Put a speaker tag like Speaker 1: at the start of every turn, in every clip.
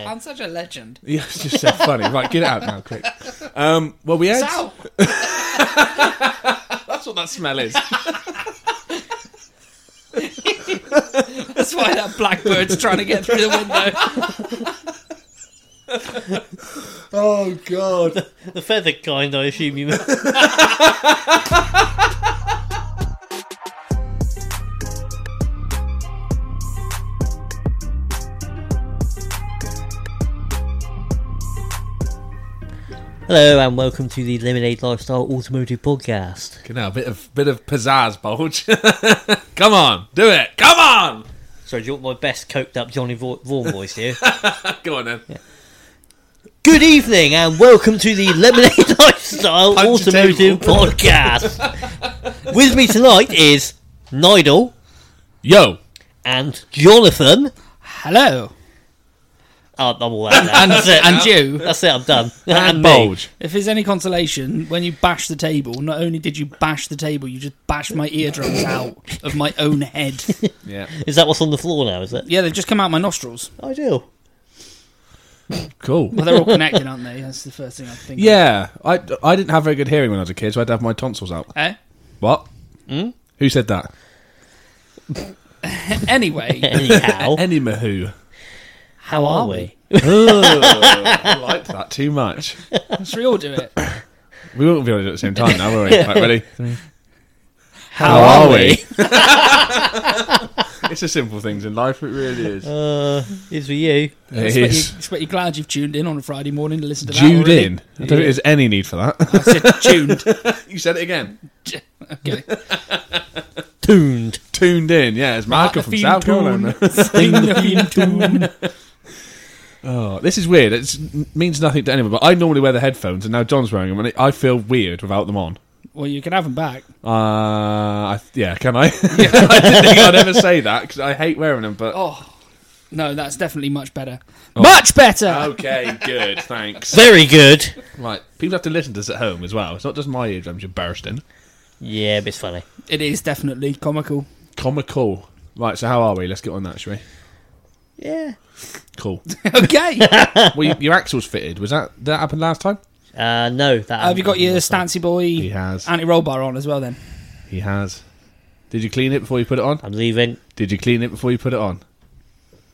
Speaker 1: I'm such a legend.
Speaker 2: Yeah, it's just so funny. Right, get it out now, quick. Um, well, we had.
Speaker 1: Ow!
Speaker 2: That's what that smell is.
Speaker 1: That's why that blackbird's trying to get through the window.
Speaker 2: oh God.
Speaker 3: The feather kind, I assume you mean. Hello and welcome to the Lemonade Lifestyle Automotive Podcast.
Speaker 2: Now a bit of bit of pizzazz, bulge. Come on, do it. Come on.
Speaker 3: So, do you want my best coked up Johnny Va- Vaughan voice here?
Speaker 2: Go on then.
Speaker 3: Good evening and welcome to the Lemonade Lifestyle
Speaker 2: Punch the
Speaker 3: Automotive
Speaker 2: table.
Speaker 3: Podcast. With me tonight is Nigel
Speaker 2: Yo.
Speaker 3: and Jonathan.
Speaker 1: Hello.
Speaker 3: Oh, I'm all out now.
Speaker 1: And,
Speaker 3: That's it.
Speaker 1: and you.
Speaker 3: That's it, I'm done.
Speaker 2: And
Speaker 3: me.
Speaker 2: bulge.
Speaker 1: If there's any consolation, when you bash the table, not only did you bash the table, you just bashed my eardrums out of my own head.
Speaker 2: Yeah.
Speaker 3: Is that what's on the floor now, is it?
Speaker 1: Yeah, they've just come out my nostrils.
Speaker 3: I do.
Speaker 2: Cool.
Speaker 1: Well, they're all connected, aren't they? That's the first thing I think.
Speaker 2: Yeah, I, I didn't have very good hearing when I was a kid, so I had to have my tonsils out.
Speaker 1: Eh?
Speaker 2: What? Who said that?
Speaker 1: Anyway,
Speaker 3: Anyhow,
Speaker 2: Any mahoo.
Speaker 3: how are we?
Speaker 2: I liked that too much.
Speaker 1: should we all do it?
Speaker 2: We won't be on it at the same time now, will we? Right, ready?
Speaker 3: How are we?
Speaker 2: it's the simple things in life, it really is.
Speaker 3: Uh, is for you.
Speaker 2: it
Speaker 1: Expect
Speaker 2: is.
Speaker 1: you- expect you're glad you've tuned in on a Friday morning to listen to that.
Speaker 2: Jewed
Speaker 1: already.
Speaker 2: in. I don't think there's any need for that.
Speaker 1: I said tuned.
Speaker 2: you said it again.
Speaker 1: Okay.
Speaker 3: Tuned.
Speaker 2: Tuned in, yeah. It's Michael from South Carolina.
Speaker 1: Sting the fiend tune.
Speaker 2: Oh, this is weird. It means nothing to anyone, but I normally wear the headphones, and now John's wearing them, and I feel weird without them on.
Speaker 1: Well, you can have them back.
Speaker 2: Uh, I, yeah, can I? I didn't think I'd ever say that because I hate wearing them. But
Speaker 1: Oh, no, that's definitely much better.
Speaker 2: Oh.
Speaker 1: Much better!
Speaker 2: okay, good, thanks.
Speaker 3: Very good.
Speaker 2: Right, people have to listen to us at home as well. It's not just my eardrums you're bursting.
Speaker 3: Yeah, but it's funny.
Speaker 1: It is definitely comical.
Speaker 2: Comical. Right, so how are we? Let's get on that, shall we?
Speaker 3: Yeah.
Speaker 2: Cool.
Speaker 1: Okay.
Speaker 2: well, you, your axle's fitted. Was that did that happened last time?
Speaker 3: Uh, no, that.
Speaker 1: have you got your Stancy
Speaker 2: He
Speaker 1: Boy
Speaker 2: has.
Speaker 1: anti roll bar on as well then?
Speaker 2: He has. Did you clean it before you put it on?
Speaker 3: I'm leaving.
Speaker 2: Did you clean it before you put it on?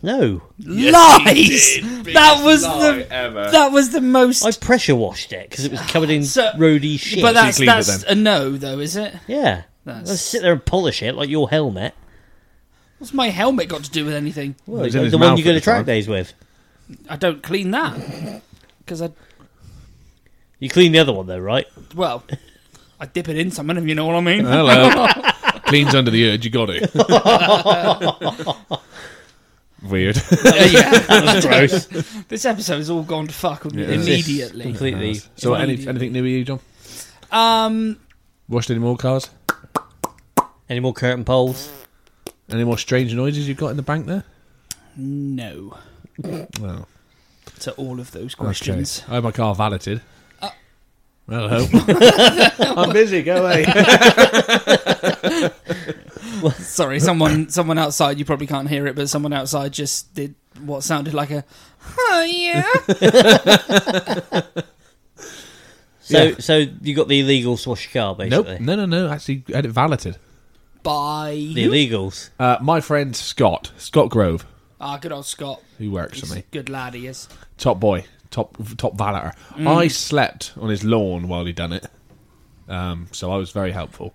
Speaker 3: No,
Speaker 1: lies! That was the
Speaker 2: ever.
Speaker 1: that was the most
Speaker 3: I pressure washed it because it was covered in
Speaker 1: So-
Speaker 3: roady shit.
Speaker 1: But that's
Speaker 2: cleaned it
Speaker 1: that's a no though, is it?
Speaker 3: yeah.
Speaker 1: That's-
Speaker 3: Let's sit there and polish it like your helmet.
Speaker 1: What's my helmet got to do with anything?
Speaker 3: Well,
Speaker 2: was in
Speaker 3: the
Speaker 2: his
Speaker 3: the
Speaker 2: mouth
Speaker 3: one you
Speaker 2: at
Speaker 3: go to
Speaker 2: the
Speaker 3: track
Speaker 2: time.
Speaker 3: days with.
Speaker 1: I don't clean that. Because I
Speaker 3: You clean the other one though, right?
Speaker 1: well I dip it in someone if you know what I mean.
Speaker 2: Hello. Cleans under the urge. You got it. Weird.
Speaker 1: Uh, yeah.
Speaker 3: That was gross.
Speaker 1: this episode's all gone to fuck
Speaker 2: Yeah.
Speaker 1: immediately.
Speaker 3: Completely.
Speaker 2: So, what, any,
Speaker 1: Indeed.
Speaker 2: anything new with you, John?
Speaker 1: Um
Speaker 2: Washed any more cars?
Speaker 3: Any more curtain poles?
Speaker 2: Any more strange noises you've got in the bank there?
Speaker 1: no
Speaker 2: Well,
Speaker 1: to all of those questions. Uh,
Speaker 2: okay. I had my car valeted. Well, I hope. I'm busy. Go away.
Speaker 1: Sorry, someone someone outside. You probably can't hear it, but someone outside just did what sounded like a "Oh yeah."
Speaker 3: So,
Speaker 2: Yeah.
Speaker 3: so you got the illegals wash your car
Speaker 2: nope.
Speaker 3: basically.
Speaker 2: No, no, no. Actually, I had it valeted.
Speaker 3: The
Speaker 1: Bye.
Speaker 3: illegals.
Speaker 2: Uh, my friend Scott, Scott Grove,
Speaker 1: Ah, good old Scott.
Speaker 2: who works
Speaker 1: He's
Speaker 2: for
Speaker 1: a
Speaker 2: me,
Speaker 1: good lad he is.
Speaker 2: top boy, top top valeter. I slept on his lawn while he done it, um, so I was very helpful.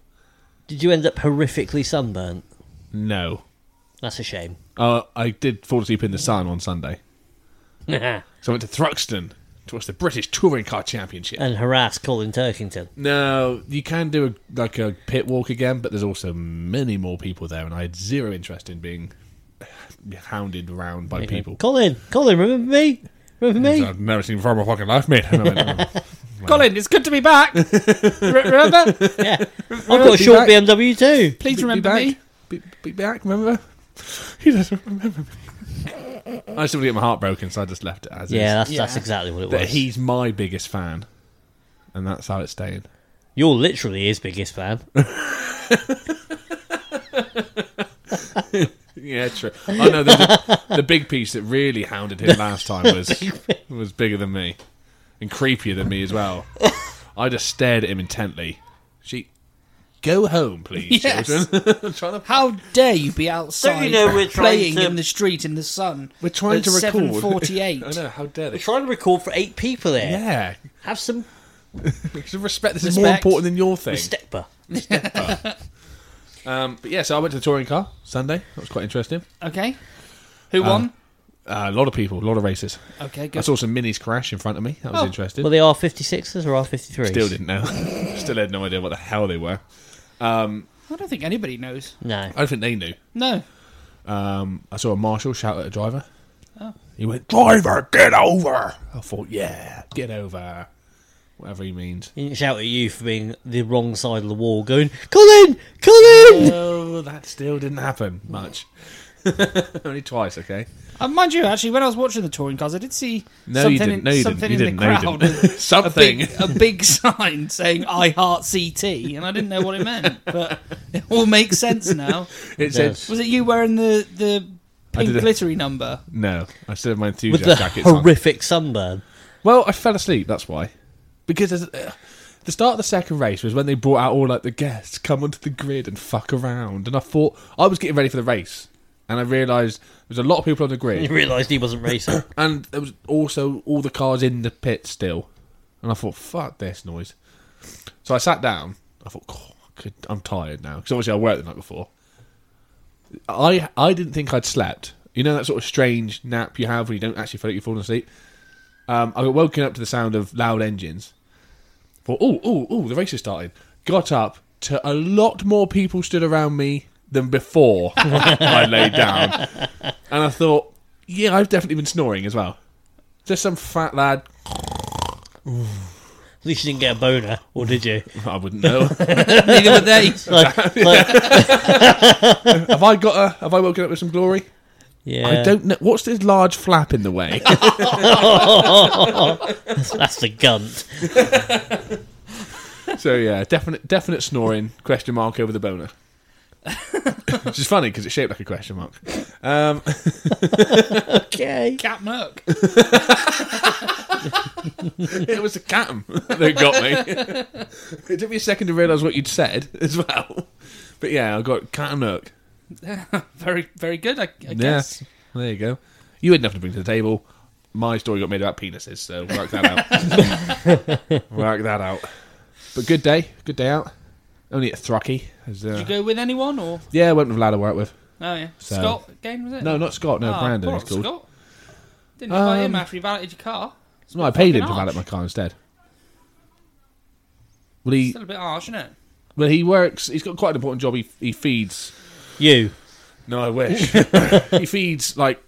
Speaker 3: Did you end up horrifically sunburnt?
Speaker 2: No,
Speaker 3: That's a shame.
Speaker 2: uh, I did fall asleep in the sun on Sunday,
Speaker 3: and
Speaker 2: so I went to Thruxton to watch the British Touring Car
Speaker 3: Uh.
Speaker 2: Championship.
Speaker 3: harass Colin Turkington.
Speaker 2: No, you can do a, like a pit walk again, but there's also many more people there, and I had zero interest in being hounded round by people.
Speaker 3: Colin, Colin, remember me? Remember me?
Speaker 2: I've never seen before in my fucking life, mate. And I went, "Oh."
Speaker 1: Colin, it's good to be back. Re- remember?
Speaker 3: Yeah. I've got a
Speaker 2: be
Speaker 3: short
Speaker 2: back.
Speaker 3: BMW too.
Speaker 1: Please
Speaker 2: Be-
Speaker 1: remember
Speaker 2: be
Speaker 1: me.
Speaker 2: back. Be, be back, remember? He doesn't remember me. I still get my heart broken, so I just left it as
Speaker 3: Yeah,
Speaker 2: is.
Speaker 3: that's that's
Speaker 1: Yeah.
Speaker 3: exactly what it
Speaker 2: But
Speaker 3: was.
Speaker 2: he's my biggest fan, and that's how it's staying.
Speaker 3: You're literally his biggest fan.
Speaker 2: Yeah, true. I know the, the big piece that really hounded him last time was was bigger than me and creepier than me as well. I just stared at him intently. She, go home, please,
Speaker 1: Yes.
Speaker 2: children. I'm trying to,
Speaker 1: How dare you be outside
Speaker 3: Don't you know we're trying
Speaker 1: playing
Speaker 3: to-
Speaker 1: in the street in the sun?
Speaker 2: we're trying
Speaker 1: at
Speaker 2: to record.
Speaker 1: 7:48.
Speaker 2: I know. How dare
Speaker 3: We're
Speaker 2: they?
Speaker 3: trying to record for eight people there.
Speaker 2: Yeah,
Speaker 3: Have some
Speaker 2: Just respect. This is more
Speaker 1: Respect.
Speaker 2: important than your thing.
Speaker 3: stepper.
Speaker 2: Um, but yeah, so I went to the touring car Sunday. That was quite interesting.
Speaker 1: Okay. Who won?
Speaker 2: Uh, a lot of people, a lot of races.
Speaker 1: Okay,
Speaker 2: I
Speaker 1: good.
Speaker 2: saw some minis crash in front of me. That was
Speaker 1: Oh.
Speaker 2: interesting.
Speaker 3: Were they R56s or R53s?
Speaker 2: Still didn't know. Still had no idea what the hell they were.
Speaker 1: I don't think anybody knows.
Speaker 3: No.
Speaker 2: I don't think they knew.
Speaker 1: No.
Speaker 2: Um, I saw a marshal shout at a driver.
Speaker 1: Oh.
Speaker 2: He went, "Driver, get over!" I thought, "Yeah, get over," whatever he means.
Speaker 3: He didn't shout at you for being the wrong side of the wall going, Colin! Colin!
Speaker 2: No, that still didn't happen much. Only twice, okay.
Speaker 1: And Uh, mind you, actually, when I was watching the touring cars, I did see
Speaker 2: No, you
Speaker 1: something
Speaker 2: didn't.
Speaker 1: in,
Speaker 2: No, you didn't.
Speaker 1: something
Speaker 2: You
Speaker 1: in
Speaker 2: didn't.
Speaker 1: the
Speaker 2: No, you
Speaker 1: crowd,
Speaker 2: didn't.
Speaker 1: with
Speaker 2: Something.
Speaker 1: a big, a big sign saying "I heart CT," and I didn't know what it meant, but it all makes sense now.
Speaker 2: It said,
Speaker 3: Yes.
Speaker 1: Was it you wearing the the pink
Speaker 2: did it.
Speaker 1: glittery number?
Speaker 2: "No." I still have my
Speaker 3: With
Speaker 2: enthusiast
Speaker 3: the
Speaker 2: jackets on.
Speaker 3: horrific sunburn.
Speaker 2: Well, I fell asleep. That's why. Because there's, uh, the start of the second race was when they brought out all like the guests come onto the grid and fuck around, and I thought I was getting ready for the race, and I realised there's a lot of people on the
Speaker 3: You
Speaker 2: grid,
Speaker 3: realised he wasn't racing.
Speaker 2: and there was also all the cars in the pit still, and I thought fuck this noise. So I sat down. I thought "Oh, I could, I'm tired now because obviously I worked the night before. I I didn't think I'd slept. You know that sort of strange nap you have when you don't actually feel like you're falling asleep. Um, I got woken up to the sound of loud engines. Thought, oh, oh, oh, the race has started. Got up to a lot more people stood around me than before I laid down, and I thought, yeah, I've definitely been snoring as well. Just some fat lad.
Speaker 3: At least you didn't get a boner, or did you?
Speaker 2: I wouldn't know.
Speaker 1: Neither were they.
Speaker 3: Like, like-
Speaker 2: have I got a? Have I woken up with some glory?
Speaker 3: yeah.
Speaker 2: I don't know. What's this large flap in the way?
Speaker 3: That's the gunt.
Speaker 2: so yeah, definite, definite snoring. Question mark over the boner. Which is funny because it's shaped like a question mark. Um,
Speaker 3: Okay.
Speaker 1: Cat Merc.
Speaker 2: it was the cam that got me. it took me a second to realise what you'd said as well. But yeah, I got cat and look.
Speaker 1: very, very good. I, I
Speaker 2: Yeah,
Speaker 1: guess.
Speaker 2: there you go. You had nothing to bring to the table. My story got made about penises, so work that out. work that out. But good day, good day out. Only at Throcky. as, uh,
Speaker 1: Did you go with anyone or?
Speaker 2: yeah, I went with a lad I worked with.
Speaker 1: Oh yeah,
Speaker 2: So-
Speaker 1: Scott again was it?
Speaker 2: No, not Scott. No,
Speaker 1: Ah,
Speaker 2: Brandon.
Speaker 1: poor
Speaker 2: It's called.
Speaker 1: Scott. Didn't invite him
Speaker 2: Um,
Speaker 1: after he valeted your car.
Speaker 2: No, I paid him to
Speaker 1: Fucking
Speaker 2: valet
Speaker 1: arse.
Speaker 2: my car instead. Well, he
Speaker 1: Still a bit harsh, isn't it?
Speaker 2: well he works. He's got quite an important job. He he feeds.
Speaker 3: You.
Speaker 2: No, I wish he feeds like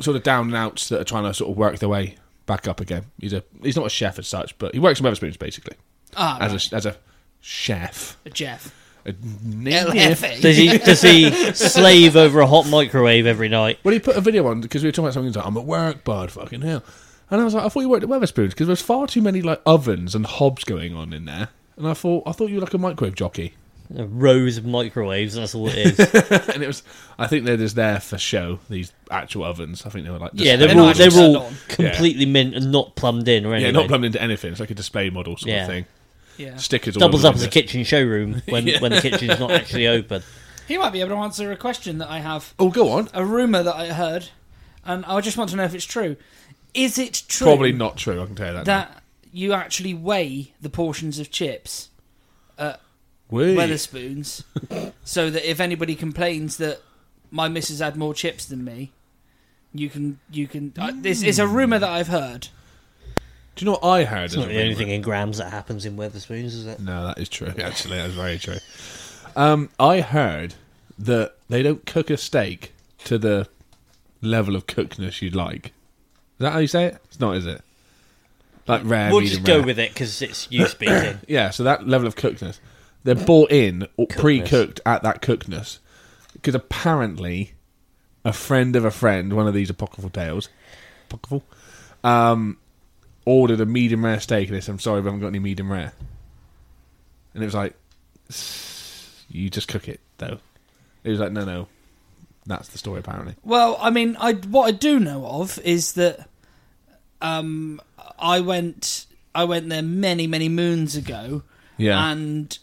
Speaker 2: sort of down and outs that are trying to sort of work their way back up again. He's a he's not a chef as such, but he works in Weatherspoons basically
Speaker 1: Ah,
Speaker 2: as
Speaker 1: right.
Speaker 2: a as a chef.
Speaker 1: Jeff.
Speaker 2: A
Speaker 3: Does he, does he slave over a hot microwave every night?
Speaker 2: Well, he put a video on because we were talking about something. He's like, "I'm at work, bud, fucking hell," and I was like, "I thought you worked at Weatherspoons because there's far too many like ovens and hobs going on in there." And I thought, I thought you were like a microwave jockey.
Speaker 3: Rows of microwaves, that's all it is.
Speaker 2: and it was I think they're just there for show, these actual ovens. I think they were like just-
Speaker 3: yeah,
Speaker 1: They're
Speaker 3: they're
Speaker 1: not
Speaker 3: all,
Speaker 1: actually
Speaker 3: they're all
Speaker 1: turned on.
Speaker 3: completely mint and not plumbed in or
Speaker 2: yeah,
Speaker 3: anything.
Speaker 2: not plumbed into anything. It's like a display model sort
Speaker 3: Yeah.
Speaker 2: of thing.
Speaker 1: Yeah.
Speaker 2: Stickers all
Speaker 3: Doubles
Speaker 2: over
Speaker 3: up
Speaker 2: the
Speaker 3: as a
Speaker 2: window.
Speaker 3: kitchen showroom when, when the kitchen's not actually open.
Speaker 1: He might be able to answer a question that I have.
Speaker 2: Oh go on.
Speaker 1: A rumor that I heard, and I just want to know if it's true. Is it true?
Speaker 2: Probably not true, I can tell you that.
Speaker 1: That you actually weigh the portions of chips,
Speaker 2: Wee.
Speaker 1: Weatherspoons, so that if anybody complains that my missus had more chips than me, you can you can. I this is
Speaker 2: Hmm.
Speaker 1: a rumor that I've heard.
Speaker 2: Do you know what I heard
Speaker 3: It's
Speaker 2: as
Speaker 3: not
Speaker 2: a
Speaker 3: the only
Speaker 2: rumour?
Speaker 3: thing in grams that happens in Weatherspoons, is it?
Speaker 2: No, that is true, actually, that's very true. Um, I heard that they don't cook a steak to the level of cookness you'd like. Is that how you say it? It's not, is it? Like rare.
Speaker 3: We'll
Speaker 2: medium
Speaker 3: just go
Speaker 2: rare.
Speaker 3: with it because it's you speaking.
Speaker 2: Yeah, so that level of cookedness. They're bought in or pre cooked at that cookedness. Because apparently, a friend of a friend, one of these apocryphal tales, apocryphal, um, ordered a medium rare steak and they said, I'm sorry, we haven't got any medium rare. And it was like, you just cook it, though. It was like, no, no. That's the story, apparently.
Speaker 1: Well, I mean, I what I do know of is that um, I went I went there many many moons ago,
Speaker 2: Yeah.
Speaker 1: and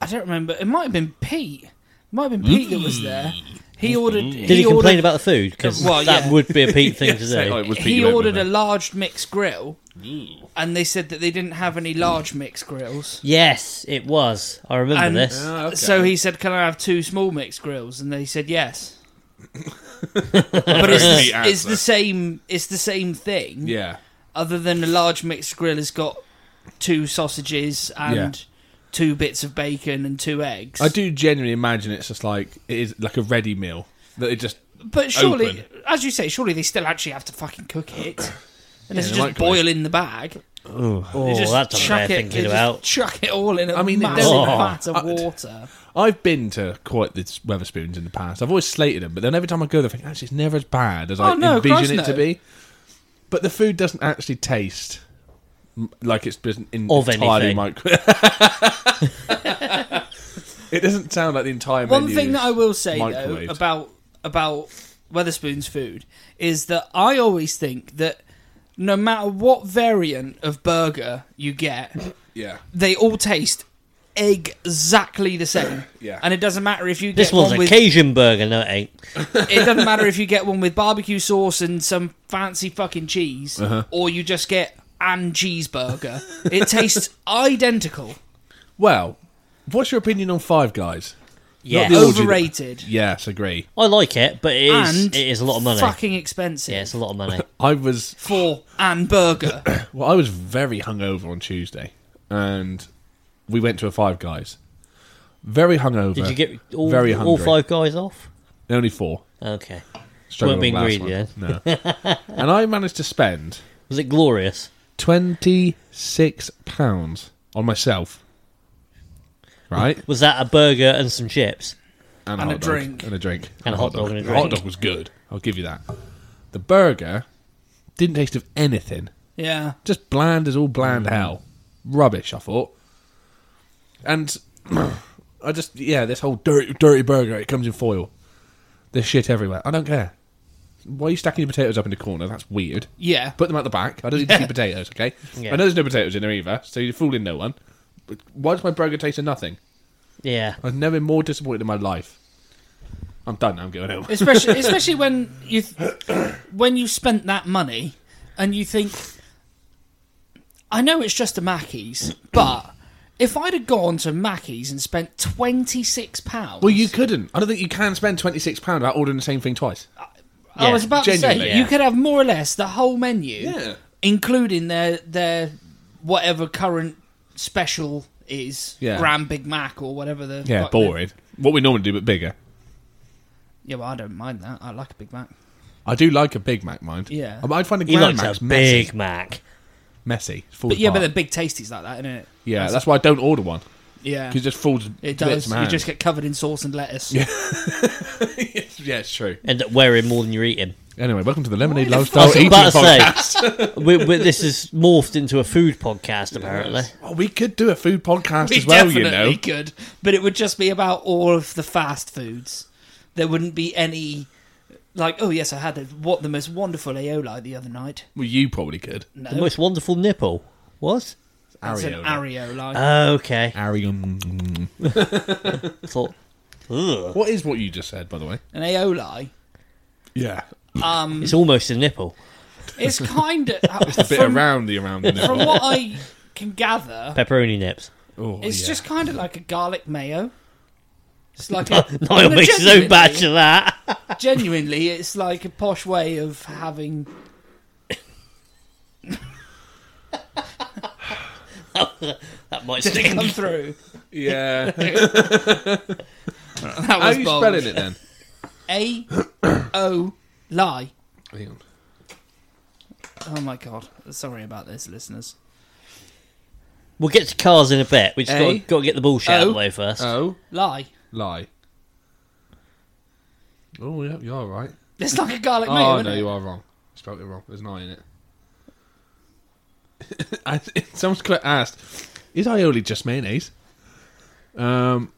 Speaker 1: I don't remember. It might have been Pete. It might have been Pete that was there. He ordered.
Speaker 3: Did he,
Speaker 1: ordered,
Speaker 3: complain about the food? Because
Speaker 1: Well,
Speaker 3: that
Speaker 1: yeah.
Speaker 3: would be a Pete thing to
Speaker 2: Yes,
Speaker 3: do.
Speaker 2: oh, it was Pete
Speaker 1: He
Speaker 2: Levin,
Speaker 1: ordered a
Speaker 2: wasn't
Speaker 1: large mixed grill, and they said that they didn't have any large mixed grills.
Speaker 3: Yes, it was. I remember
Speaker 1: And- uh,
Speaker 3: this.
Speaker 2: Ah, okay.
Speaker 1: So he said, "Can I have two small mixed grills?" And they said, "Yes." but it's,
Speaker 2: Very neat
Speaker 1: it's the
Speaker 2: answer.
Speaker 1: same. It's the same thing.
Speaker 2: Yeah.
Speaker 1: other than a large mixed grill has got two sausages and
Speaker 2: Yeah.
Speaker 1: two bits of bacon and two eggs.
Speaker 2: I do genuinely imagine it's just like it is like a ready meal that it just
Speaker 1: but surely,
Speaker 2: open.
Speaker 1: as you say, surely they still actually have to fucking cook it. And it's
Speaker 2: they
Speaker 1: just
Speaker 2: might cook it.
Speaker 1: boil in the bag.
Speaker 3: Oh,
Speaker 1: They just
Speaker 3: that's a rare
Speaker 1: chuck it.
Speaker 3: thing
Speaker 1: they
Speaker 3: to do
Speaker 1: just
Speaker 3: out.
Speaker 1: chuck it all in a
Speaker 2: I mean, it
Speaker 1: massive
Speaker 2: doesn't-
Speaker 1: vat of
Speaker 2: Oh.
Speaker 1: water.
Speaker 2: I've been to quite the Weatherspoons in the past. I've always slated them, but then every time I go there, I think actually it's never as bad as
Speaker 1: Oh,
Speaker 2: I
Speaker 1: no, of course
Speaker 2: envision it
Speaker 1: not.
Speaker 2: to be. But the food doesn't actually taste m- like it's been in
Speaker 3: Of
Speaker 2: entirely
Speaker 3: anything.
Speaker 2: micro. it doesn't sound like the entire
Speaker 1: One
Speaker 2: menu
Speaker 1: thing
Speaker 2: is
Speaker 1: that I will say
Speaker 2: microwaved.
Speaker 1: though about about Weatherspoon's food is that I always think that no matter what variant of burger you get,
Speaker 2: yeah,
Speaker 1: they all taste exactly the same.
Speaker 2: Yeah.
Speaker 1: And it doesn't matter if you get
Speaker 3: This was
Speaker 1: one
Speaker 3: a
Speaker 1: with
Speaker 3: Cajun burger, no, it ain't.
Speaker 1: it doesn't matter if you get one with barbecue sauce and some fancy fucking cheese
Speaker 2: Uh-huh.
Speaker 1: or you just get an cheeseburger. It tastes identical.
Speaker 2: Well, what's your opinion on Five Guys?
Speaker 3: Yes.
Speaker 2: the orgy-
Speaker 1: Overrated.
Speaker 2: Yes, agree.
Speaker 3: I like it, but it is,
Speaker 1: and
Speaker 3: it is a lot of money.
Speaker 1: Fucking expensive.
Speaker 3: Yeah, it's a lot of money.
Speaker 2: I was
Speaker 1: For and burger.
Speaker 2: Well, I was very hungover on Tuesday, and we went to a Five Guys. Very hungover.
Speaker 3: Did you get all,
Speaker 2: very hungry?
Speaker 3: all five guys off?
Speaker 2: Only four.
Speaker 3: Okay.
Speaker 2: Struggled
Speaker 3: being
Speaker 2: on the
Speaker 3: greedy
Speaker 2: last one. No. and I managed to spend
Speaker 3: Was it glorious?
Speaker 2: twenty six pounds on myself. Right,
Speaker 3: Was that a burger and some chips?
Speaker 2: and,
Speaker 1: And a
Speaker 2: hot dog.
Speaker 1: drink.
Speaker 2: and a drink,
Speaker 3: And a hot dog and a
Speaker 2: The hot
Speaker 3: drink.
Speaker 2: dog was good. I'll give you that. The burger didn't taste of anything.
Speaker 1: Yeah.
Speaker 2: just bland as all
Speaker 1: Mm.
Speaker 2: bland hell. Rubbish, I thought. And I just yeah, this whole dirty dirty burger, it comes in foil. There's shit everywhere. I don't care. Why are you stacking your potatoes up in the corner? That's weird.
Speaker 1: Yeah.
Speaker 2: Put them at the back. I don't need to see potatoes, okay?
Speaker 3: Yeah.
Speaker 2: I know there's no potatoes in there either, so you're fooling no one. But why does my burger taste of nothing?
Speaker 3: Yeah.
Speaker 2: I've never been more disappointed in my life. I'm done now, I'm going home.
Speaker 1: especially especially when you when you spent that money and you think I know it's just a Mackey's, but if I'd have gone to Mackey's and spent twenty six pounds,
Speaker 2: Well, you couldn't. I don't think you can spend twenty six pounds without ordering the same thing twice.
Speaker 1: I was
Speaker 3: Yeah,
Speaker 1: about to say
Speaker 2: genuinely.
Speaker 1: you could have more or less the whole menu,
Speaker 2: Yeah.
Speaker 1: including their their whatever current special is,
Speaker 2: Yeah.
Speaker 1: Grand Big Mac or whatever the
Speaker 2: Yeah,
Speaker 1: fuck the-
Speaker 2: boring. What we normally do, but bigger.
Speaker 1: Yeah, well, I don't mind that. I like a Big Mac.
Speaker 2: I do like a Big Mac, mind.
Speaker 1: Yeah.
Speaker 2: I might find a
Speaker 3: He
Speaker 2: Grand
Speaker 3: likes
Speaker 2: Mac's
Speaker 3: a
Speaker 2: messy.
Speaker 3: Big Mac.
Speaker 2: messy. It's full
Speaker 1: But yeah, but
Speaker 2: apart.
Speaker 1: the big tasties like that, isn't it?
Speaker 2: yeah, that's, why I don't order one
Speaker 1: Yeah,
Speaker 2: because it just falls.
Speaker 1: it
Speaker 2: to bits
Speaker 1: does.
Speaker 2: in my
Speaker 1: You
Speaker 2: hand.
Speaker 1: just get covered in sauce and lettuce.
Speaker 2: yeah, it's true.
Speaker 3: End up wearing more than you're eating.
Speaker 2: Anyway, welcome to the Lemonade
Speaker 1: the
Speaker 2: Lifestyle
Speaker 3: fuck- I
Speaker 2: Eating
Speaker 3: was about
Speaker 2: Podcast.
Speaker 3: we, we, this is morphed into a food podcast, apparently.
Speaker 2: oh, we could do a food podcast
Speaker 1: We
Speaker 2: as well, you
Speaker 1: definitely
Speaker 2: know.
Speaker 1: could, but it would just be about all of the fast foods. There wouldn't be any like, oh yes, I had the, what the most wonderful aioli the other night.
Speaker 2: Well, you probably could.
Speaker 1: No,
Speaker 3: The most wonderful nipple. What?
Speaker 1: it's an
Speaker 2: Ario.
Speaker 1: areola.
Speaker 2: Uh,
Speaker 3: Okay.
Speaker 2: Ario.
Speaker 3: I thought. Ugh.
Speaker 2: What is what you just said, by the way?
Speaker 1: an aioli.
Speaker 2: Yeah,
Speaker 1: Um,
Speaker 3: It's almost a nipple.
Speaker 1: it's kind of
Speaker 2: a bit
Speaker 1: from,
Speaker 2: around the around the
Speaker 1: from
Speaker 2: nipple.
Speaker 1: what I can gather.
Speaker 3: Pepperoni nips.
Speaker 2: Oh,
Speaker 1: It's
Speaker 2: yeah.
Speaker 1: just kind of like a garlic mayo. It's like a,
Speaker 3: Niall
Speaker 1: no,
Speaker 3: makes his own batch
Speaker 1: genuinely-
Speaker 3: of that.
Speaker 1: Genuinely, it's like a posh way of having
Speaker 3: That might stick.
Speaker 1: come through.
Speaker 2: yeah.
Speaker 1: That
Speaker 2: How are
Speaker 1: was
Speaker 2: you
Speaker 1: bold.
Speaker 2: spelling it then?
Speaker 1: A O lie.
Speaker 2: Hang on.
Speaker 1: Oh my god. Sorry about this, listeners.
Speaker 3: We'll get to cars in a bit. We just
Speaker 2: A.
Speaker 3: got, got to get the bullshit out of
Speaker 1: O.
Speaker 3: the way first.
Speaker 2: Oh,
Speaker 1: Lie.
Speaker 2: lie. Oh, yeah, you are right.
Speaker 1: It's like a garlic mayo.
Speaker 2: Oh
Speaker 1: isn't
Speaker 2: no,
Speaker 1: it?
Speaker 2: you are wrong. You spelled it wrong. There's an I in it. I, someone's quite asked, "Is aioli just mayonnaise?" Um,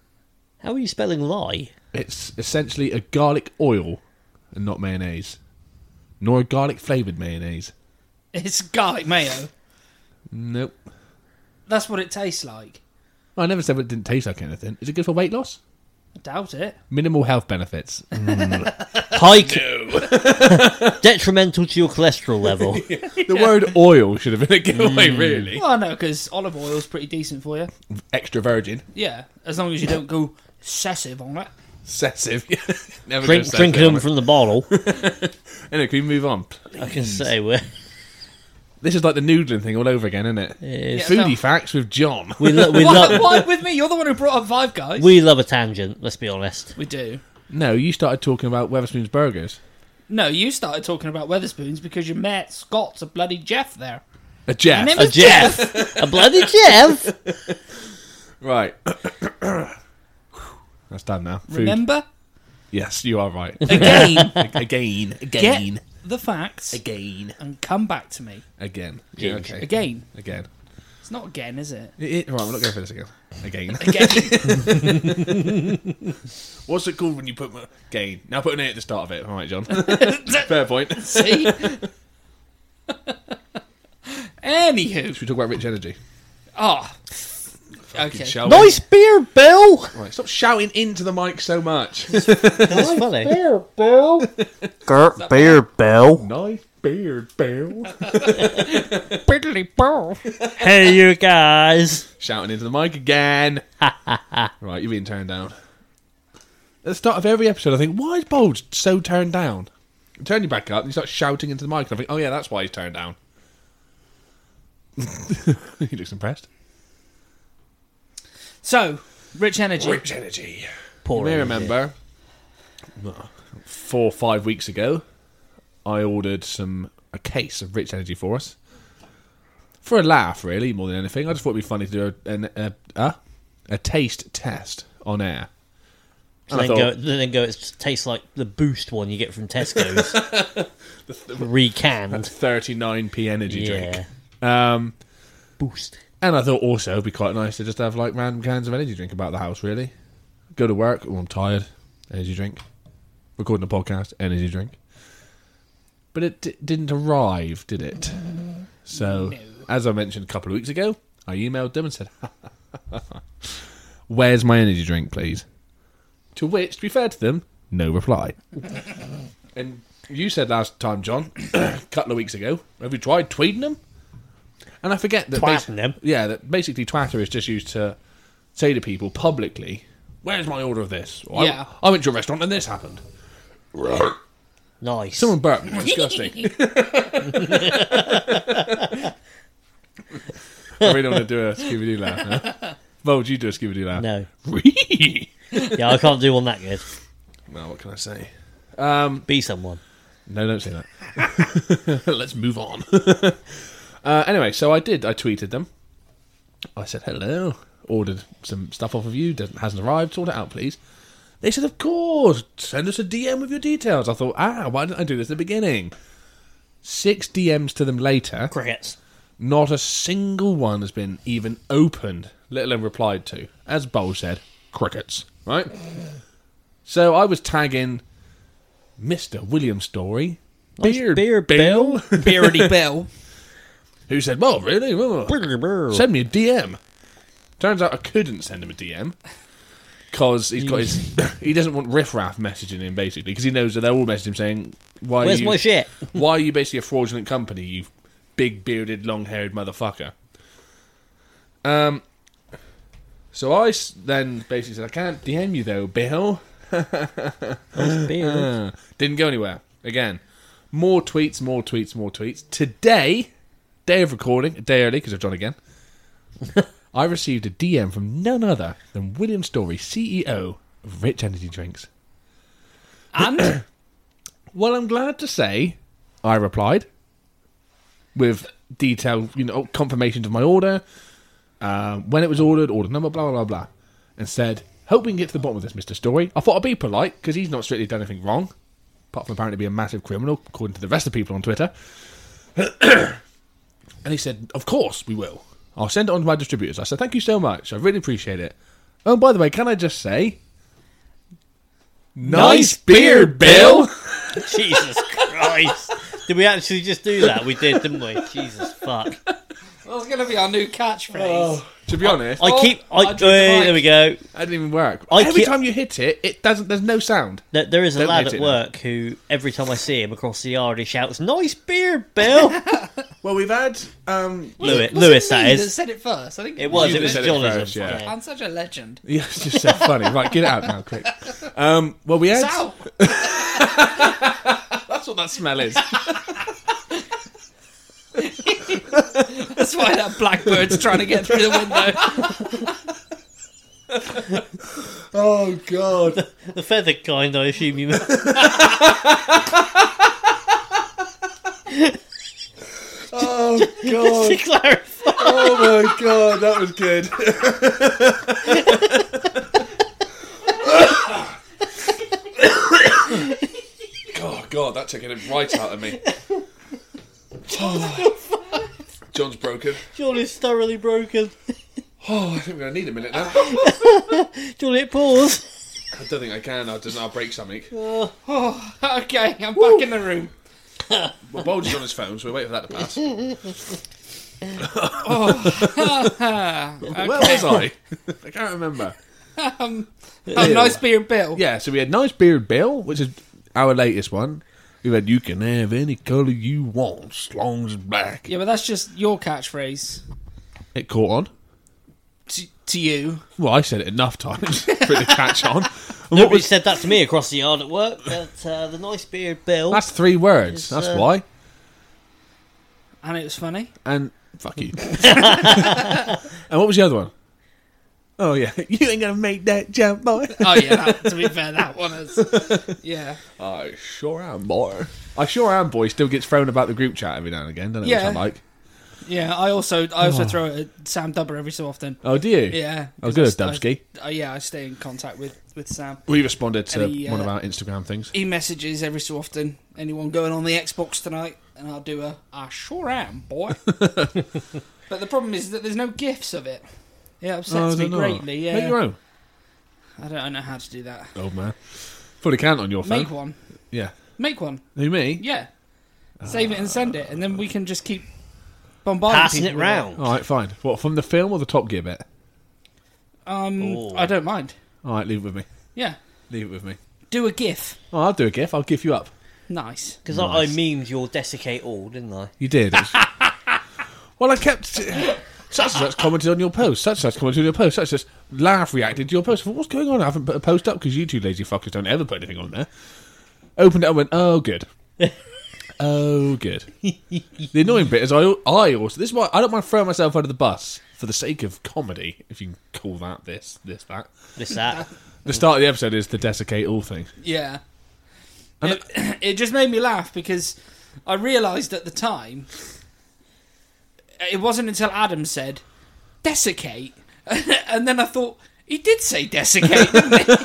Speaker 3: How are you spelling lie?
Speaker 2: It's essentially a garlic oil and not mayonnaise, nor a garlic flavoured mayonnaise.
Speaker 1: It's garlic mayo.
Speaker 2: Nope.
Speaker 1: That's what it tastes like.
Speaker 2: I never said it didn't taste like anything. Is it good for weight loss?
Speaker 1: I doubt it.
Speaker 2: Minimal health benefits.
Speaker 3: High detrimental to your cholesterol level.
Speaker 2: the word oil should have been a giveaway,
Speaker 3: Mm.
Speaker 2: really.
Speaker 1: Well, no, because olive oil's pretty decent for you.
Speaker 2: Extra virgin.
Speaker 1: Yeah, as long as you don't go excessive on it.
Speaker 2: Excessive. never
Speaker 3: Drink,
Speaker 2: goes
Speaker 3: drinking
Speaker 2: excessive.
Speaker 3: them from the bottle.
Speaker 2: Anyway, can we move on?
Speaker 3: I can say we're,
Speaker 2: This is like the noodling thing all over again, isn't it?
Speaker 3: it is-
Speaker 1: Yeah,
Speaker 2: Foodie
Speaker 1: no.
Speaker 2: facts with John.
Speaker 3: we, lo- we,
Speaker 1: Why,
Speaker 3: lo-
Speaker 1: why with me? You're the one who brought up Five Guys.
Speaker 3: we love a tangent. Let's be honest.
Speaker 1: We do.
Speaker 2: no, you started talking about Weatherspoon's burgers.
Speaker 1: No, you started talking about Weatherspoons because your mate Scott's a bloody Jeff there.
Speaker 2: A Jeff.
Speaker 1: And then
Speaker 3: A Jeff, a bloody Jeff.
Speaker 2: Right. That's done now. Food.
Speaker 1: Remember?
Speaker 2: Yes, you are right.
Speaker 1: Again,
Speaker 2: again.
Speaker 1: get
Speaker 2: Again.
Speaker 1: the facts
Speaker 2: Again.
Speaker 1: and come back to me.
Speaker 2: Again. Yeah,
Speaker 3: Again.
Speaker 2: okay.
Speaker 1: Again.
Speaker 2: Again.
Speaker 1: It's not again, is it?
Speaker 2: It, it- right, I'm not going for this again. Again.
Speaker 1: Again.
Speaker 2: What's it called when you put my... gain? Now put an A at the start of it. All right, John. Fair point. Should
Speaker 1: See? Anywho.
Speaker 2: we talk about rich energy?
Speaker 1: Oh. Okay.
Speaker 2: Shall we?
Speaker 3: Nice beer, Bill.
Speaker 2: Right, stop shouting into the mic so much.
Speaker 3: That's funny.
Speaker 4: Gert Beer Bell.
Speaker 2: nice beard, Bill.
Speaker 1: Biddly bow.
Speaker 3: Hey, you guys.
Speaker 2: shouting into the mic again. right, you're being turned down. At the start of every episode, I think, why is Bold so turned down? You turn you back up and you start shouting into the mic, and I think, oh yeah, that's why he's turned down. he looks impressed.
Speaker 1: So, Rich Energy.
Speaker 2: Rich energy.
Speaker 3: Poor
Speaker 2: I
Speaker 3: energy.
Speaker 2: remember four or five weeks ago, I ordered some a case of Rich Energy for us for a laugh, really, more than anything. I just thought it'd be funny to do a an, a, a, a taste test on air. And
Speaker 3: And
Speaker 2: I
Speaker 3: then, go,
Speaker 2: thought,
Speaker 3: then go, it tastes like the boost one you get from Tesco's.
Speaker 2: that's
Speaker 3: Recanned.
Speaker 2: 39p energy
Speaker 3: Yeah.
Speaker 2: drink. Um,
Speaker 3: Boost.
Speaker 2: and I thought also it'd be quite nice to just have like random cans of energy drink about the house, really. Go to work, oh, I'm tired, energy drink. Recording a podcast, energy drink. But it d- didn't arrive, did it? So, as I mentioned a couple of weeks ago, I emailed them and said, Where's my energy drink, please? To which, to be fair to them, no reply. and you said last time, John, a couple of weeks ago, have you tried tweeting them? And I forget that.
Speaker 3: Twatting
Speaker 2: basi-
Speaker 3: them.
Speaker 2: Yeah, that basically twatter is just used to say to people publicly, Where's my order of this? Or,
Speaker 1: Yeah.
Speaker 2: I, I went to a restaurant and this happened.
Speaker 3: Nice.
Speaker 2: Someone burped. me, Disgusting. I really don't want to do a Scooby Doo laugh. Huh? Well, would you do a Scooby Doo laugh?
Speaker 3: No.
Speaker 2: well,
Speaker 3: Yeah, I can't do one that good.
Speaker 2: what can I say?
Speaker 3: Be someone.
Speaker 2: No, don't say that. Let's move on. uh, anyway, so I did. I tweeted them. I said hello. Ordered some stuff off of you. Doesn't hasn't arrived. Sort it out, please. They said, of course. Send us a DM with your details. I thought, ah, why didn't I do this at the beginning? Six DMs to them later.
Speaker 3: Crickets.
Speaker 2: Not a single one has been even opened, let alone replied to. As Bowl said, crickets, right? So I was tagging Mr. William Story, Beard,
Speaker 3: beer
Speaker 2: Bill,
Speaker 1: Beardy Bill.
Speaker 2: who said, Well, really? Well,
Speaker 3: Send
Speaker 2: send me a DM. Turns out I couldn't send him a DM because he's got his. he doesn't want riffraff messaging him, basically, because he knows that they're all messaging him saying, Why
Speaker 3: Where's
Speaker 2: are you,
Speaker 3: my shit?
Speaker 2: why are you basically a fraudulent company, you big bearded, long haired motherfucker? Um, so I s- then basically said, I can't DM you though, Bill.
Speaker 3: Beer.
Speaker 2: Uh, didn't go anywhere. Again, more tweets, more tweets, more tweets. Today, day of recording, a day early because I've done again. I received a DM from none other than William Story, CEO of Rich Energy Drinks.
Speaker 1: And
Speaker 2: Well, I'm glad to say, I replied with detailed, you know, confirmation of my order, uh, when it was ordered, order number, blah blah blah, and said, "Hope we can get to the bottom of this, Mister Story." I thought I'd be polite because he's not strictly done anything wrong, apart from apparently being a massive criminal, according to the rest of the people on Twitter. and he said, "Of course we will. I'll send it on to my distributors." I said, "Thank you so much. I really appreciate it." Oh, and by the way, can I just say, Nice beer, Bill.
Speaker 3: Jesus Christ. Did we actually just do that? We did, didn't we? Jesus fuck.
Speaker 1: That's going to be our new catchphrase.
Speaker 2: Oh, To be honest, Oh, I,
Speaker 3: I keep. I,
Speaker 1: I drew the
Speaker 3: uh, there we go.
Speaker 2: didn't even work.
Speaker 3: I
Speaker 2: Every
Speaker 3: keep-
Speaker 2: time you hit it, it doesn't. There's no sound.
Speaker 3: There, there is a
Speaker 2: Don't
Speaker 3: lad
Speaker 2: hit
Speaker 3: at
Speaker 2: it.
Speaker 3: work who, every time I see him across the yard, he shouts, "Nice beer, Bill."
Speaker 2: Well, we've had. Um,
Speaker 1: Was it-
Speaker 3: Lewis,
Speaker 1: was it
Speaker 3: Lewis, that
Speaker 1: me
Speaker 3: is.
Speaker 1: that said it first. I think
Speaker 3: It was.
Speaker 2: You
Speaker 3: it was
Speaker 2: said it
Speaker 3: John.
Speaker 2: first, yeah.
Speaker 1: I'm such a legend.
Speaker 2: yeah, it's just so funny. Right, get it out now, quick. Um, well, we had.
Speaker 1: It's out.
Speaker 2: That's what that smell is.
Speaker 1: That's why that blackbird's trying to get through the window.
Speaker 2: oh God.
Speaker 3: The feathered kind, I assume you meant.
Speaker 2: Oh God.
Speaker 3: to clarify.
Speaker 2: Oh my god, that was good. oh god, that took it right out of me. Oh. John's broken.
Speaker 3: John is thoroughly broken.
Speaker 2: Oh, I think we're gonna need a minute now.
Speaker 3: John, hit pause.
Speaker 2: I don't think I can. I don't. I'll break something.
Speaker 1: Oh, okay, I'm back in the room.
Speaker 2: Well, Bulge is on his phone, so we're waiting for that to pass. Oh. Where was I? I can't remember.
Speaker 1: Oh, nice beer, Bill.
Speaker 2: Yeah, so we had Nice Beard Bill, which is our latest one. We had You Can Have Any Colour You Want, as long as black.
Speaker 1: Yeah, but that's just your catchphrase
Speaker 2: It caught on.
Speaker 1: to, to you.
Speaker 2: Well, I said it enough times for it to catch on. And what
Speaker 3: Nobody
Speaker 2: was,
Speaker 3: said that to me across the yard at work. But uh, the nice beer, Bill.
Speaker 2: that's three words, that's
Speaker 3: uh,
Speaker 2: why.
Speaker 1: And it was funny.
Speaker 2: And fuck you. and what was the other one? Oh, yeah. You ain't going to make that jump, boy.
Speaker 1: Oh, yeah, that, to be fair, that one is. Yeah.
Speaker 2: I sure am, boy. I sure am, boy. Still gets thrown about the group chat every now and again, doesn't it?
Speaker 1: Yeah.
Speaker 2: Which I like.
Speaker 1: Yeah, I also I also throw it at Sam Dubber every so often.
Speaker 2: Oh, do you?
Speaker 1: Yeah.
Speaker 2: Oh, good,
Speaker 1: I-
Speaker 2: Dubsky.
Speaker 1: I- yeah, I stay in contact with, with Sam.
Speaker 2: We responded to
Speaker 1: Any, uh,
Speaker 2: one of our Instagram things.
Speaker 1: He messages every so often, anyone going on the Xbox tonight? And I'll do a, I sure am, boy. but the problem is that there's no gifs of it. It
Speaker 2: Oh, I
Speaker 1: upsets me
Speaker 2: don't know.
Speaker 1: greatly, yeah.
Speaker 2: Make your own,
Speaker 1: I don't know how to do that.
Speaker 2: old man. Probably can't on your phone.
Speaker 1: Make one.
Speaker 2: Yeah.
Speaker 1: Make one.
Speaker 2: Who me?
Speaker 1: Yeah. Save it and send it, and then we can just keep bombarding
Speaker 3: Passing it
Speaker 1: people with
Speaker 3: round.
Speaker 2: All right, fine. What from the film or the Top Gear bit?
Speaker 1: Um,
Speaker 3: Ooh.
Speaker 1: I don't mind.
Speaker 2: All right, leave it with me.
Speaker 1: Yeah.
Speaker 2: Leave it with me.
Speaker 1: Do a gif.
Speaker 2: Oh, I'll do a gif. I'll gif you up.
Speaker 1: Nice.
Speaker 3: Because I, I memed your desiccate all, didn't I?
Speaker 2: You did. It was- well, I kept. Such and such commented on your post. Such and such commented on your post. Such and such laugh reacted to your post. I thought, What's going on? I haven't put a post up because you two lazy fuckers don't ever put anything on there. Opened it and went, oh, good. oh, good. the annoying bit is I, I also. This is why I don't mind throwing myself under the bus for the sake of comedy, if you can call that this, this, that.
Speaker 3: This that.
Speaker 2: The start of the episode is the desiccate all thing.
Speaker 1: Yeah. It, it just made me laugh because I realised at the time it wasn't until Adam said desiccate, and then I thought he did say desiccate,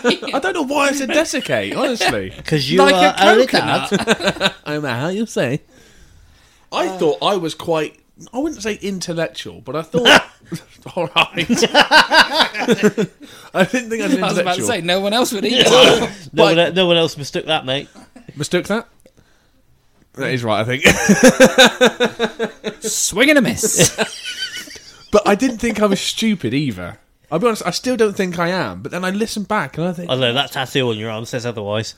Speaker 1: didn't he?
Speaker 2: I don't know why I said desiccate, honestly.
Speaker 3: Because you
Speaker 1: Like
Speaker 3: are
Speaker 1: a coconut.
Speaker 2: I don't know how you say. I thought I was quite. I wouldn't say intellectual, but I thought. all right. I didn't think I was intellectual.
Speaker 1: I was about to say no one else would either.
Speaker 3: No,
Speaker 2: But-
Speaker 3: one, no one else mistook that, mate.
Speaker 2: Mistook that. That is right, I think.
Speaker 1: Swing and a miss.
Speaker 2: but I didn't think I was stupid either. I'll be honest. I still don't think I am. But then I listen back and I think,
Speaker 3: Although that tattoo on your arm says otherwise.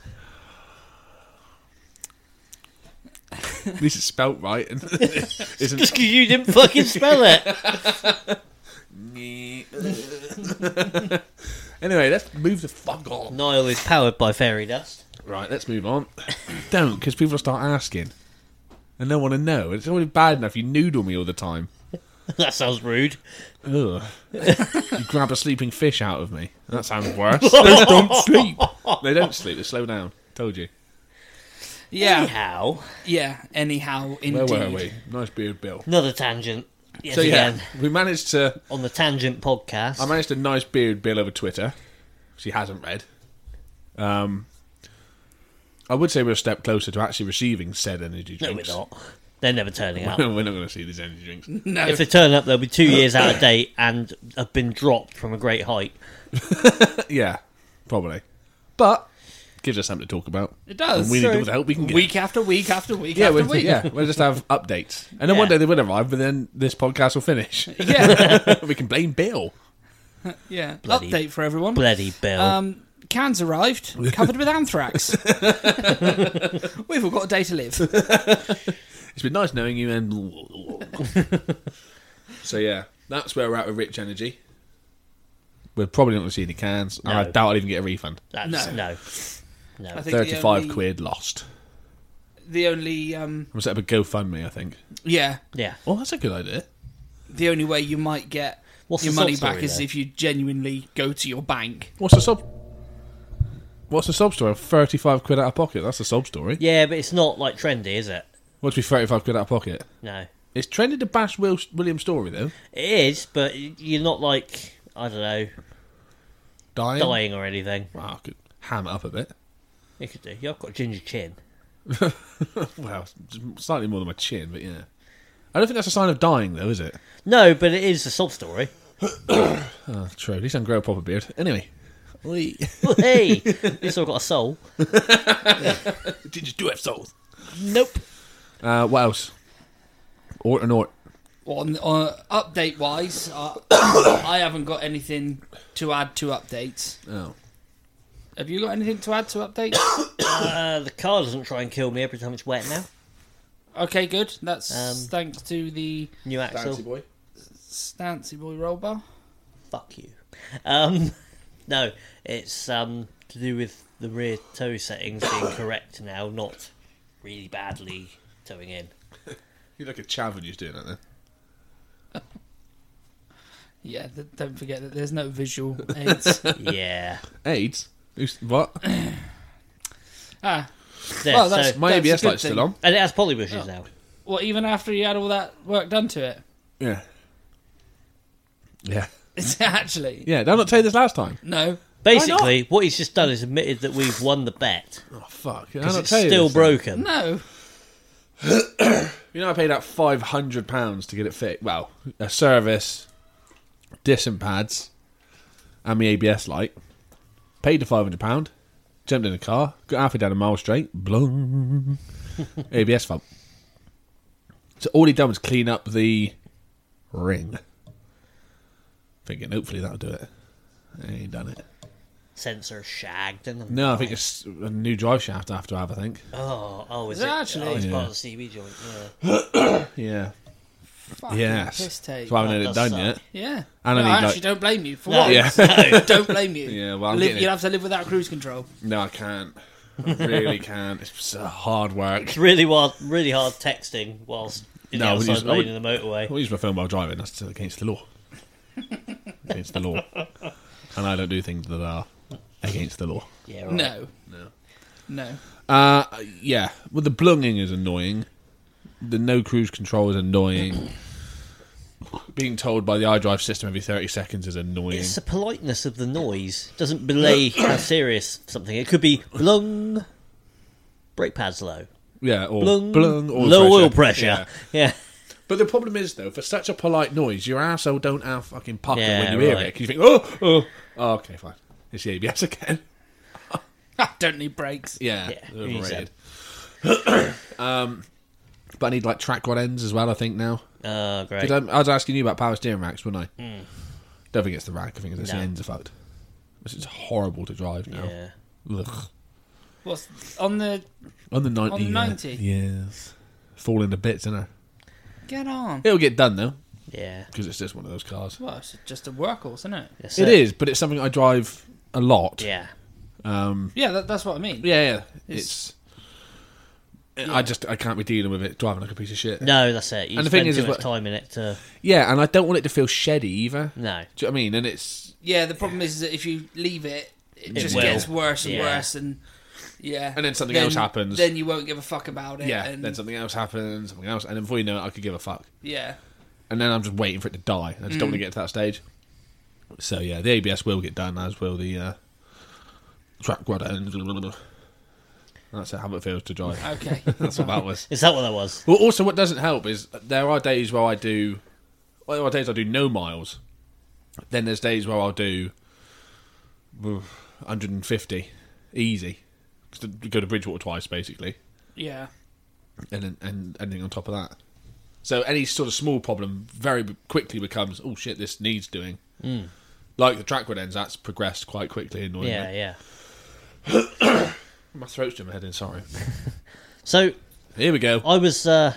Speaker 2: at least it's spelt right. And it isn't
Speaker 3: Just because you didn't fucking spell it.
Speaker 2: anyway? Let's move the fuck on.
Speaker 3: Niall is powered by fairy dust.
Speaker 2: Right, let's move on. Don't, because people start asking, and they want to know. It's already bad enough you noodle me all the time.
Speaker 3: That sounds rude.
Speaker 2: Ugh. you grab a sleeping fish out of me. That sounds worse. Those don't sleep. They don't sleep. They slow down. Told you.
Speaker 1: yeah,
Speaker 3: Anyhow,
Speaker 1: yeah. Anyhow,
Speaker 2: Where
Speaker 1: indeed.
Speaker 2: were we? Nice beard, Bill.
Speaker 3: another tangent. Yes,
Speaker 2: So yeah,
Speaker 3: again.
Speaker 2: we managed to.
Speaker 3: On the tangent podcast.
Speaker 2: I managed to nice beard Bill over Twitter. She hasn't read. Um, I would say we're a step closer to actually receiving said energy
Speaker 3: no, we're
Speaker 2: drinks.
Speaker 3: not. They're never turning up.
Speaker 2: we're not going to see these energy drinks.
Speaker 1: No.
Speaker 3: If they turn up, they'll be two years out of date and have been dropped from a great height.
Speaker 2: Yeah, probably. But gives us something to talk about.
Speaker 1: It does.
Speaker 2: And we need
Speaker 1: So-
Speaker 2: all the help we can get.
Speaker 1: Week after week after week
Speaker 2: yeah,
Speaker 1: after
Speaker 2: we'll,
Speaker 1: week.
Speaker 2: yeah, we'll just have updates, and then one
Speaker 3: Yeah.
Speaker 2: day they will arrive, but then this podcast will finish.
Speaker 1: yeah,
Speaker 2: we can blame Bill.
Speaker 1: yeah.
Speaker 3: Bloody-
Speaker 1: Update for everyone.
Speaker 3: Bloody Bill.
Speaker 1: Um, cans arrived, covered with anthrax. We've all got a day to live.
Speaker 2: It's been nice knowing you, and so yeah, that's where we're at with Rich Energy. We're probably not going to see any cans, and I
Speaker 3: No.
Speaker 2: doubt I'll even get a refund.
Speaker 3: That's, no. No.
Speaker 1: I think the
Speaker 2: Thirty-five
Speaker 1: only-
Speaker 2: quid lost.
Speaker 1: The only, um,
Speaker 2: I'm set up a GoFundMe, I think.
Speaker 1: yeah,
Speaker 3: Yeah.
Speaker 2: Oh, that's a good idea.
Speaker 1: the only way you might get
Speaker 3: What's
Speaker 1: your
Speaker 3: the sob
Speaker 1: money back
Speaker 3: story
Speaker 1: is
Speaker 3: there?
Speaker 1: if you genuinely go to your bank.
Speaker 2: What's the sub? What's the sub story? Thirty-five quid out of pocket. That's the sub story.
Speaker 3: Yeah, but it's not like trendy, is it?
Speaker 2: What's be thirty-five quid out of pocket?
Speaker 3: No.
Speaker 2: It's trending to bash Will William Story though.
Speaker 3: It is, but you're not like, I don't know,
Speaker 2: Dying.
Speaker 3: dying or anything.
Speaker 2: Wow, I could ham it up a bit.
Speaker 3: You could do. Yeah, I've got a ginger chin.
Speaker 2: Well, slightly more than my chin, but yeah. I don't think that's a sign of dying though, is it?
Speaker 3: No, but it is a sob story.
Speaker 2: Ah, True. At least I can grow a proper beard. Anyway.
Speaker 3: hey, this all got a soul.
Speaker 2: Did you do have souls?
Speaker 3: Nope.
Speaker 2: Uh, what else? Ort and Ort.
Speaker 1: On, on update wise, uh, I haven't got anything to add to updates.
Speaker 2: Oh.
Speaker 1: Have you got anything to add to updates?
Speaker 3: Uh, the car doesn't try and kill me every time it's wet now.
Speaker 1: okay, good. That's
Speaker 3: Um,
Speaker 1: thanks to the
Speaker 3: New axle.
Speaker 2: boy.
Speaker 1: Stancy Boy roll bar.
Speaker 3: Fuck you. Um, no, it's um, to do with the rear toe settings being correct now, not really badly towing in.
Speaker 2: You're like a chav when you're doing that then.
Speaker 1: Yeah, th- don't forget that there's no visual aids.
Speaker 3: Yeah.
Speaker 2: AIDS? Who's, what?
Speaker 1: ah,
Speaker 3: There,
Speaker 1: Well, that's-
Speaker 3: so-
Speaker 2: My
Speaker 1: a
Speaker 2: ABS
Speaker 1: good
Speaker 2: light's
Speaker 1: thing.
Speaker 2: still on.
Speaker 3: and it has polywishers now.
Speaker 1: well, even after you had all that work done to it,
Speaker 2: Yeah. Yeah.
Speaker 1: it's actually
Speaker 2: Yeah, did I not tell you this last time?
Speaker 1: no.
Speaker 3: Basically, what he's just done is admitted that we've won the bet
Speaker 2: Oh, fuck. Did I
Speaker 3: because
Speaker 2: not
Speaker 3: it's
Speaker 2: tell you
Speaker 3: still
Speaker 2: this?
Speaker 3: broken.
Speaker 1: No,
Speaker 2: You know, I paid out £500 to get it fixed. Well, a service, distant pads, and my ABS light. Paid the £500, jumped in the car, got halfway down a mile straight, blung, ABS thump. So all he'd done was clean up the ring. Thinking, hopefully that'll do it. Ain't done it.
Speaker 3: Sensor shagged and
Speaker 2: No, I think it's a new drive shaft I have to have, I think.
Speaker 3: oh oh is
Speaker 1: Is it
Speaker 3: it
Speaker 1: actually?
Speaker 3: oh, it's
Speaker 2: Yeah.
Speaker 3: part of the CB joint. Yeah.
Speaker 2: Yeah.
Speaker 1: fucking
Speaker 2: yes.
Speaker 1: piss take.
Speaker 2: So I haven't
Speaker 3: That
Speaker 2: had it
Speaker 3: does
Speaker 2: done
Speaker 3: suck.
Speaker 2: yet.
Speaker 1: yeah,
Speaker 2: And I
Speaker 1: No,
Speaker 2: need,
Speaker 1: I
Speaker 2: like-
Speaker 1: actually don't blame you for
Speaker 3: No.
Speaker 1: what.
Speaker 2: Yeah.
Speaker 1: don't blame you.
Speaker 2: Yeah, well, I'm
Speaker 1: Live-
Speaker 2: getting it.
Speaker 1: you'll have to live without cruise control.
Speaker 2: No, I can't. I really can't. It's so hard work.
Speaker 3: It's really wild, really hard texting whilst in
Speaker 2: No, I
Speaker 3: the
Speaker 2: would
Speaker 3: outside
Speaker 2: use- I
Speaker 3: lane
Speaker 2: would-
Speaker 3: in the motorway.
Speaker 2: I use my phone while driving. That's against the law. against the law. And I don't do things that are against the law.
Speaker 3: Yeah, right.
Speaker 1: No, no, no.
Speaker 2: Uh, yeah. Well, the blunging is annoying. The no cruise control is annoying. Being told by the iDrive system every 30 seconds is annoying.
Speaker 3: It's the politeness of the noise. Doesn't belay how serious something. It could be blung, brake pads low,
Speaker 2: yeah, or
Speaker 3: blung,
Speaker 2: blung, or
Speaker 3: low
Speaker 2: pressure.
Speaker 3: oil pressure.
Speaker 2: Yeah.
Speaker 3: Yeah,
Speaker 2: But the problem is, though, for such a polite noise, your asshole don't have fucking pucker
Speaker 3: Yeah,
Speaker 2: when you hear
Speaker 3: right.
Speaker 2: it. 'cause You think, oh, oh, oh, okay, fine. It's the ABS again.
Speaker 1: Ah, don't need brakes.
Speaker 2: Yeah,
Speaker 3: Yeah,
Speaker 2: they're
Speaker 3: you
Speaker 2: overrated. um, but I need like track rod ends as well. I think now.
Speaker 3: Oh, great.
Speaker 2: Did I, I was asking you about power steering racks, wasn't I? Don't think it's the rack. I think it's just
Speaker 3: Hmm. No.
Speaker 2: the ends are fucked. It's just horrible to drive now.
Speaker 3: Yeah.
Speaker 2: Ugh.
Speaker 1: What's on the?
Speaker 2: On the ninety.
Speaker 1: On the
Speaker 2: yeah.
Speaker 1: 90?
Speaker 2: Yes. Falling to bits, isn't it?
Speaker 1: Get on.
Speaker 2: It'll get done though,
Speaker 3: Yeah.
Speaker 2: because it's just one of those cars.
Speaker 1: Well, it's just a workhorse, isn't it?
Speaker 3: That's
Speaker 2: It is, but it's something I drive a lot.
Speaker 3: Yeah.
Speaker 2: Um,
Speaker 1: Yeah, that, that's what I mean.
Speaker 2: yeah, yeah. It's. I just I can't be dealing with it driving like a piece of shit.
Speaker 3: No, that's it. You
Speaker 2: And the
Speaker 3: spend
Speaker 2: thing is
Speaker 3: too
Speaker 2: as
Speaker 3: much
Speaker 2: well-
Speaker 3: time in it to
Speaker 2: Yeah, and I don't want it to feel sheddy either.
Speaker 3: no.
Speaker 2: Do you know what I mean? And it's
Speaker 1: Yeah, the problem is that if you leave it, it, just
Speaker 3: will.
Speaker 1: gets worse and
Speaker 3: Yeah.
Speaker 1: worse, and yeah,
Speaker 2: And then something else happens.
Speaker 1: Then you won't give a fuck about it.
Speaker 2: yeah.
Speaker 1: and,
Speaker 2: Then something else happens, something else, and then before you know it, I could give a fuck.
Speaker 1: yeah,
Speaker 2: And then I'm just waiting for it to die. I just don't want to get to that stage. So yeah, the ABS will get done, as will the uh, track rod and blah, blah, blah. That's how it feels to drive.
Speaker 1: okay.
Speaker 2: That's what that was.
Speaker 3: Is that what that was?
Speaker 2: Well, also what doesn't help is there are days where I do, well, there are days I do no miles. Then there's days where I'll do oof, 150 easy, 'Cause we go to Bridgewater twice basically,
Speaker 1: Yeah.
Speaker 2: and then and anything on top of that. So any sort of small problem very quickly becomes oh shit, this needs doing.
Speaker 3: Hmm.
Speaker 2: Like the track would ends, that's progressed quite quickly. Annoyingly,
Speaker 3: Yeah, yeah.
Speaker 2: my throat's doing my head in. Sorry.
Speaker 3: So
Speaker 2: Here we go.
Speaker 3: I was uh,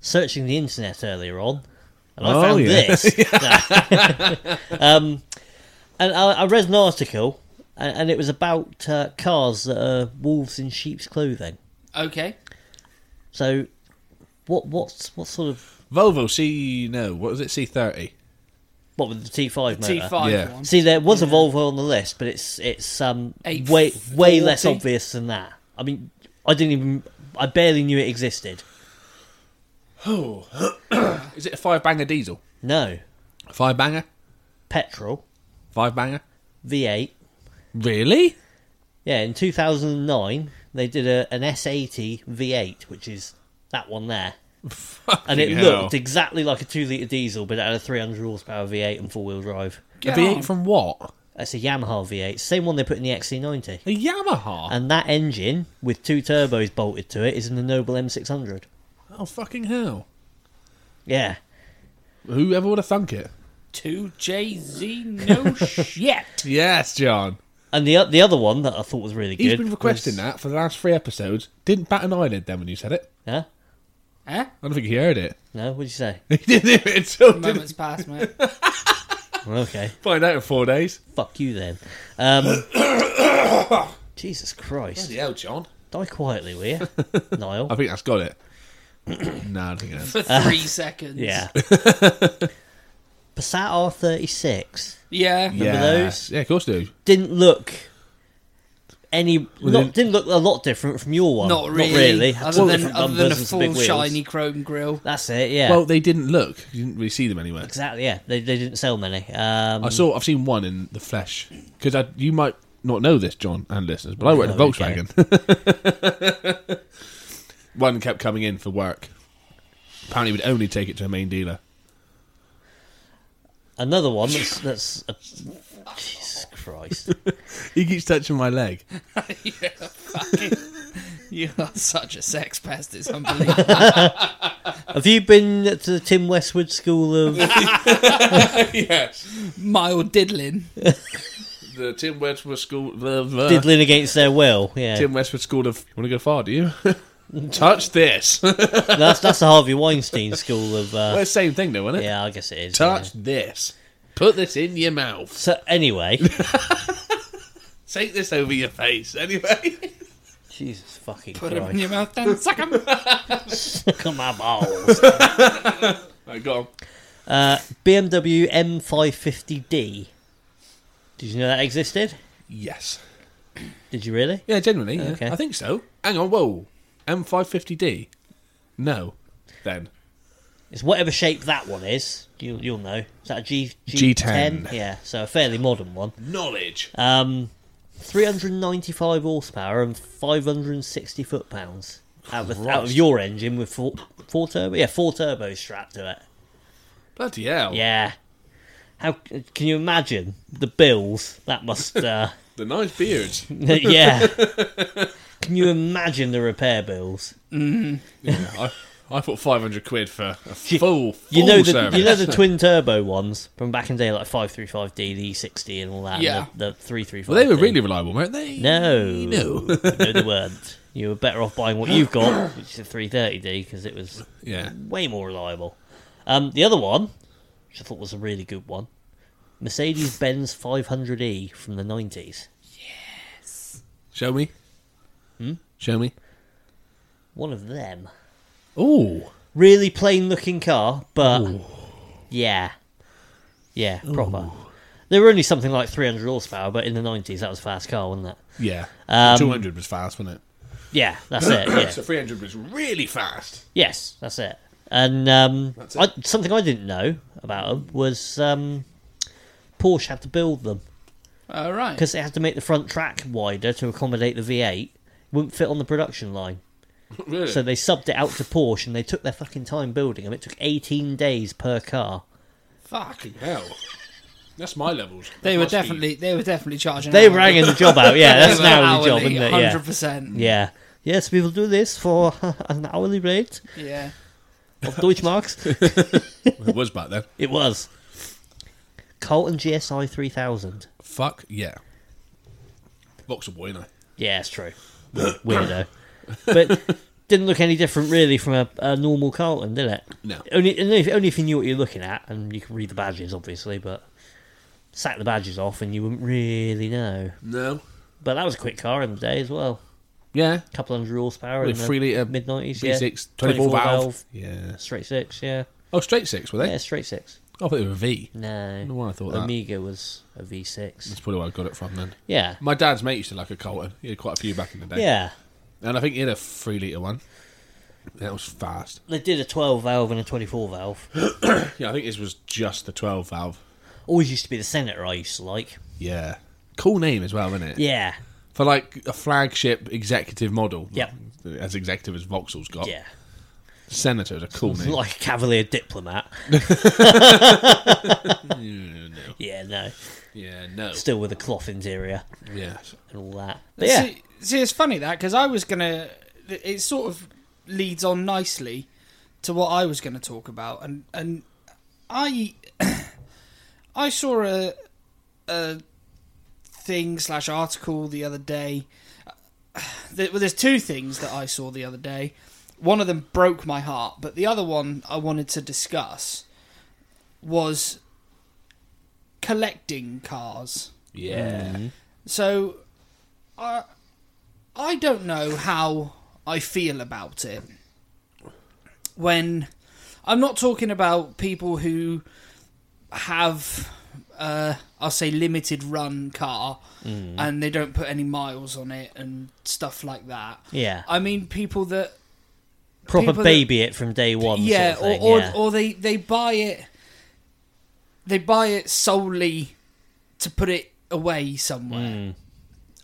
Speaker 3: searching the internet earlier on, and I
Speaker 2: Oh,
Speaker 3: found
Speaker 2: yeah.
Speaker 3: this. No. um, and I, I read an article, and, and it was about uh, cars that are wolves in sheep's clothing.
Speaker 1: Okay.
Speaker 3: So, what what's what sort of
Speaker 2: Volvo C no, what was it? C thirty.
Speaker 3: what with the T five motor?
Speaker 1: T5
Speaker 2: Yeah.
Speaker 1: one.
Speaker 3: See, there was a Volvo on the list, but it's it's um
Speaker 1: Eight
Speaker 3: way way less
Speaker 1: forty?
Speaker 3: obvious than that. I mean, I didn't even I barely knew it existed.
Speaker 2: Is it a five banger diesel?
Speaker 3: No,
Speaker 2: Five banger?
Speaker 3: petrol
Speaker 2: Five banger?
Speaker 3: V eight.
Speaker 2: Really?
Speaker 3: Yeah, in 2009 they did a, an S80 V8, which is that one there, and it
Speaker 2: Fucking hell.
Speaker 3: looked exactly like a two litre diesel, but it had a 300 horsepower V8 and four wheel drive.
Speaker 2: A
Speaker 1: Get
Speaker 2: V8
Speaker 1: on.
Speaker 2: from what?
Speaker 3: That's a Yamaha V8, same one they put in the XC90.
Speaker 2: A Yamaha.
Speaker 3: And that engine with two turbos bolted to it is in the Noble M600.
Speaker 2: oh fucking hell!
Speaker 3: Yeah,
Speaker 2: Whoever would have thunk it?
Speaker 1: Two JZ. No shit.
Speaker 2: Yes, John.
Speaker 3: and the o- the other one that I thought was really
Speaker 2: He's
Speaker 3: good.
Speaker 2: been requesting
Speaker 3: was-
Speaker 2: that for the last three episodes. Didn't bat an eyelid then when you said it.
Speaker 3: Huh?
Speaker 1: Huh?
Speaker 2: I don't think he heard it.
Speaker 3: No, what'd you say?
Speaker 2: He didn't hear it until didn't
Speaker 1: Moments past, mate.
Speaker 3: okay,
Speaker 2: find out in four days.
Speaker 3: fuck you then. Um, Jesus Christ.
Speaker 2: hell, John.
Speaker 3: Die quietly, will you? Niall.
Speaker 2: I think that's got it. no, I don't think it has.
Speaker 1: For three seconds.
Speaker 3: Yeah. Passat R36
Speaker 1: Yeah.
Speaker 2: yeah.
Speaker 3: those?
Speaker 2: Yeah, of course they do.
Speaker 3: didn't look any
Speaker 2: then-
Speaker 3: not, didn't look a lot different from your one.
Speaker 1: Not really.
Speaker 3: Had
Speaker 1: Other
Speaker 3: some
Speaker 1: than,
Speaker 3: different
Speaker 1: other than a
Speaker 3: bumpers and some big
Speaker 1: full
Speaker 3: wheels.
Speaker 1: shiny chrome grill.
Speaker 3: That's it. Yeah.
Speaker 2: Well, they didn't look. You didn't really see them anywhere.
Speaker 3: exactly. Yeah. They, they didn't sell many. Um,
Speaker 2: I saw. I've seen one in the flesh because you might not know this, John and listeners, but I worked at
Speaker 3: Oh, okay.
Speaker 2: Volkswagen. one kept coming in for work. Apparently, would only take it to a main dealer.
Speaker 3: another one that's that's a, Jesus Christ.
Speaker 2: He keeps touching my leg.
Speaker 1: You're fucking. You are such a sex pest. It's unbelievable.
Speaker 3: Have you been to the Tim Westwood School of?
Speaker 2: yes,
Speaker 1: Mild diddling.
Speaker 2: the Tim Westwood School. The, the-
Speaker 3: Diddling against their will, yeah.
Speaker 2: Tim Westwood School of. You want to go far? Do you? Touch this. well,
Speaker 3: That's that's the Harvey Weinstein School of. Uh,
Speaker 2: it's the same thing, though, isn't it?
Speaker 3: yeah, I guess it is. yeah.
Speaker 2: Touch this. Put this in your mouth.
Speaker 3: So anyway,
Speaker 2: Take this over your face. Anyway.
Speaker 3: Jesus fucking
Speaker 1: Put them in
Speaker 3: Christ!
Speaker 1: your mouth, then suck 'em.
Speaker 3: Look at my balls.
Speaker 2: right, go on.
Speaker 3: Uh, BMW M550d. Did you know that existed?
Speaker 2: Yes.
Speaker 3: Did you really?
Speaker 2: Yeah, genuinely. yeah.
Speaker 3: Okay.
Speaker 2: I think so. Hang on, whoa. M550D? No. Then.
Speaker 3: It's whatever shape that one is. You, you'll know. Is that a G, G10?
Speaker 2: G10.
Speaker 3: Yeah, so a fairly modern one.
Speaker 2: Knowledge.
Speaker 3: Um, 395 horsepower and 560 foot pounds out of, out of
Speaker 2: Christ.
Speaker 3: your engine with four, four turbo. Yeah, four turbos strapped to it.
Speaker 2: Bloody hell.
Speaker 3: Yeah. How can you imagine the bills that must? Uh,
Speaker 2: The nice beards.
Speaker 3: yeah. Can you imagine the repair bills?
Speaker 2: yeah, I, I put 500 quid for a full, full
Speaker 3: You know the
Speaker 2: service.
Speaker 3: you know the twin turbo ones from back in the day, like five three five D, the E sixty, and all that. and
Speaker 1: Yeah.
Speaker 3: the, the three three five.
Speaker 2: well, they were really reliable, weren't they?
Speaker 3: no,
Speaker 2: No.
Speaker 3: no, they weren't. You were better off buying what you've got, which is a three thirty D, because it was
Speaker 2: yeah.
Speaker 3: way more reliable. Um, the other one, which I thought was a really good one, Mercedes Benz five hundred E from the nineties.
Speaker 2: Show me.
Speaker 3: Hmm?
Speaker 2: Show me.
Speaker 3: One of them,
Speaker 2: Oh.
Speaker 3: really plain looking car, but yeah, yeah, proper. They were only something like three hundred horsepower, but in the nineties, that was a fast car, wasn't it?
Speaker 2: Yeah.
Speaker 3: Um,
Speaker 2: 200 was fast, wasn't it?
Speaker 3: Yeah, that's it.
Speaker 2: So
Speaker 3: Yeah.
Speaker 2: 300 was really fast.
Speaker 3: yes, that's it. And um,
Speaker 2: That's
Speaker 3: I, something I didn't know about them was um, Porsche had to build them
Speaker 1: All right.
Speaker 3: because they had to make the front track wider to accommodate the V8. It wouldn't fit on the production line,
Speaker 2: really?
Speaker 3: so they subbed it out to Porsche, and they took their fucking time building them. It took 18 days per car.
Speaker 1: Fuck.
Speaker 2: Hell. That's my levels.
Speaker 1: They
Speaker 2: That's
Speaker 1: were
Speaker 2: my speed.
Speaker 1: definitely they were definitely charging.
Speaker 3: They
Speaker 1: hourly.
Speaker 3: rang in the job out. Yeah, that's an hourly job, isn't it? Yeah.
Speaker 1: Hundred percent.
Speaker 3: yeah. Yes, we will do this for an hourly rate
Speaker 1: Yeah.
Speaker 3: of Deutschmarks.
Speaker 2: It was back then.
Speaker 3: it was. Colton GSI 3000.
Speaker 2: Fuck yeah. Boxer boy, innit?
Speaker 3: Yeah, it's true. Weirdo. But didn't look any different really from a, a normal Carlton, did it?
Speaker 2: No.
Speaker 3: Only only if, only if you knew what you're looking at and you can read the badges, obviously, but sack the badges off and you wouldn't really know.
Speaker 2: No.
Speaker 3: But that was a quick car in the day as well.
Speaker 2: Yeah.
Speaker 3: A couple hundred horsepower in
Speaker 2: With
Speaker 3: the
Speaker 2: three litre
Speaker 3: mid nineties, yeah.
Speaker 2: V6, 24 valve. Yeah.
Speaker 3: Straight six, yeah.
Speaker 2: Oh, straight six, were they?
Speaker 3: Yeah, straight six.
Speaker 2: I thought they were V.
Speaker 3: No.
Speaker 2: don't know why I thought that.
Speaker 3: Amiga was a V six.
Speaker 2: That's probably where I got it from then.
Speaker 3: Yeah.
Speaker 2: My dad's mate used to like a Colton. He had quite a few back in the day.
Speaker 3: Yeah.
Speaker 2: And I think he had a three litre one. That was fast.
Speaker 3: They did a twelve valve and a twenty four valve.
Speaker 2: Yeah, I think this was just the 12 valve.
Speaker 3: Always used to be the Senator I used to like.
Speaker 2: Yeah. Cool name as well, isn't it?
Speaker 3: Yeah.
Speaker 2: For like a flagship executive model.
Speaker 3: Yep.
Speaker 2: As executive as Vauxhall's got.
Speaker 3: Yeah.
Speaker 2: Senator's a Oh, cool name.
Speaker 3: Like a cavalier diplomat. Yeah, no.
Speaker 2: Yeah, no.
Speaker 3: Still with a cloth interior
Speaker 2: Yeah.
Speaker 3: and all that. But yeah.
Speaker 1: See, see, it's funny that because I was gonna. It sort of leads on nicely to what I was gonna talk about, and and I I saw a a thing slash article the other day. There- Well, there's two things that I saw the other day. One of them broke my heart, but the other one I wanted to discuss was collecting cars.
Speaker 2: Yeah.
Speaker 3: Mm.
Speaker 1: So, I I don't know how I feel about it. When I'm not talking about people who have, uh, I'll say, limited run car, and they don't put any miles on it and stuff like that.
Speaker 3: Yeah.
Speaker 1: I mean, people that
Speaker 3: Proper
Speaker 1: people that-
Speaker 3: baby it from day one.
Speaker 1: yeah,
Speaker 3: sort of thing,
Speaker 1: or or,
Speaker 3: yeah.
Speaker 1: or they, they buy it. They buy it solely to put it away somewhere,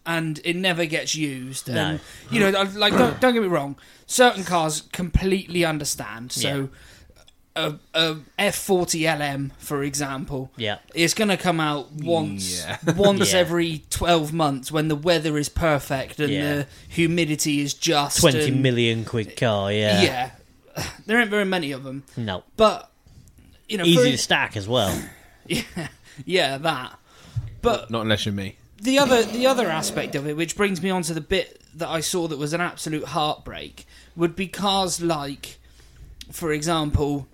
Speaker 1: and it never gets used.
Speaker 3: Hmm. No.
Speaker 1: And you know, I- like don't, don't get me wrong, certain cars completely understand. So, a, a F40 LM, for example,
Speaker 3: Yeah.
Speaker 1: it's going to come out once
Speaker 2: Yeah.
Speaker 1: once
Speaker 3: Yeah.
Speaker 1: every 12 months when the weather is perfect and
Speaker 3: Yeah.
Speaker 1: the humidity is just
Speaker 3: Twenty
Speaker 1: and-
Speaker 3: million quid car, yeah.
Speaker 1: Yeah. There ain't very many of them.
Speaker 3: No.
Speaker 1: But you know,
Speaker 3: Easy to
Speaker 1: for,
Speaker 3: stack as well.
Speaker 1: yeah, yeah, that. But
Speaker 2: Not unless you're me.
Speaker 1: the other the other aspect of it, which brings me on to the bit that I saw that was an absolute heartbreak, would be cars like, for example,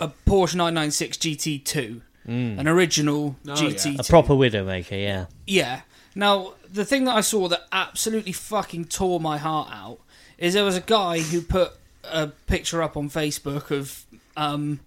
Speaker 1: a Porsche 996 GT2, an original
Speaker 2: yeah.
Speaker 1: GT2.
Speaker 3: A proper Widowmaker, yeah.
Speaker 1: Yeah. Now, the thing that I saw that absolutely fucking tore my heart out is there was a guy who put a picture up on Facebook of, um,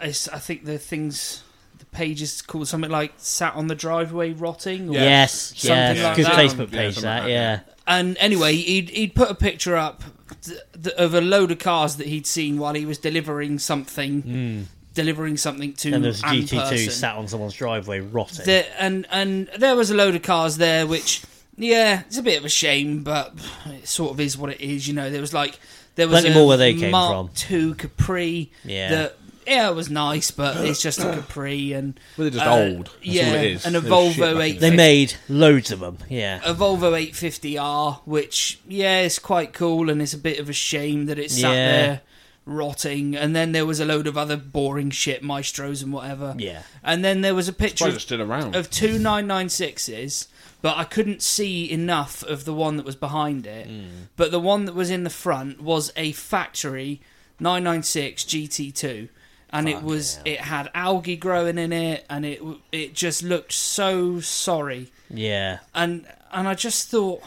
Speaker 1: it's, I think the things, the page is called something like "Sat on the Driveway Rotting." Or,
Speaker 3: Yes,
Speaker 1: Something
Speaker 3: yes.
Speaker 1: like
Speaker 3: Good
Speaker 1: that.
Speaker 3: Facebook
Speaker 2: Yeah,
Speaker 3: page,
Speaker 2: something
Speaker 3: that,
Speaker 2: like
Speaker 3: yeah.
Speaker 2: that,
Speaker 1: And anyway, he'd he'd put a picture up th- th- of a load of cars that he'd seen while he was delivering something, delivering something to
Speaker 3: Hmm. And there's a
Speaker 1: an
Speaker 3: GT2
Speaker 1: person.
Speaker 3: sat on someone's driveway rotting.
Speaker 1: The, and and there was a load of cars there, which yeah, it's a bit of a shame, but it sort of is what it is. You know, there was like there was
Speaker 3: Plenty
Speaker 1: a
Speaker 3: more where they came
Speaker 1: Mark Two Capri.
Speaker 3: Yeah.
Speaker 1: That, yeah, it was nice, but it's just a Capri and
Speaker 2: Well, they're just
Speaker 1: uh,
Speaker 2: old. That's
Speaker 1: yeah,
Speaker 2: all it is.
Speaker 1: and a
Speaker 2: They're shit back in
Speaker 1: Volvo
Speaker 2: the
Speaker 1: eight.
Speaker 2: day.
Speaker 3: they made loads of them, yeah.
Speaker 1: A Volvo 850R, which yeah, is quite cool, and it's a bit of a shame that it sat
Speaker 3: Yeah.
Speaker 1: there rotting. And then there was a load of other boring shit, maestros and whatever.
Speaker 3: Yeah.
Speaker 1: And then there was a picture.
Speaker 2: Surprised
Speaker 1: of-
Speaker 2: it's still around.
Speaker 1: of two nine nine sixes, but I couldn't see enough of the one that was behind it. But the one that was in the front was a factory nine nine six GT two, and it was it had algae growing in it, and it w- it just looked so sorry,
Speaker 3: Yeah.
Speaker 1: and and I just thought.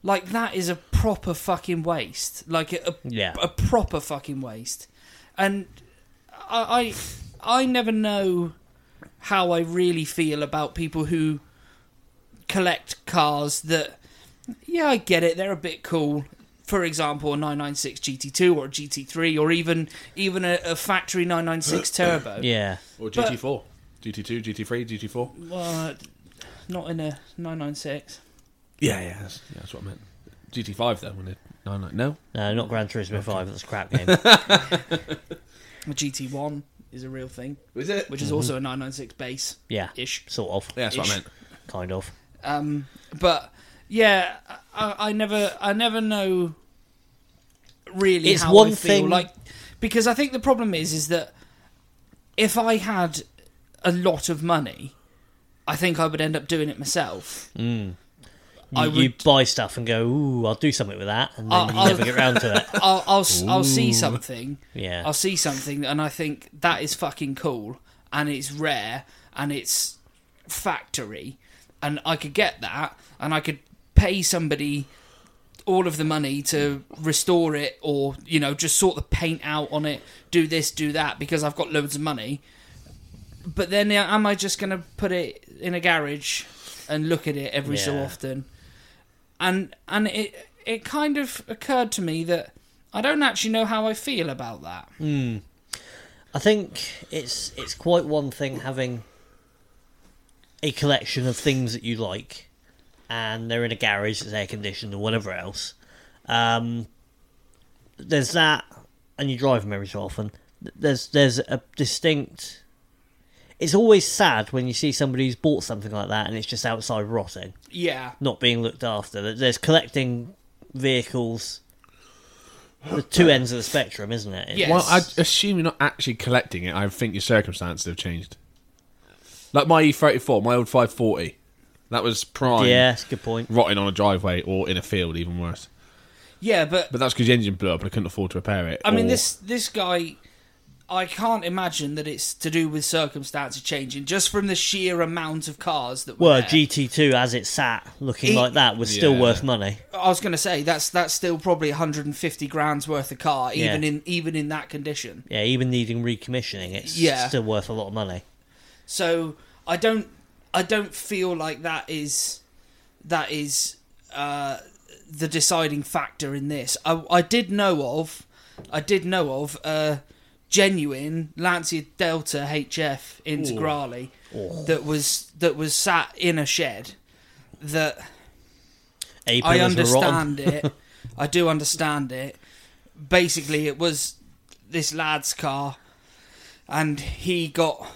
Speaker 1: Like that is a proper fucking waste. Like a, a,
Speaker 3: Yeah.
Speaker 1: a proper fucking waste. And I, I I never know how I really feel about people who collect cars that yeah, I get it, they're a bit cool. For example, a 996 GT2 or a GT3 or even even a, a factory 996 turbo.
Speaker 3: Yeah.
Speaker 2: Or GT4. GT2, GT3, GT4.
Speaker 1: Well, not in a 996.
Speaker 2: Yeah, yeah. That's, yeah, that's what I meant. GT5, though, when they. No, no, no.
Speaker 3: No, not Gran Turismo 5, that's a crap game.
Speaker 1: A GT1. is a real thing,
Speaker 2: Is it?
Speaker 3: Mhm.
Speaker 1: which is also a 996 base
Speaker 3: Yeah,
Speaker 1: ish.
Speaker 3: sort of.
Speaker 2: Yeah, that's what I
Speaker 1: Ish.
Speaker 2: meant.
Speaker 3: kind of.
Speaker 1: Um, but yeah, I, I never, I never know really
Speaker 3: It's
Speaker 1: how
Speaker 3: one
Speaker 1: I feel.
Speaker 3: thing-
Speaker 1: Like because I think the problem is, is that if I had a lot of money, I think I would end up doing it myself.
Speaker 3: You,
Speaker 1: I
Speaker 3: you
Speaker 1: would-
Speaker 3: buy stuff and go, ooh, I'll do something with that, and then
Speaker 1: I'll-
Speaker 3: you
Speaker 1: I'll-
Speaker 3: never get round to it.
Speaker 1: I'll, I'll, s will see something.
Speaker 3: Yeah.
Speaker 1: I'll see something, and I think that is fucking cool, and it's rare, and it's factory, and I could get that, and I could pay somebody all of the money to restore it, or you know, just sort the paint out on it, do this, do that, because I've got loads of money. But then, yeah, am I just going to put it in a garage and look at it every so
Speaker 3: Yeah.
Speaker 1: often? and and it it kind of occurred to me that I don't actually know how I feel about that.
Speaker 3: I think it's it's quite one thing having a collection of things that you like, and they're in a garage that's air conditioned or whatever else. Um, there's that, and you drive them every so often. Th- There's there's a distinct. It's always sad when you see somebody who's bought something like that and it's just outside rotting,
Speaker 1: Yeah,
Speaker 3: not being looked after. There- There's collecting vehicles, the two ends of the spectrum, isn't it? It's-
Speaker 1: Yes.
Speaker 2: Well, I assume you're not actually collecting it. I think your circumstances have changed. Like my E34, my old 540, that was prime
Speaker 3: Yeah, that's a good point.
Speaker 2: rotting on a driveway or in a field, even worse.
Speaker 1: yeah, but,
Speaker 2: But that's because the engine blew up and I couldn't afford to repair it.
Speaker 1: I mean
Speaker 2: or-
Speaker 1: this this guy, I can't imagine that it's to do with circumstances changing just from the sheer amount of cars that. Were
Speaker 3: Well,
Speaker 1: there.
Speaker 3: GT2 as it sat looking
Speaker 1: He-
Speaker 3: like that was still
Speaker 2: Yeah.
Speaker 3: worth money.
Speaker 1: I was going to say that's that's still probably 150 grand's worth of car, even
Speaker 3: Yeah.
Speaker 1: in even in that condition.
Speaker 3: Yeah, even needing recommissioning, it's
Speaker 1: Yeah.
Speaker 3: still worth a lot of money.
Speaker 1: So I don't I don't feel like that is that is uh, the deciding factor in this. I, I did know of I did know of a genuine Lancia Delta HF Integrale that was that was sat in a shed that
Speaker 3: April
Speaker 1: I
Speaker 3: was rotten.
Speaker 1: understand it. I do understand it. Basically, it was this lad's car, and he got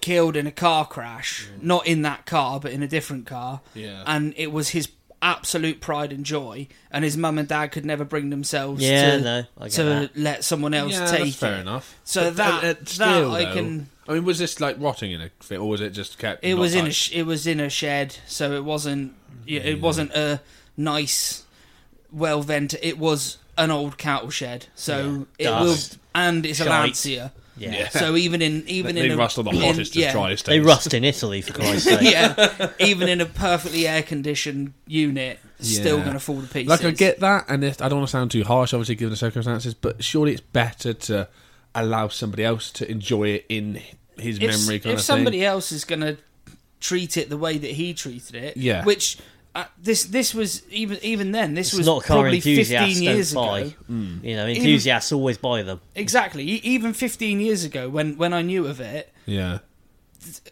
Speaker 1: killed in a car crash.
Speaker 3: Mm.
Speaker 1: Not in that car, but in a different car.
Speaker 2: Yeah.
Speaker 1: And it was his absolute pride and joy, and his mum and dad could never bring themselves
Speaker 3: Yeah,
Speaker 1: to,
Speaker 3: no, I get
Speaker 1: to
Speaker 3: that.
Speaker 1: let someone else
Speaker 2: yeah,
Speaker 1: take
Speaker 2: that's fair
Speaker 1: it.
Speaker 2: enough. uh,
Speaker 1: So that- that I
Speaker 2: though,
Speaker 1: can-
Speaker 2: I mean, was this like rotting in a fit, or was it just kept?
Speaker 1: It
Speaker 2: not
Speaker 1: was in a
Speaker 2: touched?
Speaker 1: sh- it was in a shed, so it wasn't yeah, it wasn't a nice, well vent. It was an old cattle shed, so it
Speaker 3: Dust.
Speaker 1: will and it's a
Speaker 3: Shite.
Speaker 1: Lancia.
Speaker 3: Yeah.
Speaker 2: Yeah.
Speaker 1: So even in even
Speaker 2: They
Speaker 1: in
Speaker 2: rust on the
Speaker 1: a, in-
Speaker 2: hottest
Speaker 1: yeah,
Speaker 2: of driest
Speaker 3: They
Speaker 2: days.
Speaker 3: rust in Italy, for Christ's sake.
Speaker 1: yeah, even in a perfectly air conditioned unit, still
Speaker 2: Yeah.
Speaker 1: going to fall to pieces.
Speaker 2: Like I get that, and if, I don't want to sound too harsh, obviously given the circumstances, but surely it's better to allow somebody else to enjoy it in his
Speaker 1: if,
Speaker 2: memory.
Speaker 1: if
Speaker 2: Kind of
Speaker 1: somebody
Speaker 2: thing.
Speaker 1: else is going to treat it the way that he treated it,
Speaker 2: Yeah.
Speaker 1: which. Uh, this this was even even then this
Speaker 3: It's
Speaker 1: was
Speaker 3: not car
Speaker 1: probably
Speaker 3: enthusiasts
Speaker 1: 15 years
Speaker 3: don't buy.
Speaker 1: ago
Speaker 3: You know, enthusiasts always buy them.
Speaker 1: Exactly. E- Even 15 years ago, when, when I knew of it,
Speaker 2: yeah,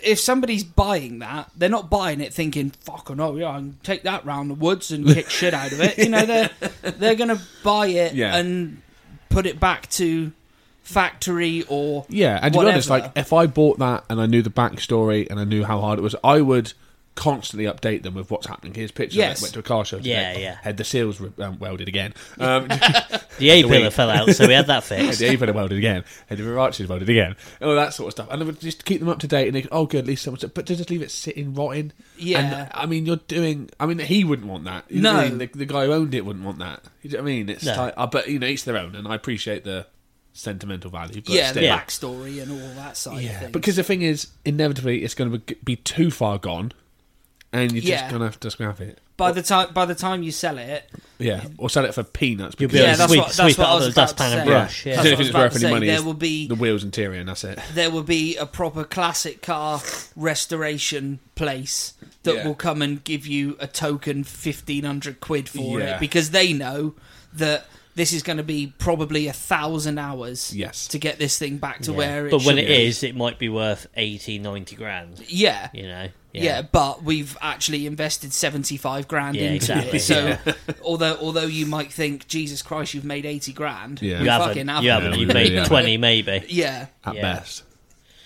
Speaker 1: if somebody's buying that, they're not buying it thinking, fucking, oh, yeah, I can take that round the woods and kick shit out of it. You know, they're, they're going to buy it
Speaker 2: Yeah.
Speaker 1: and put it back to factory or.
Speaker 2: yeah. And to be honest,
Speaker 1: whatever.
Speaker 2: like if I bought that and I knew the backstory and I knew how hard it was, I would constantly update them with what's happening. Here's pictures. of it.
Speaker 1: Yes.
Speaker 2: went to a car show. Today,
Speaker 3: Yeah, yeah.
Speaker 2: Had the seals re- um, welded again. Um,
Speaker 3: The A pillar fell out, so we had that fixed.
Speaker 2: the A pillar welded again, and the Viraches welded again, and all that sort of stuff. And I would just keep them up to date, and they, oh, good, at least someone's. But to just leave it sitting, rotting.
Speaker 1: Yeah.
Speaker 2: And, I mean, you're doing. I mean, he wouldn't want that. You know
Speaker 1: No.
Speaker 2: what I mean? the, the guy who owned it wouldn't want that. You know what I mean? It's
Speaker 3: No.
Speaker 2: like, uh, but you know, each their own, and I appreciate the sentimental value. But
Speaker 1: yeah,
Speaker 2: still.
Speaker 1: the
Speaker 3: Yeah.
Speaker 1: backstory and all that side of
Speaker 2: Yeah,
Speaker 1: things.
Speaker 2: because the thing is, inevitably, it's going to be too far gone, and you're
Speaker 1: Yeah.
Speaker 2: just going to have to scrap it.
Speaker 1: by the time by the time you sell it,
Speaker 2: Yeah, or sell it for peanuts.
Speaker 3: You'll be
Speaker 2: because-
Speaker 3: able
Speaker 1: yeah,
Speaker 3: to
Speaker 1: that's
Speaker 3: sweep-
Speaker 1: what that's
Speaker 3: sweep
Speaker 1: what
Speaker 3: it
Speaker 1: I
Speaker 3: out
Speaker 1: was
Speaker 3: of the
Speaker 1: about
Speaker 3: dustpan
Speaker 1: to
Speaker 3: and
Speaker 1: say.
Speaker 3: brush, yeah.
Speaker 1: That's
Speaker 2: If
Speaker 1: what I was
Speaker 2: it's
Speaker 1: about
Speaker 2: worth
Speaker 1: to
Speaker 2: any
Speaker 1: say.
Speaker 2: money,
Speaker 1: There
Speaker 2: it's-
Speaker 1: will be
Speaker 2: the wheels and interior, and that's it.
Speaker 1: there will be a proper classic car restoration place that
Speaker 2: Yeah.
Speaker 1: will come and give you a token 1500 quid for
Speaker 2: Yeah.
Speaker 1: it because they know that this is going to be probably a thousand hours
Speaker 2: Yes.
Speaker 1: to get this thing back to
Speaker 3: Yeah.
Speaker 1: where it
Speaker 3: but when
Speaker 1: should
Speaker 3: it
Speaker 1: be.
Speaker 3: is, it might be worth 80, 90 grand.
Speaker 1: yeah. yeah
Speaker 3: You know?
Speaker 1: but we've actually invested seventy-five grand
Speaker 3: Yeah,
Speaker 1: into
Speaker 3: exactly.
Speaker 1: it. So, although although you might think, Jesus Christ, you've made eighty grand,
Speaker 2: Yeah.
Speaker 1: you,
Speaker 3: You haven't.
Speaker 1: fucking
Speaker 3: You haven't.
Speaker 2: No,
Speaker 3: You
Speaker 2: we really
Speaker 3: made
Speaker 2: haven't.
Speaker 3: 20, maybe.
Speaker 1: Yeah,
Speaker 2: At
Speaker 3: Yeah.
Speaker 2: best,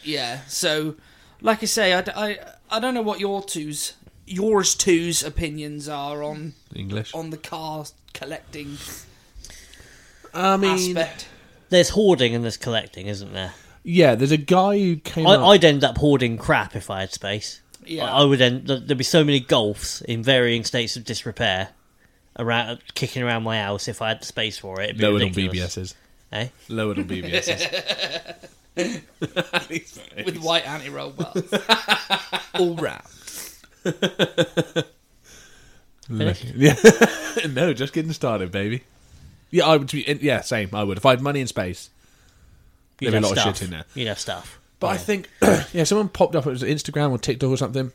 Speaker 1: yeah. So, like I say, I, d- I, I don't know what your two's yours two's opinions are on
Speaker 2: English.
Speaker 1: on the car collecting
Speaker 2: I mean,
Speaker 1: aspect.
Speaker 3: There's hoarding and there's collecting, isn't there?
Speaker 2: yeah, there's a guy who came.
Speaker 3: I,
Speaker 2: up-
Speaker 3: I'd end up hoarding crap if I had space.
Speaker 1: Yeah.
Speaker 3: I, I would end. th- There'd be so many golfs in varying states of disrepair, around kicking around my house if I had the space for it. It'd be
Speaker 2: lowered on
Speaker 3: ridiculous.
Speaker 2: BBSs.
Speaker 3: Eh?
Speaker 2: Lowered on BBSs.
Speaker 1: with white anti roll bars. All round.
Speaker 3: Finished?
Speaker 2: yeah. no, just getting started, baby. Yeah, I would. Be, yeah, same. I would if I had money and space.
Speaker 3: You'd
Speaker 2: There'd
Speaker 3: have
Speaker 2: be a lot of
Speaker 3: stuff.
Speaker 2: shit in there.
Speaker 3: You'd have stuff.
Speaker 2: But I think yeah, someone popped up. It was Instagram or TikTok or something,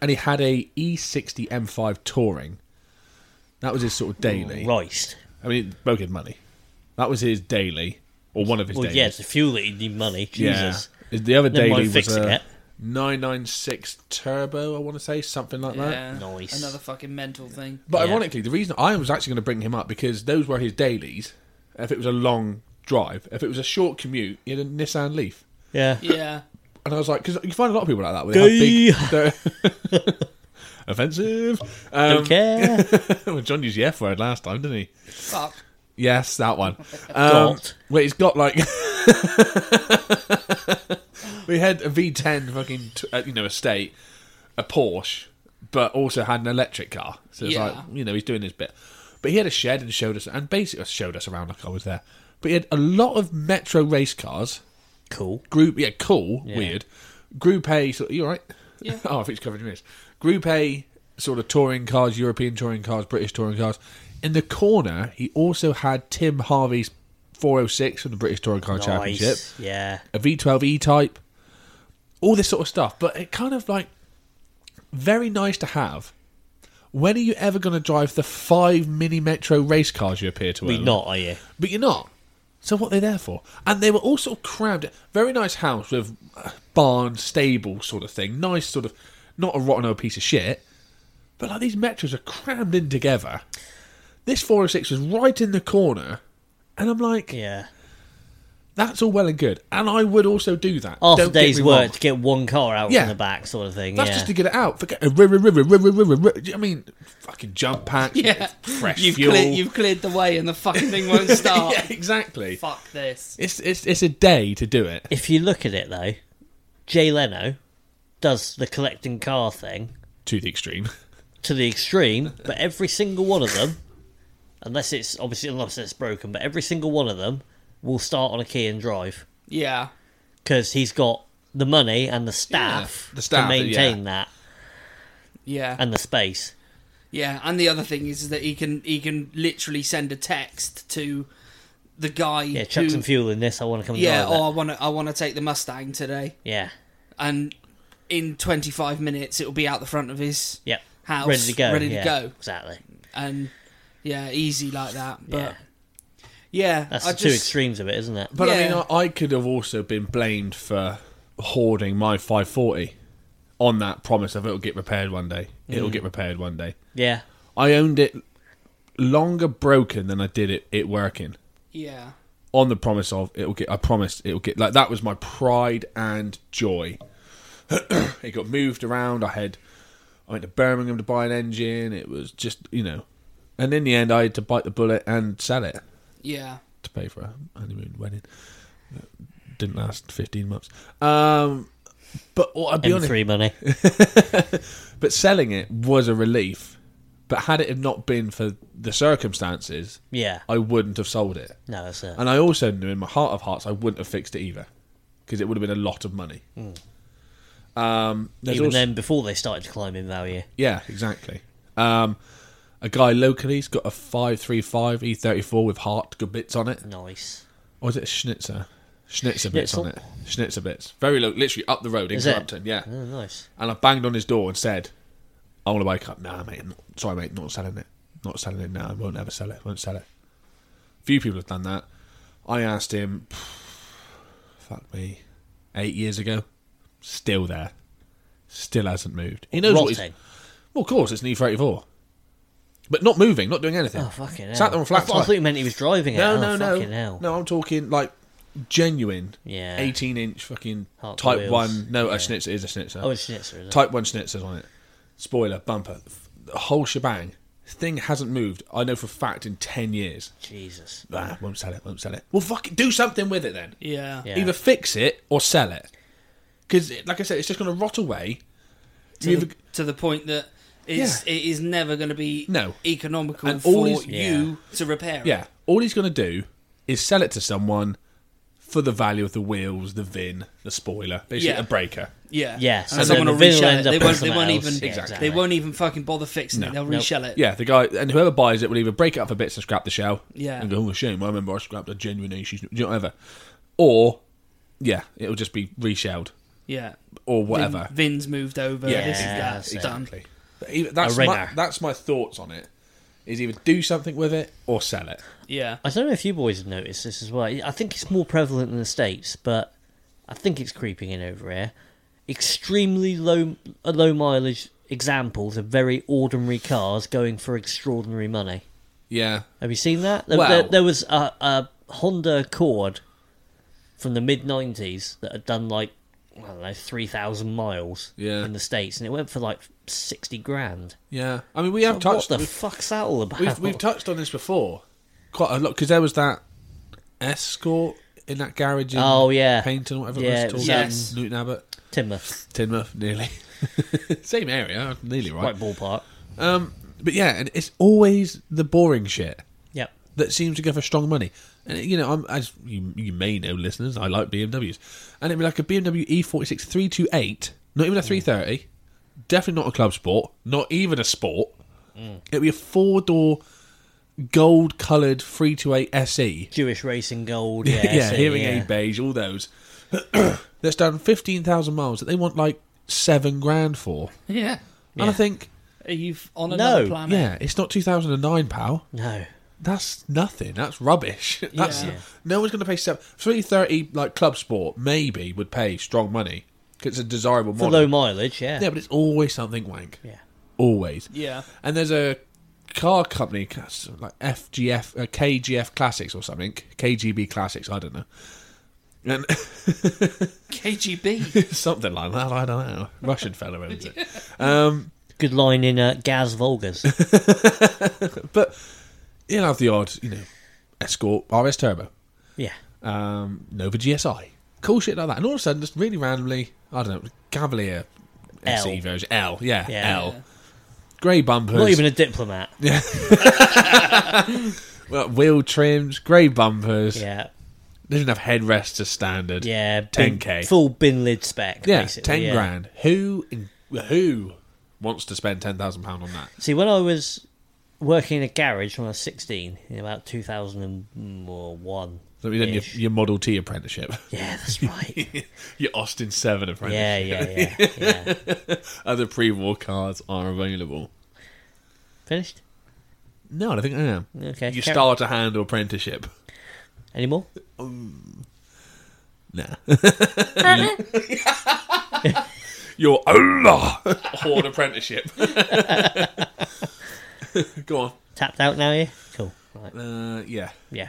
Speaker 2: and he had a E E60 M5 touring. That was his sort of daily.
Speaker 3: Roist.
Speaker 2: I mean, both had money. That was his daily or one of his
Speaker 3: Well,
Speaker 2: dailies.
Speaker 3: yeah, it's the fuel that you need money. Jesus.
Speaker 2: Yeah. The other
Speaker 3: Never mind
Speaker 2: daily was uh,
Speaker 3: fixing
Speaker 2: a
Speaker 3: it.
Speaker 2: 996 turbo, I want to say, something like that.
Speaker 1: Yeah.
Speaker 3: Nice.
Speaker 1: Another fucking mental thing.
Speaker 2: But
Speaker 3: Yeah.
Speaker 2: ironically, the reason I was actually going to bring him up because those were his dailies. If it was a long drive, if it was a short commute, he had a Nissan Leaf,
Speaker 3: Yeah.
Speaker 1: Yeah.
Speaker 2: and I was like, because you find a lot of people like that. Where they have big, they're- offensive. Um,
Speaker 3: Don't care.
Speaker 2: well, John used the F word last time, didn't he?
Speaker 1: Fuck.
Speaker 2: Yes, that one. Um,
Speaker 3: Got.
Speaker 2: where he's got like. we had a V10 fucking, t- uh, you know, estate, a Porsche, but also had an electric car. So it's
Speaker 1: Yeah.
Speaker 2: like, you know, he's doing his bit. But he had a shed and showed us, and basically showed us around like I was there. But he had a lot of Metro race cars,
Speaker 3: Cool.
Speaker 2: group, yeah, cool,
Speaker 3: Yeah.
Speaker 2: weird. Group A, so, you alright?
Speaker 1: Yeah.
Speaker 2: oh, I think it's covered in minutes. Group A, sort of touring cars, European touring cars, British touring cars. In the corner, he also had Tim Harvey's 406 from the British Touring Car Championship,
Speaker 3: Nice. Yeah.
Speaker 2: a V12 E Type, all this sort of stuff. But it kind of like very nice to have. When are you ever going to drive the five mini metro race cars you appear to
Speaker 3: We
Speaker 2: own?
Speaker 3: not, are you?
Speaker 2: But you're not. So what are they there for? And they were all sort of crammed. Very nice house with uh, barn, stable sort of thing. Nice sort of, not a rotten old piece of shit. But like these metros are crammed in together. This 406 was right in the corner. And I'm like,
Speaker 3: Yeah.
Speaker 2: that's all well and good. And I would also do that.
Speaker 3: After
Speaker 2: Don't get
Speaker 3: day's
Speaker 2: me
Speaker 3: work
Speaker 2: wrong.
Speaker 3: to get one car out
Speaker 2: Yeah.
Speaker 3: from the back, sort of thing.
Speaker 2: That's
Speaker 3: yeah.
Speaker 2: just to get it out. Forget r- r- r- r- r- r- I mean, fucking jump packs.
Speaker 1: Yeah.
Speaker 2: Fresh
Speaker 1: you've
Speaker 2: fuel.
Speaker 1: Cleared, you've cleared the way, and the fucking thing won't start.
Speaker 2: yeah, exactly.
Speaker 1: Fuck this.
Speaker 2: It's, it's, it's a day to do it.
Speaker 3: If you look at it though, Jay Leno does the collecting car thing
Speaker 2: To the extreme.
Speaker 3: to the extreme, but every single one of them, unless it's obviously unless it's broken, but every single one of them will start on a key and drive
Speaker 1: Yeah.
Speaker 3: because he's got the money and the staff,
Speaker 2: Yeah, the staff,
Speaker 3: to maintain that
Speaker 1: Yeah.
Speaker 3: and the space.
Speaker 1: Yeah, and the other thing is that he can he can literally send a text to the guy.
Speaker 3: Yeah, chuck
Speaker 1: who,
Speaker 3: some fuel in this. I want to come. And
Speaker 1: Yeah,
Speaker 3: yeah,
Speaker 1: oh, I want to I want to take the Mustang today,
Speaker 3: yeah,
Speaker 1: and in 25 minutes it'll be out the front of his
Speaker 3: yep.
Speaker 1: house,
Speaker 3: Ready to go.
Speaker 1: ready
Speaker 3: yeah,
Speaker 1: to go,
Speaker 3: Exactly.
Speaker 1: and yeah, easy like that. But yeah,
Speaker 3: Yeah. That's
Speaker 1: I
Speaker 3: the two
Speaker 1: just-
Speaker 3: extremes of it, isn't it?
Speaker 2: But I
Speaker 1: Yeah.
Speaker 2: mean, I, I could have also been blamed for hoarding my 540 on that promise of it'll get repaired one day. It'll get repaired one day.
Speaker 3: Yeah.
Speaker 2: I owned it longer broken than I did it, it working
Speaker 1: Yeah,
Speaker 2: on the promise of it'll get. I promised it'll get. Like that was my pride and joy. it got moved around. I had. I went to Birmingham to buy an engine. It was just you know, and in the end, I had to bite the bullet and sell it
Speaker 1: yeah,
Speaker 2: to pay for a honeymoon wedding. Uh, Didn't last fifteen months. Um, but well, I'll be honest.
Speaker 3: M3 money.
Speaker 2: But selling it was a relief. But had it not been for the circumstances,
Speaker 3: Yeah.
Speaker 2: I wouldn't have sold it.
Speaker 3: No, that's it.
Speaker 2: And I also knew in my heart of hearts I wouldn't have fixed it either, because it would have been a lot of money. Um, there's
Speaker 3: Even
Speaker 2: also-
Speaker 3: then, before they started to climb in value.
Speaker 2: yeah, exactly. Um, a guy locally's got a five three five E thirty four with heart good bits on it.
Speaker 3: Nice.
Speaker 2: Or is it a schnitzer? Schnitzer bits on it.
Speaker 3: Schnitzel?
Speaker 2: Schnitzer bits. Very low, literally up the road in
Speaker 3: Is it?
Speaker 2: Clapton, yeah.
Speaker 3: Oh, nice.
Speaker 2: And I banged on his door and said, I want to wake up. Nah, mate. I'm not- sorry, mate. Not selling it. Not selling it now. I won't ever sell it. Won't sell it. Few people have done that. I asked him, fuck me, eight years ago. Still there. Still hasn't moved. He knows what he's.
Speaker 3: Rotting.
Speaker 2: Well, of course, it's an E34. But not moving, not doing anything.
Speaker 3: Oh, fucking hell.
Speaker 2: Sat there on flat
Speaker 3: I, thought- I
Speaker 2: tire.
Speaker 3: thought you meant he was driving it.
Speaker 2: No,
Speaker 3: oh,
Speaker 2: no,
Speaker 3: fucking
Speaker 2: no.
Speaker 3: Hell.
Speaker 2: No, I'm talking like genuine
Speaker 3: Yeah.
Speaker 2: 18 inch fucking
Speaker 3: Hot
Speaker 2: type
Speaker 3: wheels.
Speaker 2: 1. No,
Speaker 3: Yeah.
Speaker 2: a schnitzer is a schnitzer.
Speaker 3: Oh, it's Schnitzer, is it?
Speaker 2: type 1 schnitzers on it. Spoiler, bumper, f- the whole shebang. Thing hasn't moved, I know for a fact, in 10 years.
Speaker 3: Jesus.
Speaker 2: Ah, won't sell it, won't sell it. Well, fucking do something with it then.
Speaker 1: Yeah.
Speaker 3: Yeah.
Speaker 2: Either fix it or sell it. Because, like I said, it's just going to rot away.
Speaker 1: To,
Speaker 2: You
Speaker 1: the,
Speaker 2: either-
Speaker 1: to the point that it's, it is never going to be
Speaker 2: No.
Speaker 1: economical
Speaker 2: And all
Speaker 1: for
Speaker 2: these-
Speaker 1: you to repair. it.
Speaker 2: Yeah, all he's going to do is sell it to someone for the value of the wheels, the VIN, the spoiler, basically
Speaker 1: Yeah.
Speaker 2: a breaker.
Speaker 1: yeah,
Speaker 3: Yes,
Speaker 1: And
Speaker 3: and
Speaker 1: someone
Speaker 3: then
Speaker 1: will
Speaker 3: the vinyl
Speaker 1: resell it.
Speaker 3: ends up
Speaker 1: They
Speaker 3: on
Speaker 1: won't. They
Speaker 3: someone
Speaker 1: won't
Speaker 3: else.
Speaker 1: even.
Speaker 3: Yeah,
Speaker 1: They
Speaker 3: exactly.
Speaker 1: won't even fucking bother fixing it.
Speaker 2: No.
Speaker 1: They'll
Speaker 3: Nope.
Speaker 1: resell it.
Speaker 2: Yeah, the guy and whoever buys it will either break it up for bits and scrap the shell.
Speaker 1: Yeah.
Speaker 2: and go, oh shame, I remember I scrapped a genuine issue, you know, whatever. Or yeah, it'll just be reshelled
Speaker 1: Yeah.
Speaker 2: or whatever.
Speaker 1: Vin's moved over.
Speaker 2: Yeah.
Speaker 1: This is that.
Speaker 3: Yes,
Speaker 1: done.
Speaker 2: Exactly. But either- that's
Speaker 3: A
Speaker 2: my,
Speaker 3: ringer.
Speaker 2: that's my thoughts on it. Is either do something with it or sell it.
Speaker 1: Yeah.
Speaker 3: I don't know if you boys have noticed this as well. I think it's more prevalent in the states, but I think it's creeping in over here. Extremely low, uh, low mileage examples of very ordinary cars going for extraordinary money.
Speaker 2: Yeah,
Speaker 3: Have you seen that? There,
Speaker 2: Well-
Speaker 3: there, there was a, a Honda Accord from the mid '90s that had done like I don't know three thousand miles
Speaker 2: Yeah.
Speaker 3: in the states, and it went for like sixty grand.
Speaker 2: yeah. I mean, we have
Speaker 3: What
Speaker 2: touched
Speaker 3: the fuck's that all about?
Speaker 2: We've, we've touched on this before quite a lot because there was that escort in that garage in
Speaker 3: Oh, yeah.
Speaker 2: Paynton or whatever
Speaker 3: Yeah,
Speaker 2: it
Speaker 3: it
Speaker 2: was
Speaker 3: was,
Speaker 2: called.
Speaker 1: um,
Speaker 2: Newton Abbott
Speaker 3: Timber,
Speaker 2: Tinmouth nearly same area nearly right
Speaker 3: right ballpark.
Speaker 2: um, but yeah and it's always the boring shit
Speaker 3: Yep.
Speaker 2: that seems to go for strong money and you know I'm, as you, you may know listeners I like BMWs and it'd be like a BMW E46 328 not even a 330 definitely not a club sport not even a sport it'd be a four door gold coloured 328 SE
Speaker 3: Jewish Racing Gold.
Speaker 2: E. yeah,
Speaker 3: Yeah, so,
Speaker 2: hearing
Speaker 3: yeah.
Speaker 2: aid beige, all those. that's done fifteen thousand miles that they want like seven grand for,
Speaker 1: Yeah.
Speaker 2: and I think
Speaker 1: Are you f- on
Speaker 3: No.
Speaker 1: another planet?
Speaker 2: yeah, it's not two thousand and nine, pal.
Speaker 3: No.
Speaker 2: That's nothing. That's rubbish. That's
Speaker 1: Yeah.
Speaker 2: no one's going to pay seven three thirty like club sport. Maybe would pay strong money 'cause it's a desirable
Speaker 3: For
Speaker 2: model.
Speaker 3: low mileage, yeah.
Speaker 2: yeah, but it's always something wank.
Speaker 3: Yeah.
Speaker 2: Always.
Speaker 1: Yeah.
Speaker 2: And there's a car company that's like FGF, uh, KGF Classics or something, KGB Classics. I don't know. And
Speaker 1: KGB.
Speaker 2: something like that. I don't know. Russian fella owns it.
Speaker 3: Good line in uh, Gaz Volgas.
Speaker 2: But you'll have the odd, you know, Escort RS Turbo,
Speaker 3: yeah.
Speaker 2: um, Nova GSI, cool shit like that. And all of a sudden, just really randomly, I don't know, Cavalier SE
Speaker 3: L.
Speaker 2: version, L, yeah,
Speaker 3: Yeah.
Speaker 2: L, grey bumpers,
Speaker 3: Not even a diplomat.
Speaker 2: well, wheel trims, grey bumpers.
Speaker 3: Yeah.
Speaker 2: Doesn't have headrests as standard.
Speaker 3: Yeah.
Speaker 2: 10K.
Speaker 3: Bin, full bin lid spec,
Speaker 2: yeah,
Speaker 3: basically.
Speaker 2: ten
Speaker 3: yeah.
Speaker 2: grand. Who in, who wants to spend ten thousand pound on that?
Speaker 3: See, when I was working in a garage when I was 16, in about mm, 2001.
Speaker 2: So you done your,
Speaker 3: Ish.
Speaker 2: your Model T apprenticeship,
Speaker 3: Yeah, that's right.
Speaker 2: your Austin Seven apprenticeship.
Speaker 3: yeah, yeah, yeah, yeah.
Speaker 2: Other pre-war cards are available.
Speaker 3: Finished?
Speaker 2: No, I don't think I am.
Speaker 3: Okay.
Speaker 2: You
Speaker 3: carry-
Speaker 2: start a hand or apprenticeship.
Speaker 3: Any more?
Speaker 2: Nah. Your Allah or Oh, an apprenticeship. Go on.
Speaker 3: Tapped out now, yeah? Cool. Right.
Speaker 2: Uh, yeah.
Speaker 3: Yeah.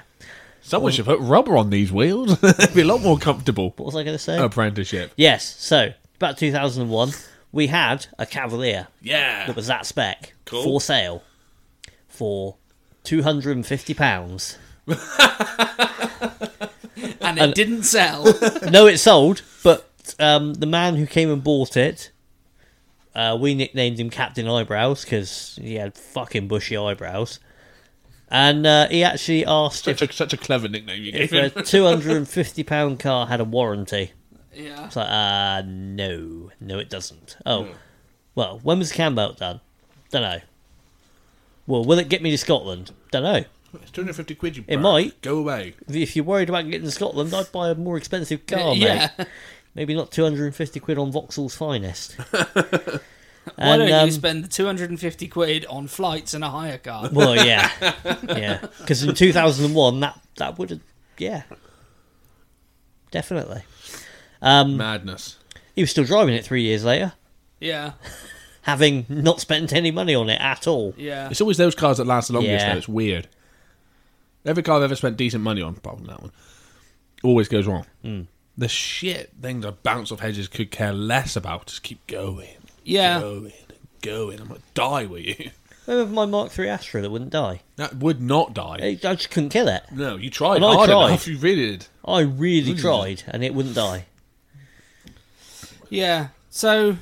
Speaker 2: Someone should put rubber on these wheels. It'd be a lot more comfortable.
Speaker 3: What was I going to say?
Speaker 2: Oh. Apprenticeship.
Speaker 3: Yes. So, about 2001, we had a Cavalier
Speaker 2: Yeah.
Speaker 3: that was that spec
Speaker 2: Cool.
Speaker 3: for sale for two hundred and fifty pounds.
Speaker 1: and it didn't sell.
Speaker 3: no, it sold, but um, the man who came and bought it, uh, we nicknamed him Captain Eyebrows because he had fucking bushy eyebrows, and uh, he actually asked
Speaker 2: Such
Speaker 3: if,
Speaker 2: a, such a clever nickname you
Speaker 3: if
Speaker 2: gave him.
Speaker 3: a two hundred and fifty pound car had a warranty.
Speaker 1: yeah.
Speaker 3: It's like, uh, no, no, it doesn't. Oh, well, when was the cam belt done? Don't know. Well, will it get me to Scotland? Don't know.
Speaker 2: It's 250 quid, you
Speaker 3: It
Speaker 2: brat.
Speaker 3: might.
Speaker 2: Go away.
Speaker 3: If you're worried about getting to Scotland, I'd buy a more expensive car, mate.
Speaker 1: Uh, yeah.
Speaker 3: Maybe not 250 quid on Vauxhall's finest.
Speaker 1: Why
Speaker 3: And,
Speaker 1: don't
Speaker 3: um,
Speaker 1: you spend the 250 quid on flights and a hire car?
Speaker 3: Well, yeah. Yeah. Because in 2001, that, that would have. Yeah. Definitely. Um,
Speaker 2: Madness.
Speaker 3: he was still driving it three years later,
Speaker 1: Yeah.
Speaker 3: having not spent any money on it at all.
Speaker 1: Yeah.
Speaker 2: It's always those cars that last the longest,
Speaker 3: Yeah.
Speaker 2: though. It's weird. Every car I've ever spent decent money on, apart from that one, always goes wrong. The shit things I bounce off hedges could care less about. Just keep going,
Speaker 1: Yeah.
Speaker 2: going, going. I'm gonna die with you.
Speaker 3: Remember my Mark III Astra that wouldn't die?
Speaker 2: That would not die.
Speaker 3: I I just couldn't kill it.
Speaker 2: No, you tried
Speaker 3: Well, I
Speaker 2: hard
Speaker 3: tried.
Speaker 2: enough. You really did.
Speaker 3: I really tried, and it wouldn't die.
Speaker 1: Yeah. So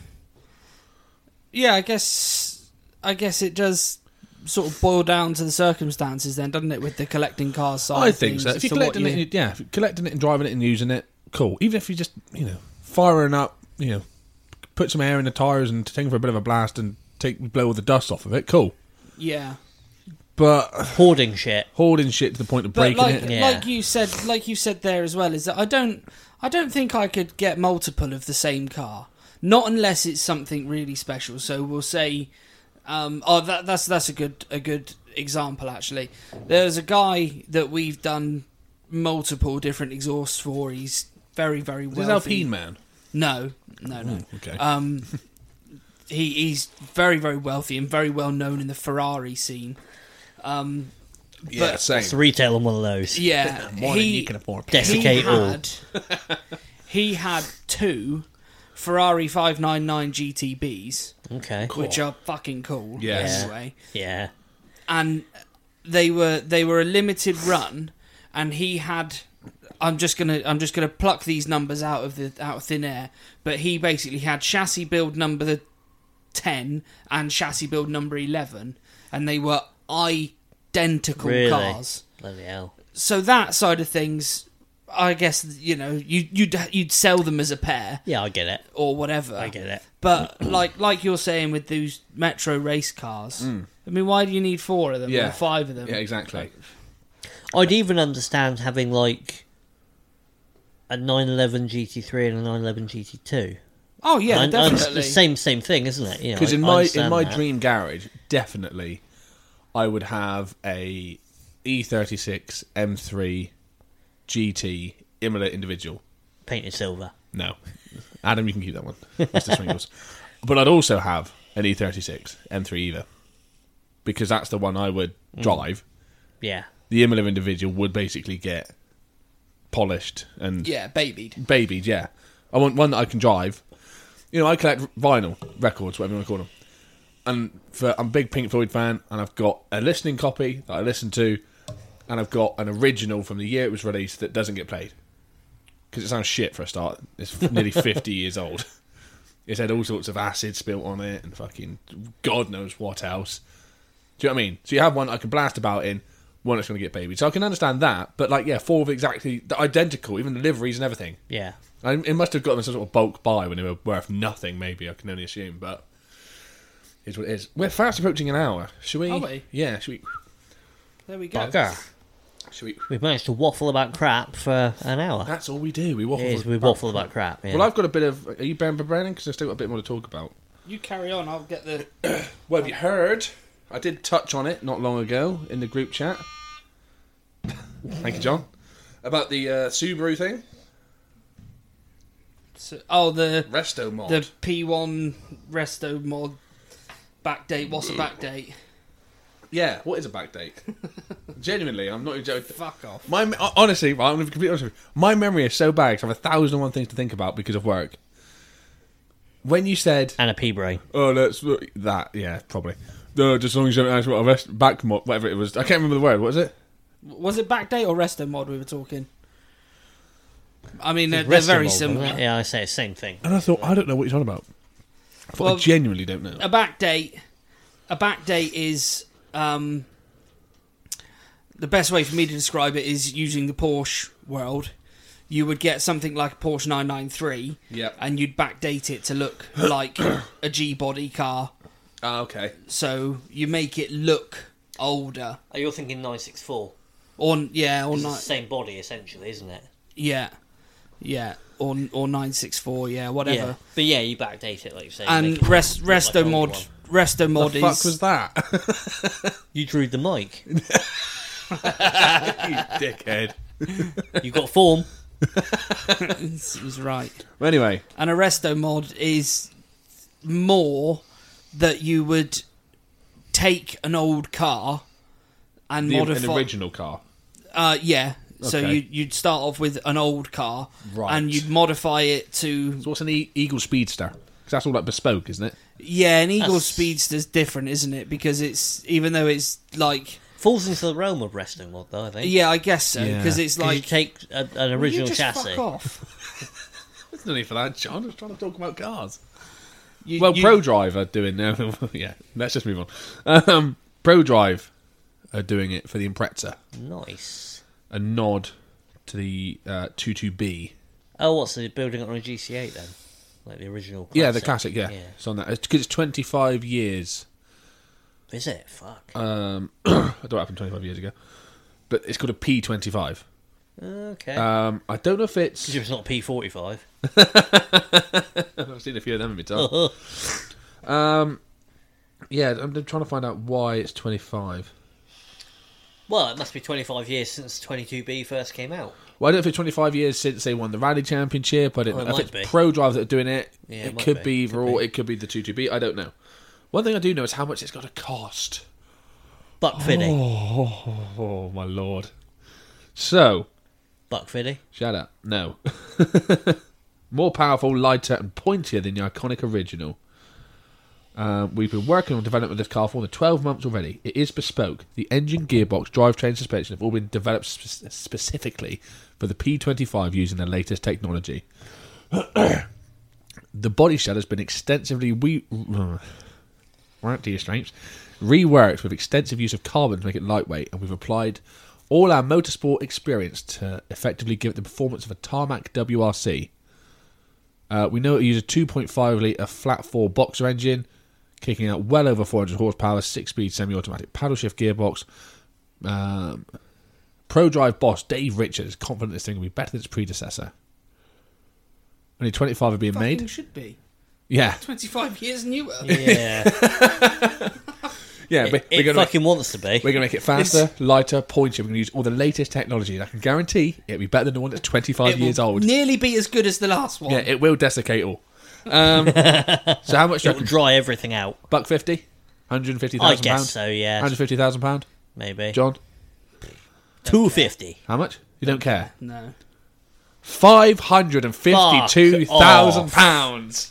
Speaker 1: yeah, I guess I guess it does sort of boil down to the circumstances then, doesn't it, with the collecting cars side.
Speaker 2: I
Speaker 1: of
Speaker 2: think
Speaker 1: things
Speaker 2: so.
Speaker 1: as
Speaker 2: If you're
Speaker 1: to what
Speaker 2: collecting
Speaker 1: you-
Speaker 2: it, yeah, if you're collecting it and driving it and using it, cool. Even if you just, you know, firing up, you know, put some air in the tires and take for a bit of a blast and take blow all the dust off of it, cool.
Speaker 1: yeah.
Speaker 2: But
Speaker 3: Hoarding shit.
Speaker 2: hoarding shit to the point of
Speaker 1: But
Speaker 2: breaking
Speaker 1: like
Speaker 2: it,
Speaker 3: Yeah.
Speaker 1: like you said like you said there as well, is that I don't I don't think I could get multiple of the same car. Not unless it's something really special. So we'll say um oh that that's that's a good a good example actually. There's a guy that we've done multiple different exhausts for. He's very, very
Speaker 2: This
Speaker 1: well.
Speaker 2: is Alpine man.
Speaker 1: No, no, no.
Speaker 2: Okay.
Speaker 1: Um, he he's very very wealthy and very well known in the Ferrari scene. Um,
Speaker 2: yeah,
Speaker 1: but-
Speaker 2: same.
Speaker 3: It's retail on one of those.
Speaker 1: yeah,
Speaker 2: More than you
Speaker 1: he
Speaker 2: can afford.
Speaker 1: he
Speaker 3: Desiccate all.
Speaker 1: had he had two Ferrari five nine nine GTBs,
Speaker 3: Okay.
Speaker 1: which are fucking cool.
Speaker 2: Yes.
Speaker 1: Anyway,
Speaker 3: Yeah.
Speaker 1: and they were they were a limited run, and he had. I'm just gonna I'm just gonna pluck these numbers out of the out of thin air, but he basically had chassis build number ten and chassis build number eleven, and they were identical
Speaker 3: Really?
Speaker 1: cars.
Speaker 3: Bloody hell.
Speaker 1: So that side of things, I guess you know you you'd you'd sell them as a pair
Speaker 3: Yeah, I get it.
Speaker 1: or whatever.
Speaker 3: I get it.
Speaker 1: But like like you're saying with those metro race cars, I mean, why do you need four of them
Speaker 2: Mm. Yeah.
Speaker 1: or five of them?
Speaker 2: Yeah, exactly.
Speaker 3: I'd even understand having like a 911 GT3 and a 911 GT2.
Speaker 1: Oh yeah,
Speaker 3: Nine- nine-
Speaker 1: definitely.
Speaker 3: the same same thing, isn't it? You know,
Speaker 2: Because
Speaker 3: I-
Speaker 2: in
Speaker 3: I
Speaker 2: my in
Speaker 3: understand
Speaker 2: my
Speaker 3: that.
Speaker 2: dream garage, definitely, I would have a E E36 M3 GT Imola individual.
Speaker 3: painted silver.
Speaker 2: No. Adam, you can keep that one. That's the Swingles. But I'd also have an E E36 M3 Eva because that's the one I would
Speaker 1: Mm.
Speaker 2: drive.
Speaker 3: Yeah,
Speaker 2: The Imola individual would basically get polished and
Speaker 1: Yeah, babied.
Speaker 2: babied, yeah. I want one that I can drive. You know, I collect vinyl records, whatever you want to call them. And for, I'm a big Pink Floyd fan, and I've got a listening copy that I listen to, and I've got an original from the year it was released that doesn't get played because it sounds shit for a start. It's nearly 50 years old. It's had all sorts of acid spilt on it and fucking God knows what else. Do you know what I mean? So you have one I can blast about in, one that's going to get babied. So I can understand that, but like, yeah, four of exactly identical, even the liveries and everything.
Speaker 3: yeah.
Speaker 2: I, it must have got them some sort of bulk buy when they were worth nothing. Maybe I can only assume, but it's what it is. We're fast approaching an hour. Should we?
Speaker 1: Are we?
Speaker 2: Yeah. Should we?
Speaker 1: There we go.
Speaker 3: Bugger.
Speaker 2: Should we?
Speaker 3: We've managed to waffle about crap for an hour.
Speaker 2: That's all we do. We waffle.
Speaker 3: It is, we waffle about crap. Yeah.
Speaker 2: Well, I've got a bit of. Are you Ben Brennan? Because I've still got a bit more to talk about.
Speaker 1: You carry on. I'll get the.
Speaker 2: Well, have you heard? I did touch on it not long ago in the group chat. Thank you, John. About the uh, Subaru thing,
Speaker 1: so- Oh, the
Speaker 2: resto mod.
Speaker 1: the P1 resto mod backdate. What's a backdate?
Speaker 2: Yeah, what is a backdate? Genuinely, I'm not even joking.
Speaker 1: Fuck off.
Speaker 2: My uh, honestly, right, I'm going to be completely honest with you. My memory is so bad. 'cause I have a thousand and one things to think about because of work. When you said,
Speaker 3: and a pea brain.
Speaker 2: "Oh, let's look- that," yeah, probably. No, just as long as you don't ask what a rest back mo- whatever it was. I can't remember the word. What was it?
Speaker 1: Was it backdate or resto mod we were talking? I mean, they're, they're
Speaker 3: Rest
Speaker 1: very
Speaker 3: involved,
Speaker 1: similar.
Speaker 3: isn't it? Yeah, I say the same thing.
Speaker 2: And I thought, I don't know what you're talking about. I, thought, I
Speaker 1: Well- uh,
Speaker 2: genuinely don't know.
Speaker 1: a backdate a backdate is um the best way for me to describe it is using the Porsche world. You would get something like a Porsche 993
Speaker 2: Yep.
Speaker 1: and you'd backdate it to look like a G body car.
Speaker 2: Ah, okay.
Speaker 1: So you make it look older.
Speaker 3: Oh, you're thinking 964.
Speaker 1: Or yeah, or
Speaker 3: It's the
Speaker 1: ni-
Speaker 3: same body, essentially, isn't it?
Speaker 1: yeah. Yeah, or or 964, yeah, whatever.
Speaker 3: Yeah. But yeah, you backdate it, like you say. you make
Speaker 1: And
Speaker 3: it
Speaker 1: rest,
Speaker 3: look like an
Speaker 1: resto
Speaker 3: older
Speaker 1: mod
Speaker 3: one.
Speaker 1: resto mod
Speaker 2: The
Speaker 1: is
Speaker 2: fuck was that? you
Speaker 3: You drew the mic.
Speaker 2: dickhead.
Speaker 3: You got form.
Speaker 1: is right.
Speaker 2: Anyway,
Speaker 1: an arresto mod is more that you would take an old car and
Speaker 2: the, an
Speaker 1: modify
Speaker 2: original car.
Speaker 1: uh yeah So
Speaker 2: Okay.
Speaker 1: you, you'd start off with an old car,
Speaker 2: Right.
Speaker 1: and you'd modify it to
Speaker 2: So what's an e- Eagle Speedster? Because that's all like bespoke, isn't it?
Speaker 1: yeah. An Eagle
Speaker 3: That's-
Speaker 1: Speedster's different, isn't it? Because it's even though it's like
Speaker 3: Falls into the realm of wrestling mod, though. I think.
Speaker 1: yeah, I guess so.
Speaker 2: Yeah.
Speaker 1: Because it's
Speaker 3: 'Cause you
Speaker 1: like
Speaker 3: take a, an
Speaker 1: Will you
Speaker 3: original
Speaker 1: just
Speaker 3: chassis.
Speaker 1: Fuck off.
Speaker 2: There's no need for that, John. I'm just trying to talk about cars.
Speaker 1: You-
Speaker 2: Well,
Speaker 1: you-
Speaker 2: Pro Drive are doing now. yeah, let's just move on. Um, Pro Drive are doing it for the Impreza,
Speaker 3: Nice.
Speaker 2: a nod to the uh, 22B.
Speaker 3: Oh, what's the building on a GC8 then? Like the original. Classic.
Speaker 2: Yeah, the classic. Yeah, it's on that because it's 25 years.
Speaker 3: Is it? Fuck.
Speaker 1: Uh,
Speaker 2: Um, I don't know what happened 25 years ago, but it's called a P25.
Speaker 3: okay.
Speaker 1: uh,
Speaker 2: Um, I don't know if it's.
Speaker 3: it's not a P45.
Speaker 2: I've seen a few of them in my time. Um, yeah, I'm trying to find out why it's 25.
Speaker 3: Well, it must be 25 years since 22B first came out.
Speaker 2: Well, I don't know if it's 25 years since they won the rally championship. I don't
Speaker 3: Oh, it
Speaker 2: know if
Speaker 3: might
Speaker 2: it's
Speaker 3: be.
Speaker 2: Pro Drive that are doing it.
Speaker 3: Yeah, it
Speaker 2: it
Speaker 3: might
Speaker 2: could
Speaker 3: be.
Speaker 2: be
Speaker 3: Could
Speaker 2: either or. It could be the 22B. I don't know. One thing I do know is how much it's got to cost.
Speaker 3: Buck Fiddy.
Speaker 2: Oh my lord! So
Speaker 3: Buck Fiddy.
Speaker 2: shut up. No, more powerful, lighter, and pointier than the iconic original. Um, we've been working on development of this car for more than 12 months already. It is bespoke. The engine, gearbox, drivetrain, suspension have all been developed spe- specifically for the P25 using the latest technology. the body shell has been extensively we right to your strengths, reworked with extensive use of carbon to make it lightweight, and we've applied all our motorsport experience to effectively give it the performance of a tarmac WRC. Uh, we know it uses a 2.5 litre flat four boxer engine, kicking out well over 400 horsepower, six speed semi automatic paddle shift gearbox. Um, Pro Drive boss Dave Richards is confident this thing will be better than its predecessor. Only 25 are being
Speaker 1: Fucking
Speaker 2: made.
Speaker 1: should be
Speaker 2: Yeah.
Speaker 1: twenty five years newer.
Speaker 3: Yeah.
Speaker 2: Yeah,
Speaker 3: it
Speaker 2: we- we're
Speaker 3: it
Speaker 2: gonna-
Speaker 3: fucking wants to be.
Speaker 2: We're going to make it faster, lighter, pointier. We're going to use all the latest technology. And I can guarantee it'll be better than the one that's 25
Speaker 1: It will
Speaker 2: years old.
Speaker 1: Nearly be as good as the last one.
Speaker 2: yeah, it will desiccate all. Um, so how much do you
Speaker 3: It'll
Speaker 2: reckon?
Speaker 3: dry everything out.
Speaker 2: Buck 50?
Speaker 3: I
Speaker 2: 150,000
Speaker 3: guess
Speaker 2: pounds?
Speaker 3: so, yeah.
Speaker 2: 150,000 pound?
Speaker 3: Maybe.
Speaker 2: John,
Speaker 3: 250.
Speaker 2: how much? You don't care.
Speaker 1: No.
Speaker 2: 552,000
Speaker 3: Fuck
Speaker 2: pounds.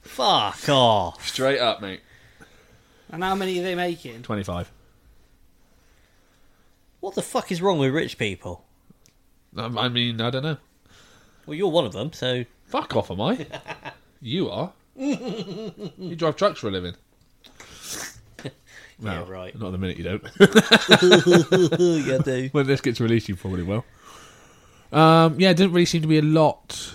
Speaker 3: Fuck off.
Speaker 2: Straight up, mate.
Speaker 1: And how many are they making?
Speaker 2: 25.
Speaker 3: What the fuck is wrong with rich people?
Speaker 2: Um, I mean, I don't know.
Speaker 3: Well, you're one of them, so.
Speaker 2: Fuck off, am I? you are. you drive trucks for a living.
Speaker 3: Yeah,
Speaker 2: No,
Speaker 3: right.
Speaker 2: Not at the minute you don't.
Speaker 3: yeah, do.
Speaker 2: when this gets released, you probably will. Um, yeah, it didn't really seem to be a lot.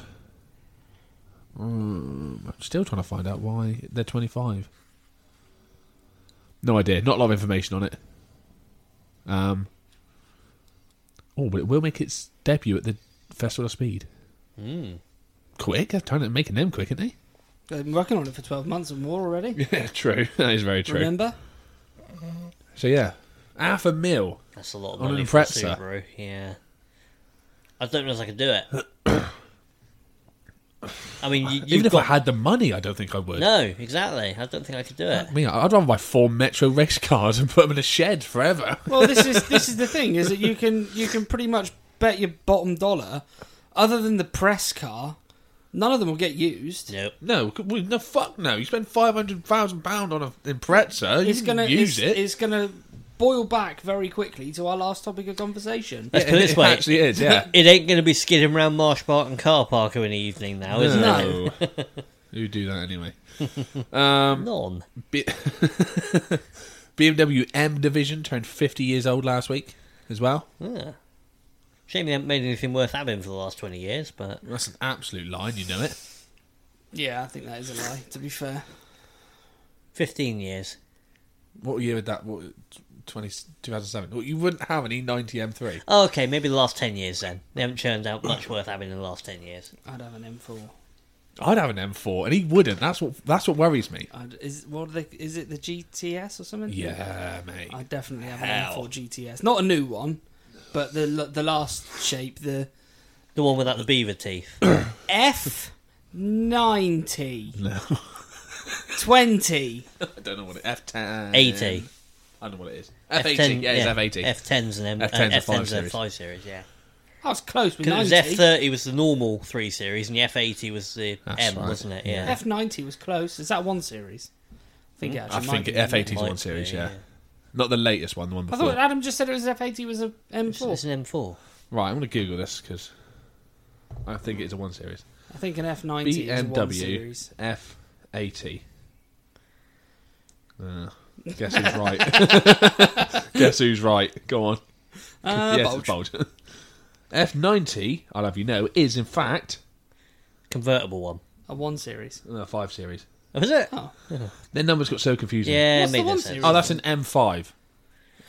Speaker 2: Um, I'm still trying to find out why they're 25. No idea. Not a lot of information on it. Um, oh, but it will make its debut at the Festival of Speed.
Speaker 3: Hmm.
Speaker 2: Quick, they're trying to making them quick, aren't
Speaker 1: They've been working on it for twelve months or more already.
Speaker 2: they? Yeah, true. That is very true.
Speaker 1: Remember?
Speaker 2: So yeah, half a mil.
Speaker 3: That's a lot of
Speaker 2: On an
Speaker 3: money for a
Speaker 2: Impreza.
Speaker 3: Subaru, yeah. I don't know if I can do it. I mean, you, you've
Speaker 2: Even if
Speaker 3: got
Speaker 2: I had the money, I don't think I would.
Speaker 3: no, exactly. I don't think I could do it.
Speaker 2: I mean, I'd rather buy four Metro race cars and put them in a shed forever.
Speaker 1: Well, this is this is the thing is that you can you can pretty much bet your bottom dollar, other than the press car, none of them will get used.
Speaker 3: Nope.
Speaker 2: No, c- we, no, fuck no. You spend five hundred thousand pound on a Impreza, you
Speaker 1: It's
Speaker 2: can
Speaker 1: gonna
Speaker 2: use
Speaker 1: it's,
Speaker 2: it.
Speaker 1: it's gonna boil back very quickly to our last topic of conversation.
Speaker 3: Let's put it this
Speaker 2: It
Speaker 3: way:
Speaker 2: actually is, yeah.
Speaker 3: it ain't going to be skidding around Marsh Park and Car Parker in the evening now, Oh, is
Speaker 1: No.
Speaker 3: it?
Speaker 2: Who do that anyway? Um,
Speaker 3: None.
Speaker 2: B- BMW M division turned fifty years old last week as well.
Speaker 3: Yeah. Shame they haven't made anything worth having for the last twenty years, but
Speaker 2: That's an absolute line, you know it.
Speaker 1: Yeah, I think that is a lie. To be fair,
Speaker 3: fifteen years.
Speaker 2: What year would that? What, 20, 2007. Well, you wouldn't have an E90 M3.
Speaker 3: Oh, okay, maybe the last ten years then. They haven't churned out much worth having in the last ten years.
Speaker 1: I'd have an M4.
Speaker 2: I'd have an M4, and he wouldn't. That's what. That's what worries me.
Speaker 1: I'd, is what are they, is it the GTS or something?
Speaker 2: Yeah, mate.
Speaker 1: I definitely have
Speaker 2: Hell.
Speaker 1: an M4 GTS, not a new one, but the the last shape, the
Speaker 3: The one without the beaver teeth.
Speaker 1: F ninety
Speaker 2: No.
Speaker 1: twenty.
Speaker 2: I don't know what it F10.
Speaker 3: Eighty.
Speaker 2: I don't know what it is.
Speaker 3: F10,
Speaker 2: F80. yeah, it's F80.
Speaker 3: F10s and M-
Speaker 2: F10s
Speaker 3: uh,
Speaker 2: are five
Speaker 3: F10s are
Speaker 2: series.
Speaker 3: five series, yeah.
Speaker 1: That was close. With
Speaker 3: Because it
Speaker 1: 90.
Speaker 3: was F30 was the normal three series, and the F80 was the
Speaker 2: That's
Speaker 3: M,
Speaker 2: right,
Speaker 3: wasn't it?
Speaker 2: yeah.
Speaker 3: Yeah.
Speaker 1: F90 was close. Is that one series? I think, it
Speaker 2: I
Speaker 1: actually might
Speaker 2: think
Speaker 1: be.
Speaker 2: F80 is
Speaker 3: Might
Speaker 2: one series,
Speaker 3: be,
Speaker 2: yeah.
Speaker 3: yeah.
Speaker 2: Not the latest one, the one
Speaker 1: I
Speaker 2: before.
Speaker 1: thought Adam just said it was F80 was a
Speaker 3: It's, it's
Speaker 1: M4.
Speaker 3: an M4.
Speaker 2: Right, I'm going to Google this because I think it's a one series.
Speaker 1: I think an F90 is a one
Speaker 2: BMW
Speaker 1: series.
Speaker 2: F80. Uh, guess who's right? guess who's right? Go on.
Speaker 1: Uh,
Speaker 2: yes,
Speaker 1: Bulge.
Speaker 2: it's bold. F90, I'll have you know, is in fact
Speaker 3: Convertible one.
Speaker 1: A one series.
Speaker 2: uh, 5 Series.
Speaker 3: Was it?
Speaker 1: Oh,
Speaker 2: Their numbers got so confusing.
Speaker 3: Yeah,
Speaker 1: What's
Speaker 3: it made
Speaker 1: the
Speaker 3: no
Speaker 1: one
Speaker 3: sense.
Speaker 1: series?
Speaker 2: Oh, that's an M5.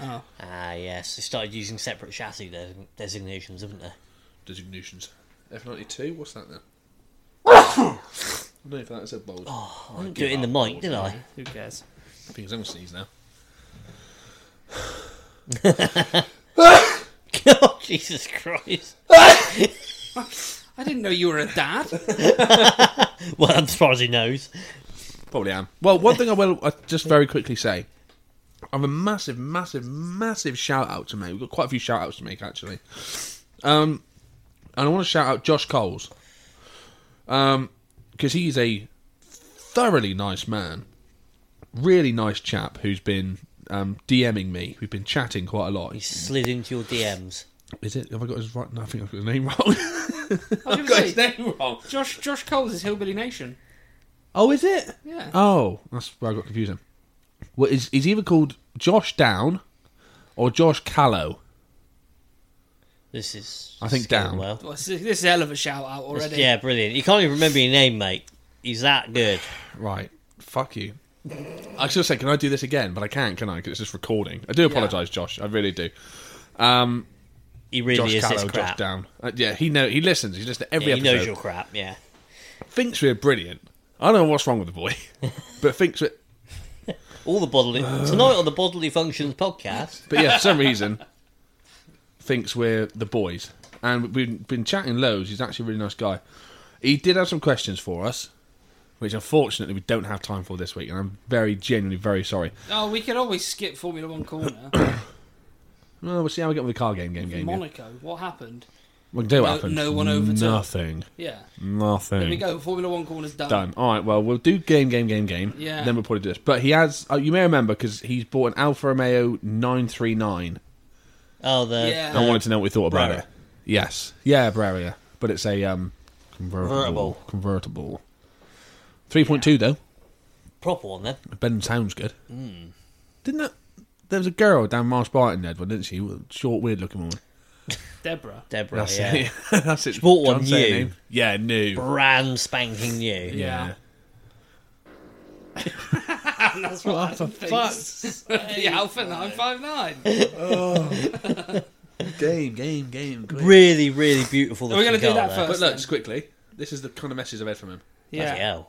Speaker 1: oh.
Speaker 3: Ah, yes. They started using separate chassis des- designations, haven't they?
Speaker 2: Designations. F92, what's that then? I don't know if that's a bold.
Speaker 3: Oh, I didn't do it in the mic, did I?
Speaker 1: Who cares?
Speaker 2: Because I'm going to sneeze now.
Speaker 3: God, Oh, Jesus Christ.
Speaker 1: I didn't know you were a dad.
Speaker 3: Well, I'm surprised he knows.
Speaker 2: Probably am. Well, one thing I will uh, just very quickly say. I have a massive, massive, massive shout out to make. We've got quite a few shout outs to make, actually. Um, and I want to shout out Josh Coles. Um, because he's a thoroughly nice man. Really nice chap who's been um, DMing me. We've been chatting quite a lot.
Speaker 3: He slid into your DMs.
Speaker 2: Is it? Have I got his right? No, I think I've got his name wrong.
Speaker 1: I was gonna
Speaker 2: got
Speaker 1: say,
Speaker 2: his name wrong.
Speaker 1: Josh Josh Coles is Hillbilly Nation.
Speaker 2: Oh, is it?
Speaker 1: Yeah.
Speaker 2: Oh, that's where I got confused. Well, is he's either called Josh Down or Josh Callow?
Speaker 3: This is.
Speaker 2: I think
Speaker 3: it's going
Speaker 2: down.
Speaker 3: Well.
Speaker 1: Well, this is this is a hell of a shout out
Speaker 3: It's-
Speaker 1: already.
Speaker 3: Yeah, brilliant. You can't even remember your name, mate. He's that good.
Speaker 2: Right. Fuck you. I should have said, can I do this again? But I can't, can I? Because it's just recording. I do apologise, Josh. I really do.
Speaker 3: He really
Speaker 2: Josh
Speaker 3: is
Speaker 2: Callow,
Speaker 3: this
Speaker 2: Josh
Speaker 3: crap.
Speaker 2: Down. Uh, yeah, he know he listens. He listens to every
Speaker 3: Yeah, he
Speaker 2: episode.
Speaker 3: knows your crap, yeah.
Speaker 2: Thinks we're brilliant. I don't know what's wrong with the boy, but thinks we're.
Speaker 3: All the bodily. Tonight on the Bodily Functions podcast.
Speaker 2: But yeah, for some reason, thinks we're the boys. And we've been chatting loads. He's actually a really nice guy. He did have some questions for us, which unfortunately we don't have time for this week. And I'm very, genuinely, very sorry.
Speaker 1: Oh, we could always skip Formula One corner.
Speaker 2: Well, we'll see how we get on with the car game, game, game. yeah.
Speaker 1: Monaco. What happened?
Speaker 2: We can do what
Speaker 1: No-
Speaker 2: happens.
Speaker 1: no one overtook.
Speaker 2: Nothing.
Speaker 1: Yeah.
Speaker 2: Nothing.
Speaker 1: There we go. Formula One corner's done.
Speaker 2: Done. All right. Well, we'll do game, game, game, game.
Speaker 1: Yeah.
Speaker 2: Then we'll probably do this. But he has. Oh, you may remember because he's bought an Alfa Romeo 939.
Speaker 3: Oh, the.
Speaker 1: Yeah.
Speaker 2: I wanted to know what we thought about
Speaker 3: Brera.
Speaker 2: it. Uh, Yes. Yeah, Brera. But it's a um, convertible.
Speaker 3: Convertible.
Speaker 2: Convertible. 3.2, though.
Speaker 3: Proper one, then.
Speaker 2: Ben sounds good.
Speaker 3: Hmm.
Speaker 2: Didn't that... There was a girl down Marsh Barton, Edward, didn't she? Short, weird-looking woman.
Speaker 1: Deborah.
Speaker 3: Deborah,
Speaker 2: That's
Speaker 3: Oh, yeah.
Speaker 2: it. That's it.
Speaker 3: bought one
Speaker 2: Can't say her
Speaker 3: new.
Speaker 2: name. Yeah, new.
Speaker 3: Brand spanking new.
Speaker 1: Yeah. That's what,
Speaker 2: What the
Speaker 1: Adam thinks. the Alpha 959.
Speaker 2: Game, game, game. quick.
Speaker 3: Really, really beautiful.
Speaker 1: Are we
Speaker 3: going to
Speaker 1: gonna do that
Speaker 2: But
Speaker 1: first?
Speaker 2: look, just quickly. This is the kind of message I've had from him.
Speaker 3: Yeah.
Speaker 1: Yeah.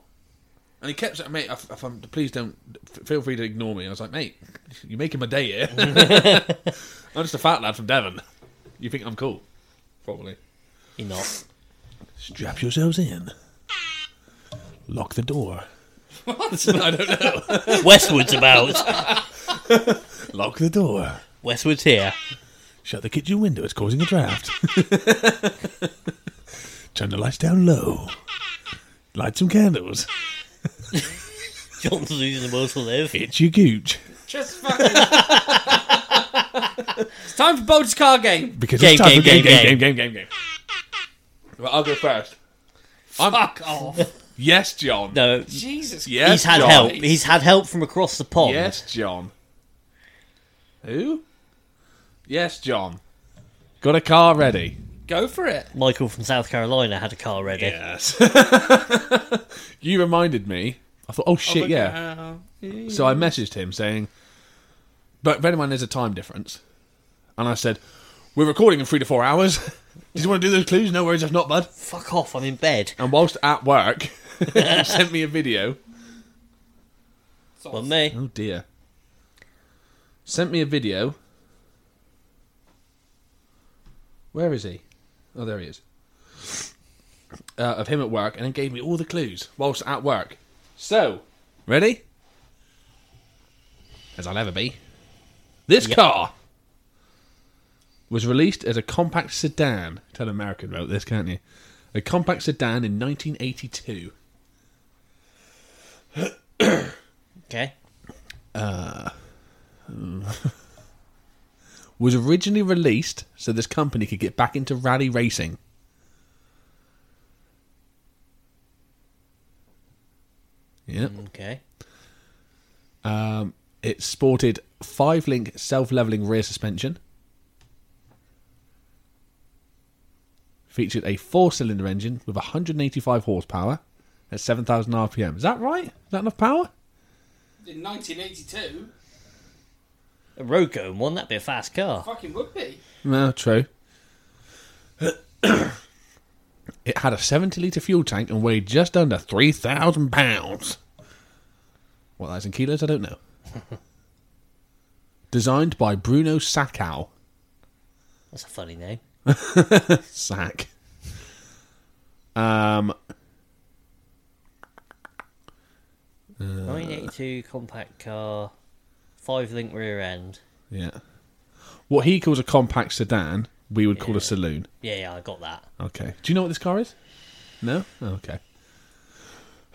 Speaker 2: And he kept saying, mate, if, if I'm, please don't, f- feel free to ignore me. I was like, mate, you're making my day here. I'm just a fat lad from Devon. You think I'm cool? Probably.
Speaker 3: You're not.
Speaker 2: Strap yourselves in. Lock the door. I don't know.
Speaker 3: Westwood's about.
Speaker 2: Lock the door.
Speaker 3: Westwood's here.
Speaker 2: Shut the kitchen window. It's causing a draft. Turn the lights down low. Light some candles.
Speaker 3: Johnson's using the world to live.
Speaker 2: It's your gooch.
Speaker 1: Just fucking. it's time for Bold's car game.
Speaker 2: Because
Speaker 3: Game, game, game,
Speaker 2: game, game, game. Well, I'll go first.
Speaker 1: Fuck off.
Speaker 2: Yes, John.
Speaker 3: No,
Speaker 1: Jesus.
Speaker 2: Yes,
Speaker 3: he's had
Speaker 2: John.
Speaker 3: help. He's had help from across the pond.
Speaker 2: Yes, John. Who? Yes, John. Got a car ready.
Speaker 1: Go for it.
Speaker 3: Michael from South Carolina had a car ready.
Speaker 2: Yes. you reminded me. I thought, oh shit, yeah. So I messaged him saying, but bear in mind there's a time difference. And I said, we're recording in three to four hours. Did you want to do those clues? No worries if not, bud.
Speaker 3: Fuck off! I'm in bed.
Speaker 2: And whilst at work, he sent me a video.
Speaker 1: Sauce.
Speaker 3: Well, me.
Speaker 2: Oh dear. Sent me a video. Where is he? Oh, there he is. Uh, of him at work, and then gave me all the clues whilst at work. So, ready? As I'll ever be. This
Speaker 3: Yep.
Speaker 2: car was released as a compact sedan. Tell an American about this, can't you? A compact sedan in 1982.
Speaker 3: Okay.
Speaker 2: Was originally released so this company could get back into rally racing. Yep.
Speaker 3: Okay.
Speaker 2: It sported five link self leveling rear suspension, featured a four cylinder engine with 185 horsepower at 7,000 RPM. Is that right? Is that enough power?
Speaker 1: In 1982,
Speaker 3: A road going one, that'd be a fast car.
Speaker 1: fucking would be.
Speaker 2: No, true. it had a 70 litre fuel tank and weighed just under 3,000 pounds. What that's in kilos, I don't know. Designed by Bruno Saccow.
Speaker 3: That's a funny name.
Speaker 2: sack. Um,
Speaker 3: 1982 compact car, five link rear end.
Speaker 2: yeah. What he calls a compact sedan, we would call a
Speaker 3: Yeah.
Speaker 2: saloon.
Speaker 3: Yeah, yeah, I got that.
Speaker 2: Okay. Do you know what this car is? No. Oh, okay.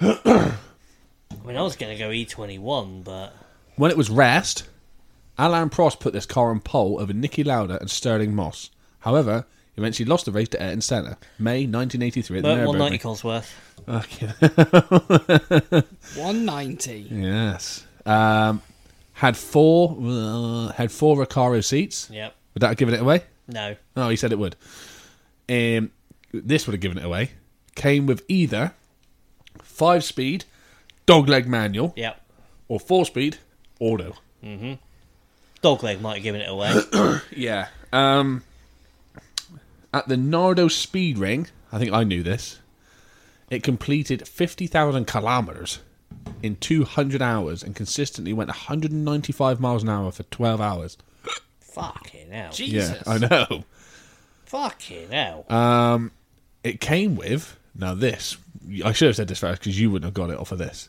Speaker 3: I mean, I was going to go E21, but
Speaker 2: When it was rest, Alain Prost put this car on pole over Nicky Lauda and Sterling Moss. However, he eventually lost the race to Ayrton Senna, May 1983 at the
Speaker 3: but 190
Speaker 2: Nürburgring.
Speaker 3: cars worth.
Speaker 2: Okay.
Speaker 1: 190.
Speaker 2: yes. Um, had four uh, had four Recaro seats.
Speaker 3: Yep.
Speaker 2: Would that have given it away?
Speaker 3: No.
Speaker 2: Oh, he said it would. Um, this would have given it away. Came with either five speed, dogleg manual,
Speaker 3: Yep.
Speaker 2: or four speed, auto.
Speaker 3: Dogleg might have given it away.
Speaker 2: Yeah. Um, at the Nardo Speed Ring, I think I knew this, it completed 50,000 kilometres in 200 hours and consistently went 195 miles an hour for 12 hours.
Speaker 3: Fucking hell.
Speaker 1: Jesus.
Speaker 2: Yeah, I know.
Speaker 3: Fucking hell.
Speaker 2: it came with now this i should have said this first because you wouldn't have got it off of this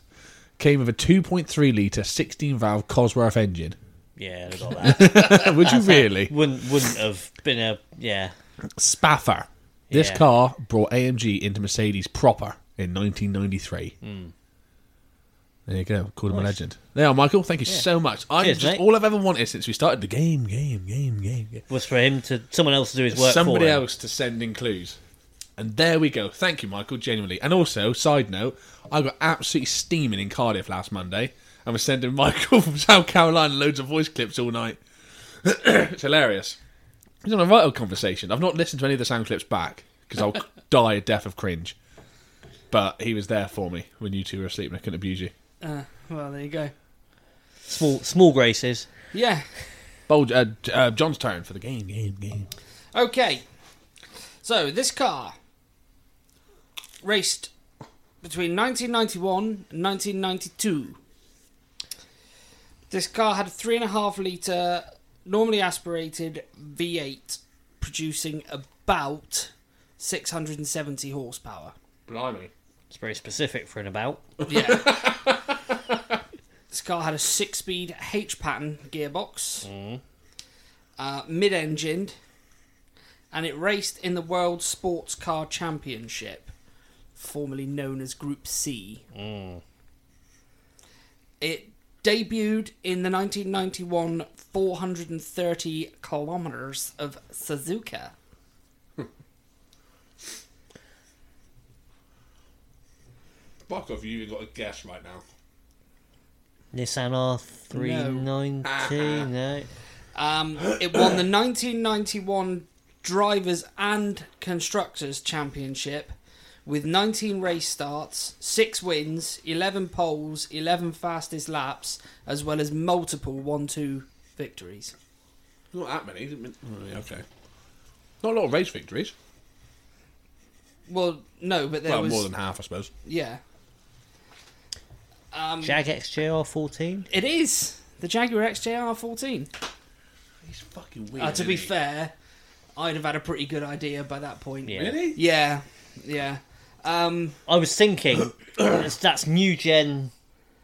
Speaker 2: came with a 2.3 litre 16 valve cosworth engine
Speaker 3: yeah, I got that.
Speaker 2: would you really
Speaker 3: wouldn't wouldn't have been a yeah.
Speaker 2: spaffer this
Speaker 3: Yeah.
Speaker 2: car brought amg into mercedes proper in 1993
Speaker 3: Hmm.
Speaker 2: there you go called him a legend there you are, michael thank you so much i'm
Speaker 3: Cheers,
Speaker 2: just
Speaker 3: mate.
Speaker 2: all i've ever wanted since we started the game game game game, game.
Speaker 3: Was for him to someone else to do his work.
Speaker 2: somebody
Speaker 3: for him.
Speaker 2: else to send in clues. And there we go. Thank you, Michael, genuinely. And also, side note, I got absolutely steaming in Cardiff last Monday and was sending Michael from South Carolina loads of voice clips all night. it's hilarious. It's on a right old conversation. I've not listened to any of the sound clips back because I'll die a death of cringe. But he was there for me when you two were asleep and I couldn't abuse you.
Speaker 1: Uh, well, there you go.
Speaker 3: Small small graces.
Speaker 1: Yeah.
Speaker 2: Bold, uh, J- uh, John's turn for the game, game, game.
Speaker 1: Okay. So this car raced between 1991 and 1992. This car had a three and a half liter normally aspirated V8, producing about 670 horsepower.
Speaker 2: Blimey.
Speaker 3: It's very specific for an about.
Speaker 1: Yeah. this car had a six-speed H pattern gearbox, uh, mid-engined, and it raced in the World Sports Car Championship, formerly known as Group C. It debuted in the 1991 430 kilometers of Suzuka.
Speaker 2: Fuck off, you've even got a guess right now.
Speaker 3: Nissan R three ninety. No.
Speaker 1: Um, it won the 1991 Drivers and Constructors Championship with 19 race starts, 6 wins, 11 poles, 11 fastest laps, as well as multiple 1 2 victories.
Speaker 2: Not that many. is it? Oh, yeah, Okay. Not a lot of race victories.
Speaker 1: Well, no, but there
Speaker 2: well,
Speaker 1: was.
Speaker 2: more than half, I suppose.
Speaker 1: Yeah.
Speaker 2: Um,
Speaker 3: Jag XJR fourteen.
Speaker 1: It is the Jaguar XJR 14.
Speaker 2: He's fucking weird.
Speaker 1: Uh, to be
Speaker 2: isn't he?
Speaker 1: fair, I'd have had a pretty good idea by that point.
Speaker 3: Yeah.
Speaker 2: Really?
Speaker 1: Yeah. Yeah. Um,
Speaker 3: I was thinking that's, that's new gen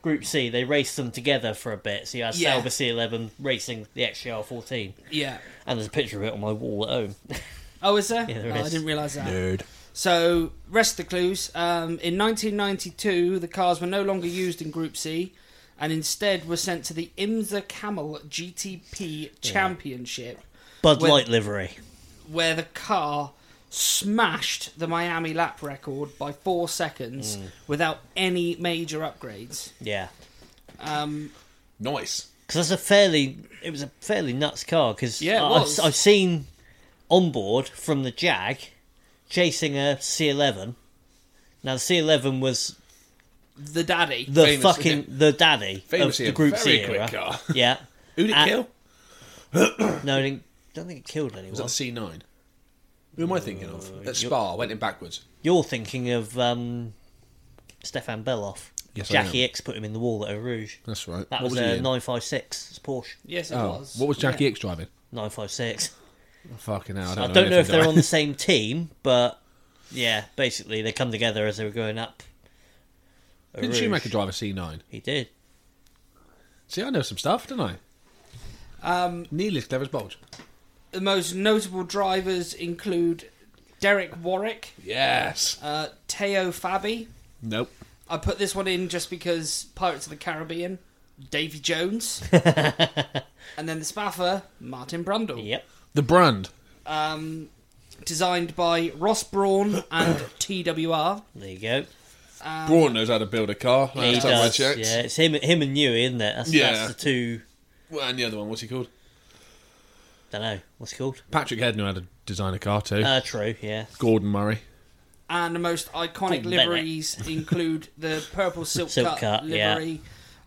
Speaker 3: Group C, they raced them together for a bit. So you had
Speaker 1: Yeah.
Speaker 3: Sauber C11 racing the XJR14,
Speaker 1: Yeah.
Speaker 3: and there's a picture of it on my wall at home.
Speaker 1: Oh, is there?
Speaker 3: Yeah, there
Speaker 1: oh, I
Speaker 3: is.
Speaker 1: didn't realise that.
Speaker 2: Nerd.
Speaker 1: So, rest of the clues. Um, in 1992, the cars were no longer used in Group C and instead were sent to the IMSA Camel GTP Championship,
Speaker 3: Bud
Speaker 1: Well-
Speaker 3: Light livery.
Speaker 1: where the car smashed the Miami lap record by four seconds
Speaker 2: Mm.
Speaker 1: without any major upgrades.
Speaker 3: Yeah,
Speaker 1: Um,
Speaker 2: Nice.
Speaker 3: because that's a fairly. It was a fairly nuts car. Because
Speaker 1: Yeah, it was.
Speaker 3: I've, I've seen on board from the Jag chasing a C11. Now the C11 was
Speaker 1: the daddy.
Speaker 3: the
Speaker 2: Famous,
Speaker 3: fucking
Speaker 2: yeah.
Speaker 3: the daddy
Speaker 2: Famously
Speaker 3: of
Speaker 2: a
Speaker 3: the group
Speaker 2: very
Speaker 3: C
Speaker 2: quick
Speaker 3: era.
Speaker 2: car.
Speaker 3: Yeah.
Speaker 2: Who did it
Speaker 3: Uh,
Speaker 2: kill?
Speaker 3: No, I didn't, don't think it killed
Speaker 2: Was
Speaker 3: anyone.
Speaker 2: that the C9? Who am I thinking of? At Spa, went in backwards.
Speaker 3: You're thinking of um, Stefan Beloff.
Speaker 2: Yes, I
Speaker 3: Jackie
Speaker 2: am.
Speaker 3: X put him in the wall at Eau Rouge.
Speaker 2: That's right.
Speaker 3: That
Speaker 2: what
Speaker 3: was, uh,
Speaker 2: was, he
Speaker 3: a
Speaker 2: in?
Speaker 3: 956. It's Porsche.
Speaker 1: Yes, it
Speaker 2: Oh,
Speaker 1: was.
Speaker 2: What was Jackie X driving?
Speaker 3: 956.
Speaker 2: Oh, Fucking hell. I don't,
Speaker 3: I don't know if
Speaker 2: anything
Speaker 3: they're
Speaker 2: about
Speaker 3: on the same team, but yeah, basically they come together as they were going up. Eau
Speaker 2: it. Didn't
Speaker 3: Rouge.
Speaker 2: Schumacher drive a C9?
Speaker 3: He did.
Speaker 2: See, I know some stuff, don't I? Um, Neil is clever as bulge.
Speaker 1: The most notable drivers include Derek Warwick,
Speaker 2: Yes.
Speaker 1: uh, Teo Fabi.
Speaker 2: Nope.
Speaker 1: I put this one in just because Pirates of the Caribbean, Davy Jones, and then the Spaffer, Martin Brundle.
Speaker 3: Yep.
Speaker 2: The brand.
Speaker 1: Um, designed by Ross Brawn and TWR.
Speaker 3: There you go.
Speaker 2: Braun knows how to build a car.
Speaker 3: he
Speaker 2: Last time I
Speaker 3: does.
Speaker 2: checked.
Speaker 3: Yeah, it's him, him and Newey, isn't it? That's,
Speaker 2: Yeah.
Speaker 3: that's the two.
Speaker 2: Well, and the other one, what's he called?
Speaker 3: Don't know what's it called.
Speaker 2: Patrick Head knew how to design a car too.
Speaker 3: Uh, true. Yeah.
Speaker 2: Gordon Murray.
Speaker 1: And the most iconic
Speaker 3: Gordon Bennett.
Speaker 1: liveries include the purple silk,
Speaker 3: Silk
Speaker 1: cut,
Speaker 3: cut, yeah.
Speaker 1: livery,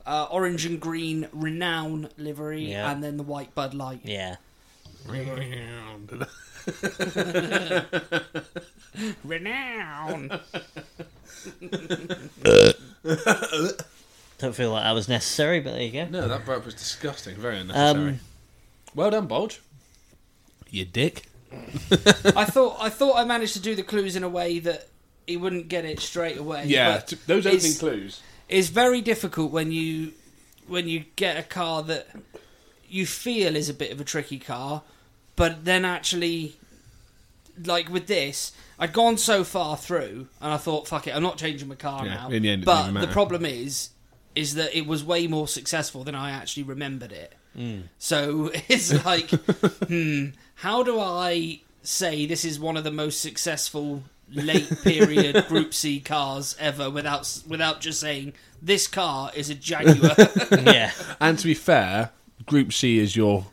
Speaker 1: uh, orange and green renown livery,
Speaker 3: Yeah.
Speaker 1: and then the white Bud Light.
Speaker 3: Yeah.
Speaker 1: Renown.
Speaker 3: Don't feel like that was necessary, but there you go.
Speaker 2: No, that burp was disgusting. Very unnecessary.
Speaker 3: Um,
Speaker 2: well done, Bulge. You dick.
Speaker 1: I thought I thought I managed to do the clues in a way that he wouldn't get it straight away.
Speaker 2: Yeah,
Speaker 1: but
Speaker 2: t- those
Speaker 1: it's-
Speaker 2: opening clues.
Speaker 1: It's very difficult when you when you get a car that you feel is a bit of a tricky car, but then actually, like with this, I'd gone so far through, and I thought, "Fuck it, I'm not changing my car
Speaker 2: Yeah,
Speaker 1: now."
Speaker 2: in the end, it didn't
Speaker 1: but
Speaker 2: even
Speaker 1: the
Speaker 2: matter.
Speaker 1: problem is, is that it was way more successful than I actually remembered it. So it's like, hmm, how do I say this is one of the most successful late period Group C cars ever without s- without just saying this car is a Jaguar?
Speaker 3: yeah.
Speaker 2: And to be fair, Group C is your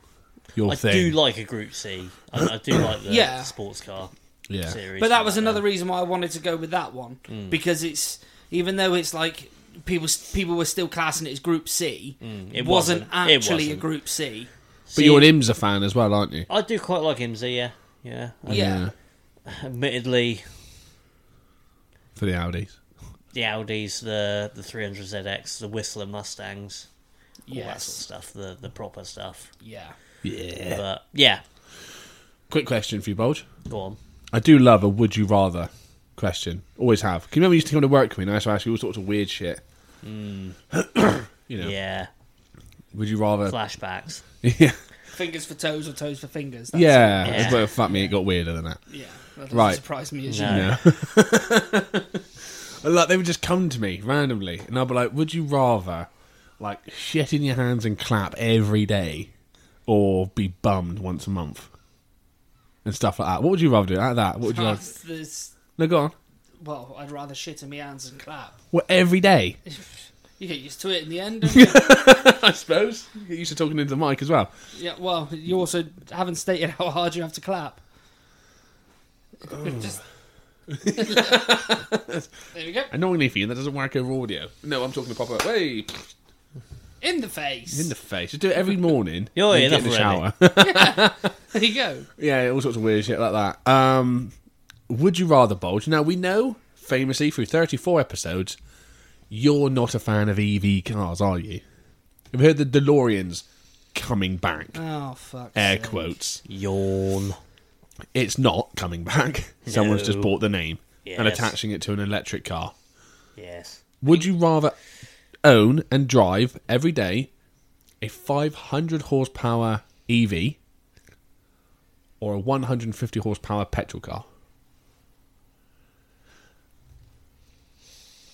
Speaker 2: your
Speaker 3: I
Speaker 2: thing.
Speaker 3: do like a Group C. I, I do like the
Speaker 1: Yeah.
Speaker 3: sports car
Speaker 2: yeah.
Speaker 3: series.
Speaker 1: but that was
Speaker 3: like Mm.
Speaker 1: another reason why I wanted to go with that one because it's even though it's like people people were still classing it as Group C,
Speaker 3: Mm. it
Speaker 1: wasn't,
Speaker 3: wasn't.
Speaker 1: actually a
Speaker 3: It wasn't.
Speaker 1: Group C.
Speaker 2: But you're an IMSA fan as well, aren't you?
Speaker 3: I do quite like IMSA, yeah. Yeah.
Speaker 2: Oh,
Speaker 1: Yeah.
Speaker 3: Admittedly,
Speaker 2: For the Audis.
Speaker 3: the Audis, the the 300ZX, the Whistler Mustangs, all that sort of
Speaker 1: Yes.
Speaker 3: stuff, the, the proper stuff.
Speaker 1: Yeah.
Speaker 2: Yeah.
Speaker 3: But yeah,
Speaker 2: Quick question for you, Bulge.
Speaker 3: go on.
Speaker 2: I do love a would you rather question. Always have. Can you remember you used to come to work with me and I used to ask you all sorts of weird shit? you know,
Speaker 3: Mm. Yeah.
Speaker 2: would you rather.
Speaker 3: Flashbacks.
Speaker 2: yeah.
Speaker 1: Fingers for toes or toes for fingers. That's
Speaker 2: Yeah.
Speaker 3: Yeah.
Speaker 2: But fuck me, it got weirder than that.
Speaker 1: Yeah, that doesn't
Speaker 2: Right.
Speaker 1: surprise me as
Speaker 3: No.
Speaker 1: you.
Speaker 2: Yeah. like they would just come to me randomly, and I'd be like, "Would you rather, like, shit in your hands and clap every day, or be bummed once a month, and stuff like that? What would you rather do? Like that? What would you rather?
Speaker 1: That's- there's-
Speaker 2: No, go on.
Speaker 1: well, I'd rather shit in my hands and clap.
Speaker 2: What every day?
Speaker 1: You get used to it in the end. Don't you?
Speaker 2: I suppose. You get used to talking into the mic as well.
Speaker 1: yeah. Well, you also haven't stated how hard you have to clap. Just- there we go.
Speaker 2: Annoyingly for you, that doesn't work over audio. No, I'm talking to Papa. Hey,
Speaker 1: In the face.
Speaker 2: in the face. Just do it every morning.
Speaker 3: Oh,
Speaker 2: when
Speaker 3: yeah,
Speaker 2: you get in the
Speaker 3: that's
Speaker 2: shower.
Speaker 3: already-
Speaker 1: there you go.
Speaker 2: Yeah, all sorts of weird shit like that. Um, would you rather bulge? Now we know famously through thirty-four episodes, you're not a fan of EV cars, are you? Have you heard the DeLoreans coming back?
Speaker 1: Oh fuck.
Speaker 2: Air quotes.
Speaker 3: Yawn.
Speaker 2: It's not coming back. Someone's just
Speaker 3: No.
Speaker 2: bought the name and
Speaker 3: Yes.
Speaker 2: attaching it to an electric car.
Speaker 3: Yes.
Speaker 2: Would you rather own and drive every day a 500 horsepower EV or a 150 horsepower petrol car?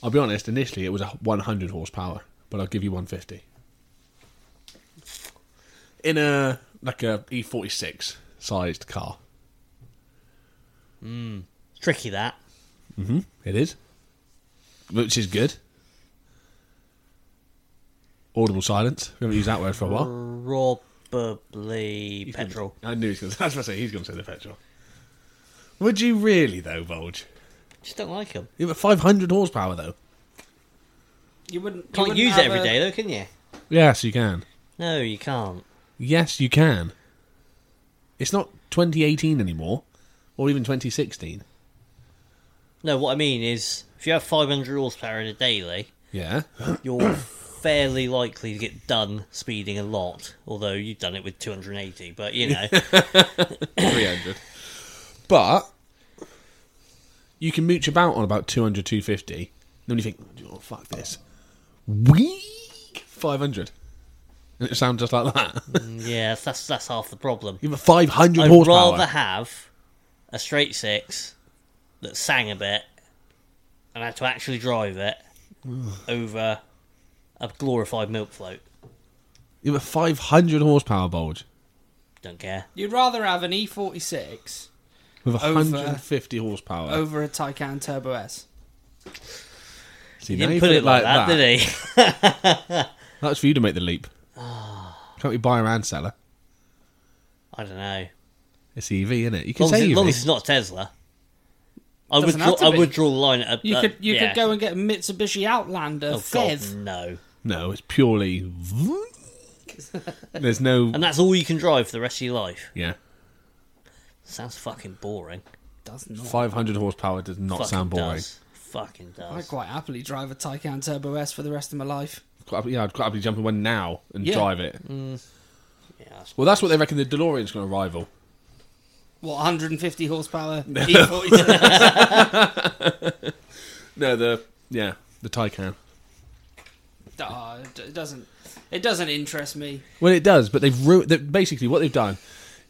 Speaker 2: I'll be honest, initially it was a 100 horsepower, but I'll give you 150. In a like a E46 sized car.
Speaker 3: It's tricky that.
Speaker 2: It is. Which is good. Audible silence. We haven't used that word for a while.
Speaker 3: Probably petrol.
Speaker 2: I knew he was going to. That's what I say. He's going to say the petrol. Would you really though, Bulge?
Speaker 3: Just don't like them.
Speaker 2: You have a 500 horsepower though.
Speaker 1: You wouldn't you
Speaker 3: Can't
Speaker 1: wouldn't
Speaker 3: use
Speaker 1: have
Speaker 3: it every
Speaker 1: a-
Speaker 3: day though, can you?
Speaker 2: Yes, you can.
Speaker 3: No, you can't.
Speaker 2: Yes, you can. It's not 2018 anymore, or even 2016.
Speaker 3: No, what I mean is, if you have 500 horsepower in a daily,
Speaker 2: Yeah.
Speaker 3: you're fairly likely to get done speeding a lot. Although you've done it with 280, but you know,
Speaker 2: 300. But you can mooch about on about 200, 250. Then you think, oh, fuck this. Weak 500. And it sounds just like that.
Speaker 3: yeah, that's that's half the problem.
Speaker 2: you have a 500
Speaker 3: Mm. I'd
Speaker 2: horsepower.
Speaker 3: rather have a straight six that sang a bit and had to actually drive it over a glorified milk float.
Speaker 2: you have a 500 horsepower bulge
Speaker 3: Don't care.
Speaker 1: You'd rather have an E E46
Speaker 2: with
Speaker 1: Over.
Speaker 2: 150 horsepower.
Speaker 1: over a Taycan Turbo S.
Speaker 2: See,
Speaker 3: He
Speaker 2: now
Speaker 3: didn't
Speaker 2: you
Speaker 3: put it like that, did he?
Speaker 2: That's for you to make the leap.
Speaker 3: Ah.
Speaker 2: Can't we buy a and seller?
Speaker 3: I don't know.
Speaker 2: It's EV, isn't it? You can
Speaker 3: As long
Speaker 2: say
Speaker 3: as,
Speaker 2: E
Speaker 3: it-
Speaker 2: EV.
Speaker 3: long as it's not a Tesla. I would,
Speaker 1: Doesn't have
Speaker 3: draw,
Speaker 1: to
Speaker 3: I
Speaker 1: be.
Speaker 3: would draw the line at a,
Speaker 1: You
Speaker 3: uh,
Speaker 1: could you
Speaker 3: yeah.
Speaker 1: could go and get a Mitsubishi Outlander
Speaker 3: oh, God,
Speaker 1: Fev.
Speaker 3: no.
Speaker 2: No, it's purely. There's no.
Speaker 3: And that's all you can drive for the rest of your life.
Speaker 2: Yeah.
Speaker 3: Sounds fucking boring.
Speaker 1: Does not.
Speaker 2: 500 horsepower does not
Speaker 3: Fucking
Speaker 2: sound boring.
Speaker 3: Does. Fucking
Speaker 1: I
Speaker 3: does.
Speaker 1: quite happily drive a Taycan Turbo S for the rest of my life.
Speaker 2: Quite happy- yeah, I'd quite happily jump in one now and
Speaker 1: Yeah.
Speaker 2: drive it.
Speaker 3: Mm. Yeah, that's-
Speaker 2: Well, that's what they reckon the DeLorean's going to rival.
Speaker 1: What 150 horsepower E E46?
Speaker 2: No, the yeah, the Taycan.
Speaker 1: Ah, it doesn't it doesn't interest me.
Speaker 2: Well, it does, but they've ru- that- basically what they've done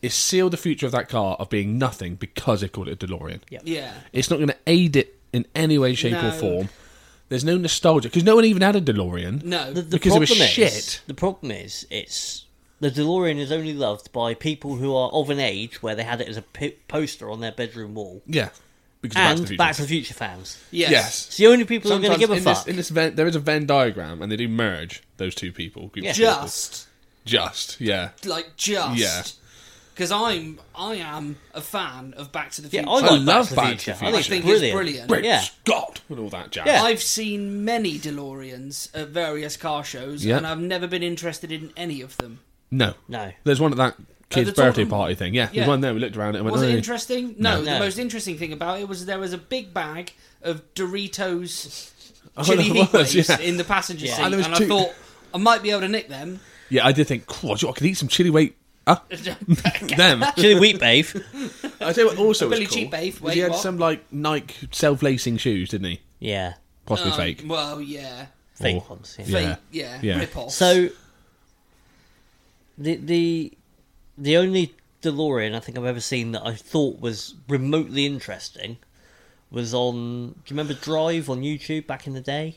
Speaker 2: is sealed the future of that car of being nothing because they called it a DeLorean.
Speaker 1: Yeah.
Speaker 2: It's not going to aid it in any way, shape, or
Speaker 1: No.
Speaker 2: form. There's no nostalgia because no one even had a DeLorean.
Speaker 1: No.
Speaker 3: The, the
Speaker 2: Because it was
Speaker 3: problem is,
Speaker 2: shit.
Speaker 3: The problem is, it's the DeLorean is only loved by people who are of an age where they had it as a p- poster on their bedroom wall,
Speaker 2: Yeah, because
Speaker 3: and
Speaker 2: Back to the Future.
Speaker 3: Future fans.
Speaker 1: yes.
Speaker 2: yes.
Speaker 3: It's the only people who are going to
Speaker 2: Sometimes
Speaker 3: give a
Speaker 2: in
Speaker 3: fuck.
Speaker 2: This, in this event, there is a Venn diagram, and they do merge those two people. groups of
Speaker 3: Yeah.
Speaker 2: people.
Speaker 1: Just
Speaker 2: just, yeah.
Speaker 1: like just.
Speaker 2: Yeah.
Speaker 1: Because I'm I am a fan of Back to the
Speaker 3: yeah,
Speaker 1: Future.
Speaker 3: I like
Speaker 2: I
Speaker 3: Back
Speaker 2: love
Speaker 3: to the
Speaker 2: Back to
Speaker 3: Future.
Speaker 2: the
Speaker 3: I
Speaker 1: I
Speaker 3: think,
Speaker 1: think
Speaker 3: it's brilliant.
Speaker 1: it's brilliant.
Speaker 2: Great
Speaker 3: Yeah.
Speaker 2: Scott and all that jazz.
Speaker 3: Yeah.
Speaker 1: I've seen many DeLoreans at various car shows,
Speaker 2: Yeah.
Speaker 1: and I've never been interested in any of them.
Speaker 2: No,
Speaker 3: No,
Speaker 2: there's one at that kid's
Speaker 1: the
Speaker 2: birthday
Speaker 1: Tottenham-
Speaker 2: party thing. Yeah,
Speaker 1: Yeah.
Speaker 2: there's one there. We looked around it and went,
Speaker 1: Was
Speaker 2: "Hey."
Speaker 1: it interesting? No,
Speaker 3: No.
Speaker 1: The
Speaker 3: No.
Speaker 1: most interesting thing about it was there was a big bag of Doritos
Speaker 2: Oh,
Speaker 1: chili
Speaker 2: there
Speaker 1: heat
Speaker 2: was,
Speaker 1: waves
Speaker 2: yeah.
Speaker 1: in the passenger
Speaker 3: Yeah.
Speaker 1: seat,
Speaker 2: And
Speaker 1: and,
Speaker 2: there was
Speaker 1: I
Speaker 2: two-
Speaker 1: thought I might be able to nick them.
Speaker 2: Yeah, I did think, "Cool, do you know what, I could eat some chili weight. Huh?
Speaker 1: Um,
Speaker 2: them.
Speaker 3: chili wheat babe.
Speaker 2: I tell you what also was
Speaker 1: Billy
Speaker 2: cool.
Speaker 1: Cheap Beef,
Speaker 2: was
Speaker 1: wait,
Speaker 2: he had
Speaker 1: what?
Speaker 2: some like Nike self-lacing shoes, didn't he?
Speaker 3: Yeah,
Speaker 2: Possibly
Speaker 1: Um,
Speaker 2: fake.
Speaker 1: Well, yeah,
Speaker 3: fake
Speaker 2: Or-
Speaker 3: ones. Yeah.
Speaker 2: Yeah.
Speaker 1: fake, yeah,
Speaker 2: Yeah.
Speaker 1: rip off.
Speaker 3: So the the the only DeLorean I think I've ever seen that I thought was remotely interesting was on. Do you remember Drive on YouTube back in the day?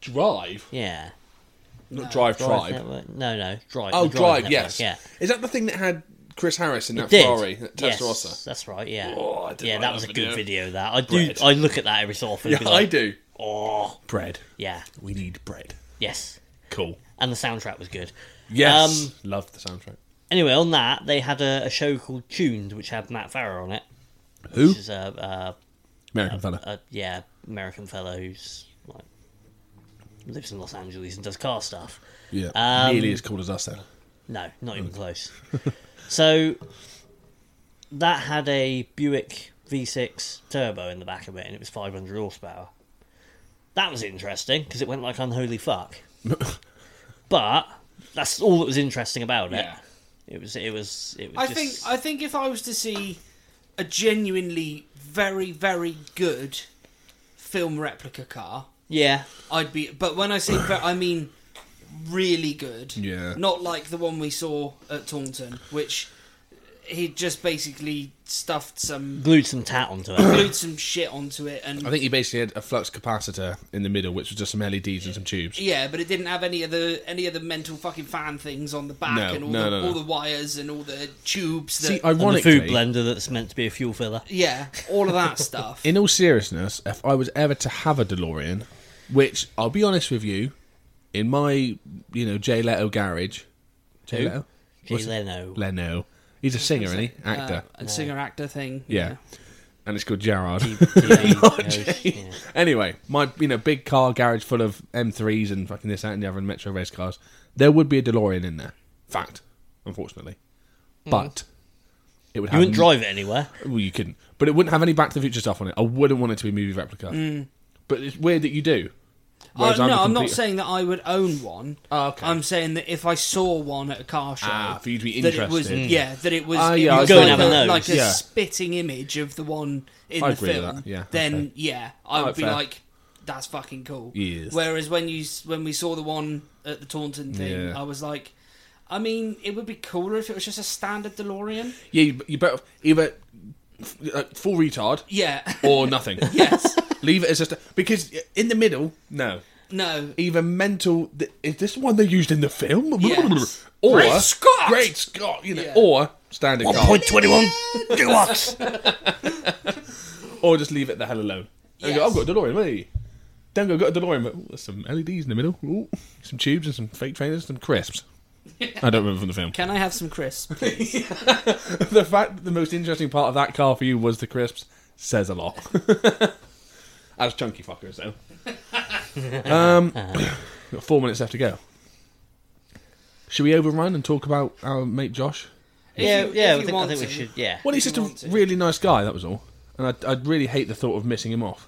Speaker 2: Drive,
Speaker 3: Yeah. Uh,
Speaker 2: not Drive
Speaker 3: Drive
Speaker 2: Tribe.
Speaker 3: Network? No, no. Drive.
Speaker 2: Oh,
Speaker 3: the
Speaker 2: Drive,
Speaker 3: Network,
Speaker 2: yes.
Speaker 3: Yeah.
Speaker 2: Is that the thing that had Chris Harris in that
Speaker 3: Did.
Speaker 2: Ferrari, that Testarossa?
Speaker 3: Yes, that's right. Yeah.
Speaker 2: Oh, I did
Speaker 3: yeah,
Speaker 2: like
Speaker 3: that
Speaker 2: that
Speaker 3: was a
Speaker 2: video.
Speaker 3: good video. That I do.
Speaker 2: Bread.
Speaker 3: I look at that every so often. and
Speaker 2: Yeah,
Speaker 3: be like,
Speaker 2: I do.
Speaker 3: Oh, Um,
Speaker 2: Bread.
Speaker 3: yeah.
Speaker 2: We need bread.
Speaker 3: Yes.
Speaker 2: Cool.
Speaker 3: And the soundtrack was good.
Speaker 2: Yes.
Speaker 3: Um,
Speaker 2: Love the soundtrack.
Speaker 3: Anyway, on that they had a, a show called Tuned, which had Matt Farah on it.
Speaker 2: Who?
Speaker 3: Which is a,
Speaker 2: American fella.
Speaker 3: a, a yeah American fellow who's like lives in Los Angeles and does car stuff.
Speaker 2: yeah.
Speaker 3: um,
Speaker 2: Nearly as cool as us then.
Speaker 3: No, not even close. so that had a Buick V6 turbo in the back of it, and it was 500 horsepower. That was interesting because it went like unholy fuck. but that's all that was interesting about it.
Speaker 2: Yeah.
Speaker 3: It was. It was. It was.
Speaker 1: I
Speaker 3: just-
Speaker 1: think I think if I was to see a genuinely very very good film replica car,
Speaker 3: Yeah.
Speaker 1: I'd be. But when I say, ver- I mean really good.
Speaker 2: Yeah.
Speaker 1: Not like the one we saw at Taunton, which he just basically stuffed some,
Speaker 3: Glued some tat onto it.
Speaker 1: glued some shit onto it, and
Speaker 2: I think he basically had a flux capacitor in the middle, which was just some LEDs and some tubes.
Speaker 1: Yeah, but it didn't have any of the any of the mental fucking fan things on the back
Speaker 2: No,
Speaker 1: and all
Speaker 2: no,
Speaker 1: the
Speaker 2: no, no.
Speaker 1: all the wires and all the tubes. That,
Speaker 2: See,
Speaker 3: and the food
Speaker 2: ironically,
Speaker 3: blender that's meant to be a fuel filler.
Speaker 1: yeah, all of that stuff.
Speaker 2: in all seriousness, if I was ever to have a DeLorean, which I'll be honest with you, in my you know Jay Leto garage, Jay
Speaker 3: Who?
Speaker 2: Leto,
Speaker 3: Jay
Speaker 2: What's it-
Speaker 3: Leno.
Speaker 2: Leno, he's a singer, isn't he? Actor,
Speaker 1: Uh, a singer actor thing.
Speaker 2: yeah. and it's called Gerard.
Speaker 3: TV, yeah.
Speaker 2: anyway, my you know big car garage full of M3s and fucking this that and the other and Metro race cars. There would be a DeLorean in there. Fact, unfortunately,
Speaker 1: Hmm.
Speaker 2: but it would.
Speaker 3: You
Speaker 2: Have
Speaker 1: Um,
Speaker 3: wouldn't drive it anywhere.
Speaker 2: Well, you couldn't. But it wouldn't have any Back to the Future stuff on it. I wouldn't want it to be a movie replica. But it's weird that you do.
Speaker 1: Uh,
Speaker 2: Whereas
Speaker 1: Hmm. no,
Speaker 2: the
Speaker 1: I'm not
Speaker 2: complete-
Speaker 1: saying that I would own one.
Speaker 2: Oh, okay.
Speaker 1: I'm saying that if I saw one at a car show,
Speaker 2: Ah, for you to be
Speaker 1: that it was
Speaker 2: interested.
Speaker 1: yeah, that it was,
Speaker 2: Ah,
Speaker 1: it
Speaker 2: yeah, I
Speaker 1: was
Speaker 3: see
Speaker 1: like,
Speaker 3: what you
Speaker 1: a,
Speaker 3: mean.
Speaker 1: like a
Speaker 2: Yeah.
Speaker 1: spitting image of the one in
Speaker 2: I
Speaker 1: the
Speaker 2: agree with
Speaker 1: film.
Speaker 2: that, yeah,
Speaker 1: then
Speaker 2: okay.
Speaker 1: yeah, I would
Speaker 2: Alright,
Speaker 1: be
Speaker 2: fair.
Speaker 1: like, that's fucking cool.
Speaker 2: Yes.
Speaker 1: Whereas when you s- when we saw the one at the Taunton thing,
Speaker 2: Yeah.
Speaker 1: I was like. I mean, it would be cooler if it was just a standard DeLorean.
Speaker 2: Yeah, you, you better either f- like, full retard
Speaker 1: Yeah.
Speaker 2: or nothing.
Speaker 1: yes.
Speaker 2: Leave it as just a, because in the middle, no.
Speaker 1: No.
Speaker 2: Either mental. th- Is this the one they used in the film?
Speaker 1: Yes.
Speaker 2: Or
Speaker 1: Great Scott!
Speaker 2: Great Scott! You know,
Speaker 1: Yeah.
Speaker 2: or
Speaker 1: Oh,
Speaker 2: standard car,
Speaker 3: 21 gigawatts.
Speaker 2: or just leave it the hell alone. And go,
Speaker 1: Yes.
Speaker 2: I've got a DeLorean, mate. Then go, I've got a DeLorean, but ooh, there's some LEDs in the middle, ooh, some tubes and some fake trainers, some crisps. I don't remember from the film.
Speaker 1: Can I have some crisps?
Speaker 2: the fact that the most interesting part of that car for you was the crisps says a lot. As chunky fuckers, though. um, got four minutes left to go. Should we overrun and talk about our mate Josh?
Speaker 3: Yeah,
Speaker 1: If you-
Speaker 3: yeah,
Speaker 1: if
Speaker 3: I
Speaker 1: you
Speaker 3: think, I
Speaker 1: want
Speaker 3: think we
Speaker 1: to.
Speaker 3: should, yeah.
Speaker 2: Well, he's
Speaker 1: If
Speaker 2: just
Speaker 1: you
Speaker 2: a
Speaker 1: want to.
Speaker 2: really nice guy. That was all, and I'd, I'd really hate the thought of missing him off.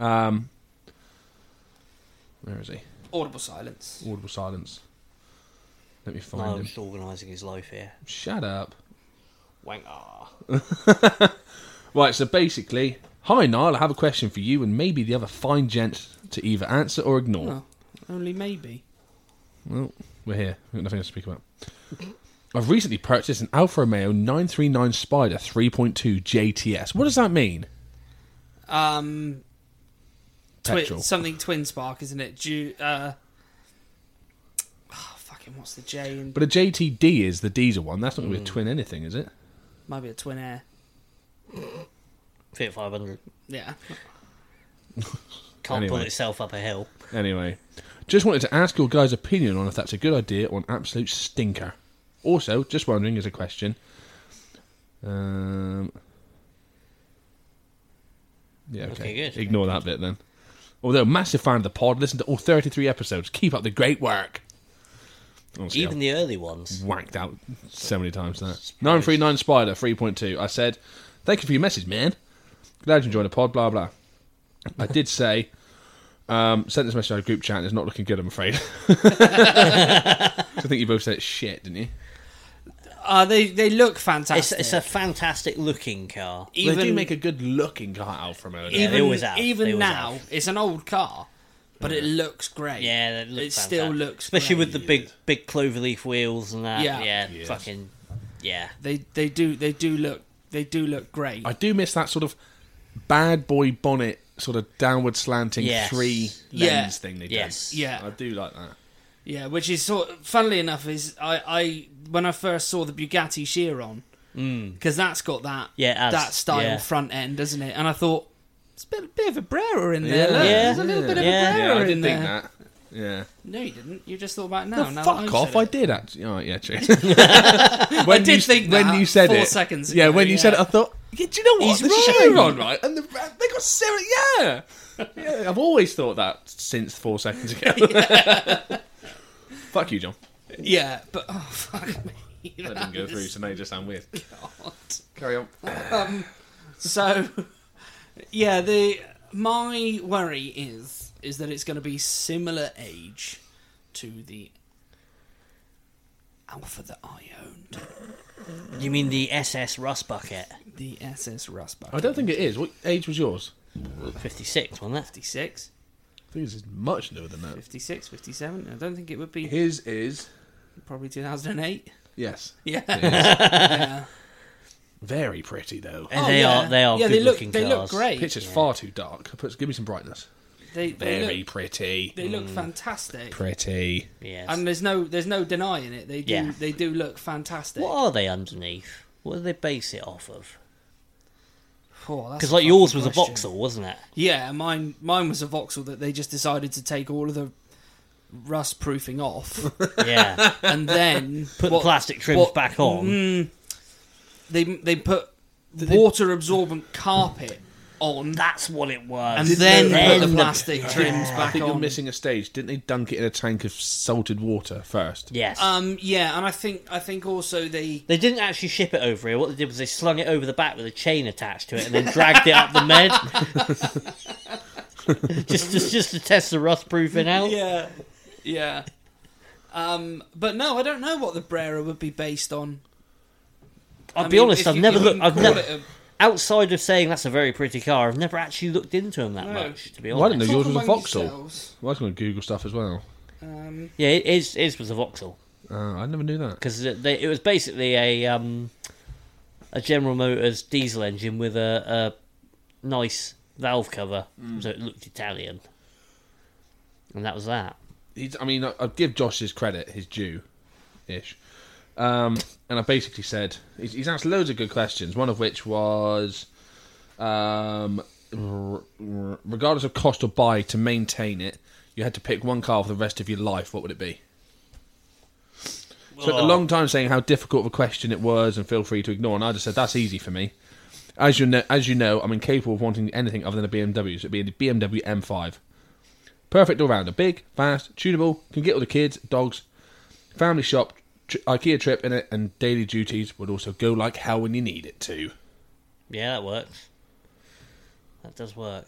Speaker 2: Um, where is he?
Speaker 1: Audible silence.
Speaker 2: Audible silence. Let me find
Speaker 3: I'm
Speaker 2: him.
Speaker 3: just organising Um, his life here. Ah.
Speaker 2: Shut up.
Speaker 3: Wangar.
Speaker 2: Right, so basically, hi Niall, I have a question for you and maybe the other fine gent to either answer or ignore.
Speaker 1: Oh, only maybe.
Speaker 2: Well, we're here. We've got nothing else to speak about. I've recently purchased an Alfa Romeo 939 Spider 3.2 JTS. What does that mean?
Speaker 1: Um, twi-
Speaker 2: Petrol.
Speaker 1: something twin spark, isn't it? Ju- uh, oh, fucking what's the J? In-
Speaker 2: But a JTD is the diesel one. That's not going to
Speaker 1: Hmm.
Speaker 2: be a twin anything, is it?
Speaker 1: Might be a twin air.
Speaker 3: Fiat 500.
Speaker 1: Yeah.
Speaker 3: Can't
Speaker 2: Anyway.
Speaker 3: pull itself up a hill.
Speaker 2: Anyway, just wanted to ask your guys' opinion on if that's a good idea or an absolute stinker. Also, just wondering as a question. Um, yeah, okay.
Speaker 3: Okay, good.
Speaker 2: Ignore that bit then. Although, massive fan of the pod, listen to all 33 episodes. Keep up the great work. Honestly,
Speaker 3: Even
Speaker 2: I've
Speaker 3: the early
Speaker 1: Mm-hmm.
Speaker 3: ones.
Speaker 2: whacked out so many times now. 939 Spider 3.2. I said, thank you for your message, man. Glad you enjoyed the pod, blah, blah. I did say, um, sent this message on a group chat and it's not looking good, I'm afraid. So I think you both said it's shit, didn't you?
Speaker 1: Uh, they they look
Speaker 3: It's,
Speaker 1: fantastic.
Speaker 3: it's a fantastic looking car.
Speaker 1: even
Speaker 2: they do make a good looking car out from it.
Speaker 3: Yeah,
Speaker 1: even
Speaker 3: they always have.
Speaker 1: even
Speaker 3: They always
Speaker 1: now
Speaker 3: have.
Speaker 1: it's an old car, but it looks great.
Speaker 3: Yeah, that looks
Speaker 1: it still
Speaker 3: fantastic.
Speaker 1: looks
Speaker 3: Especially
Speaker 1: great.
Speaker 3: with the big big cloverleaf wheels and that.
Speaker 1: Yeah.
Speaker 3: Yeah, fucking yeah.
Speaker 1: they they do they do look they do look great.
Speaker 2: I do miss that sort of bad boy bonnet, sort of downward slanting
Speaker 3: Yes.
Speaker 2: three lens
Speaker 1: Yeah.
Speaker 2: thing they do.
Speaker 3: Yes.
Speaker 1: Yeah.
Speaker 2: I do like that.
Speaker 1: Yeah, which is sort. Funnily enough, is I, I when I first saw the Bugatti Chiron, because that's got that
Speaker 3: Mm. Yeah, it has,
Speaker 1: that style
Speaker 3: yeah.
Speaker 1: front end, doesn't it? And I thought it's a bit, bit of a Brera in there.
Speaker 2: Yeah.
Speaker 1: look,
Speaker 3: Yeah.
Speaker 1: there's a little bit of
Speaker 3: Yeah.
Speaker 1: a Brera
Speaker 2: Yeah, I
Speaker 1: in
Speaker 2: didn't
Speaker 1: there.
Speaker 2: think that. Yeah.
Speaker 1: No, you didn't. You just thought about it now.
Speaker 2: Oh,
Speaker 1: now that I've
Speaker 2: fuck off!
Speaker 1: said
Speaker 2: I
Speaker 1: it.
Speaker 2: did actually. All right, yeah, true. when
Speaker 1: did
Speaker 2: you, s-
Speaker 1: think
Speaker 2: when
Speaker 1: that
Speaker 2: you said
Speaker 1: four
Speaker 2: it.
Speaker 1: seconds
Speaker 2: Yeah,
Speaker 1: ago,
Speaker 2: when you
Speaker 1: yeah.
Speaker 2: said it, I thought, yeah, do you know what?
Speaker 1: He's
Speaker 2: the
Speaker 1: right.
Speaker 2: Chevron, right? And the, they got serious. Yeah, yeah. I've always thought that since four seconds ago. Fuck you, John.
Speaker 1: Yeah, but oh fuck me.
Speaker 2: That didn't go through, so now you just sound weird.
Speaker 1: God.
Speaker 2: Carry on.
Speaker 1: So, yeah, the my worry is is that it's going to be similar age to the Alpha that I owned,
Speaker 3: You mean the SS Rust Bucket?
Speaker 1: the SS Rust
Speaker 2: I
Speaker 1: Bucket.
Speaker 2: Oh. don't think it is. What age was yours?
Speaker 3: 56, wasn't it?
Speaker 1: 56,
Speaker 2: I think this is much newer than that.
Speaker 1: 56, 57. I don't think it would be
Speaker 2: His is
Speaker 1: probably 2008.
Speaker 2: yes,
Speaker 1: Yeah.
Speaker 2: very pretty though.
Speaker 3: And
Speaker 1: Oh,
Speaker 3: they
Speaker 1: yeah.
Speaker 3: are they are
Speaker 1: yeah,
Speaker 3: good
Speaker 1: they look,
Speaker 3: looking
Speaker 1: They
Speaker 3: cars.
Speaker 1: look great.
Speaker 2: Picture's far too dark. Put, give me some brightness.
Speaker 1: They, they
Speaker 2: Very
Speaker 1: look,
Speaker 2: pretty.
Speaker 1: they look fantastic.
Speaker 2: Pretty.
Speaker 3: Yes.
Speaker 1: And there's no there's no denying it. They do
Speaker 3: Yeah.
Speaker 1: they do look fantastic.
Speaker 3: what are they underneath? What do they base it off of?
Speaker 1: Oh, that's
Speaker 3: Because like
Speaker 1: tough
Speaker 3: yours was a
Speaker 1: question.
Speaker 3: Vauxhall, wasn't it?
Speaker 1: Yeah, mine mine was a voxel that they just decided to take all of the rust proofing off
Speaker 3: Yeah.
Speaker 1: and then
Speaker 3: Put
Speaker 1: what-
Speaker 3: the plastic trims
Speaker 1: what-
Speaker 3: back on.
Speaker 1: Mm, they they put water absorbent carpet on
Speaker 3: That's what it was.
Speaker 1: and then
Speaker 3: Then
Speaker 1: put the
Speaker 3: the-
Speaker 1: plastic trims
Speaker 2: I
Speaker 1: back
Speaker 2: think you're
Speaker 1: on.
Speaker 2: missing a stage. Didn't they dunk it in a tank of salted water first?
Speaker 3: Yes.
Speaker 1: Um, yeah, and I think I think also they
Speaker 3: They didn't actually ship it over here. What they did was they slung it over the back with a chain attached to it, and then dragged it up the med. just, just, just to test the rust proofing out.
Speaker 1: yeah yeah. Um, but no, I don't know what the Brera would be based on.
Speaker 3: I'll be honest. I've never looked. I've never
Speaker 1: It
Speaker 3: outside of saying that's a very pretty car. I've never actually looked into them that
Speaker 1: No.
Speaker 3: much. To be
Speaker 2: Well, I
Speaker 3: honest,
Speaker 2: didn't
Speaker 1: a,
Speaker 2: know yours was a
Speaker 1: Talk among
Speaker 2: Vauxhall.
Speaker 1: yourselves.
Speaker 2: Well, I was going to Google stuff as well.
Speaker 1: Um,
Speaker 3: yeah, it is. It was a Vauxhall
Speaker 2: Uh, I never knew that.
Speaker 3: because it, they- it was basically a um, a General Motors diesel engine with a, a nice valve cover, so it looked Italian, and that was that.
Speaker 2: He's, I mean, I- I'd give Josh his credit, his due, ish. Um, and I basically said he's, he's asked loads of good questions. One of which was, um, r- r- regardless of cost or buy to maintain it, you had to pick one car for the rest of your life. What would it be? Spent a long time saying how difficult of a question it was, and feel free to ignore. And I just said that's easy for me. As you know, as you know, I'm incapable of wanting anything other than a BMW. So it'd be a BMW M5. Perfect all rounder, big, fast, tunable, can get all the kids, dogs, family shop, tr- IKEA trip in it, and daily duties would also go like hell when you need it to.
Speaker 3: Yeah, that works. That does work.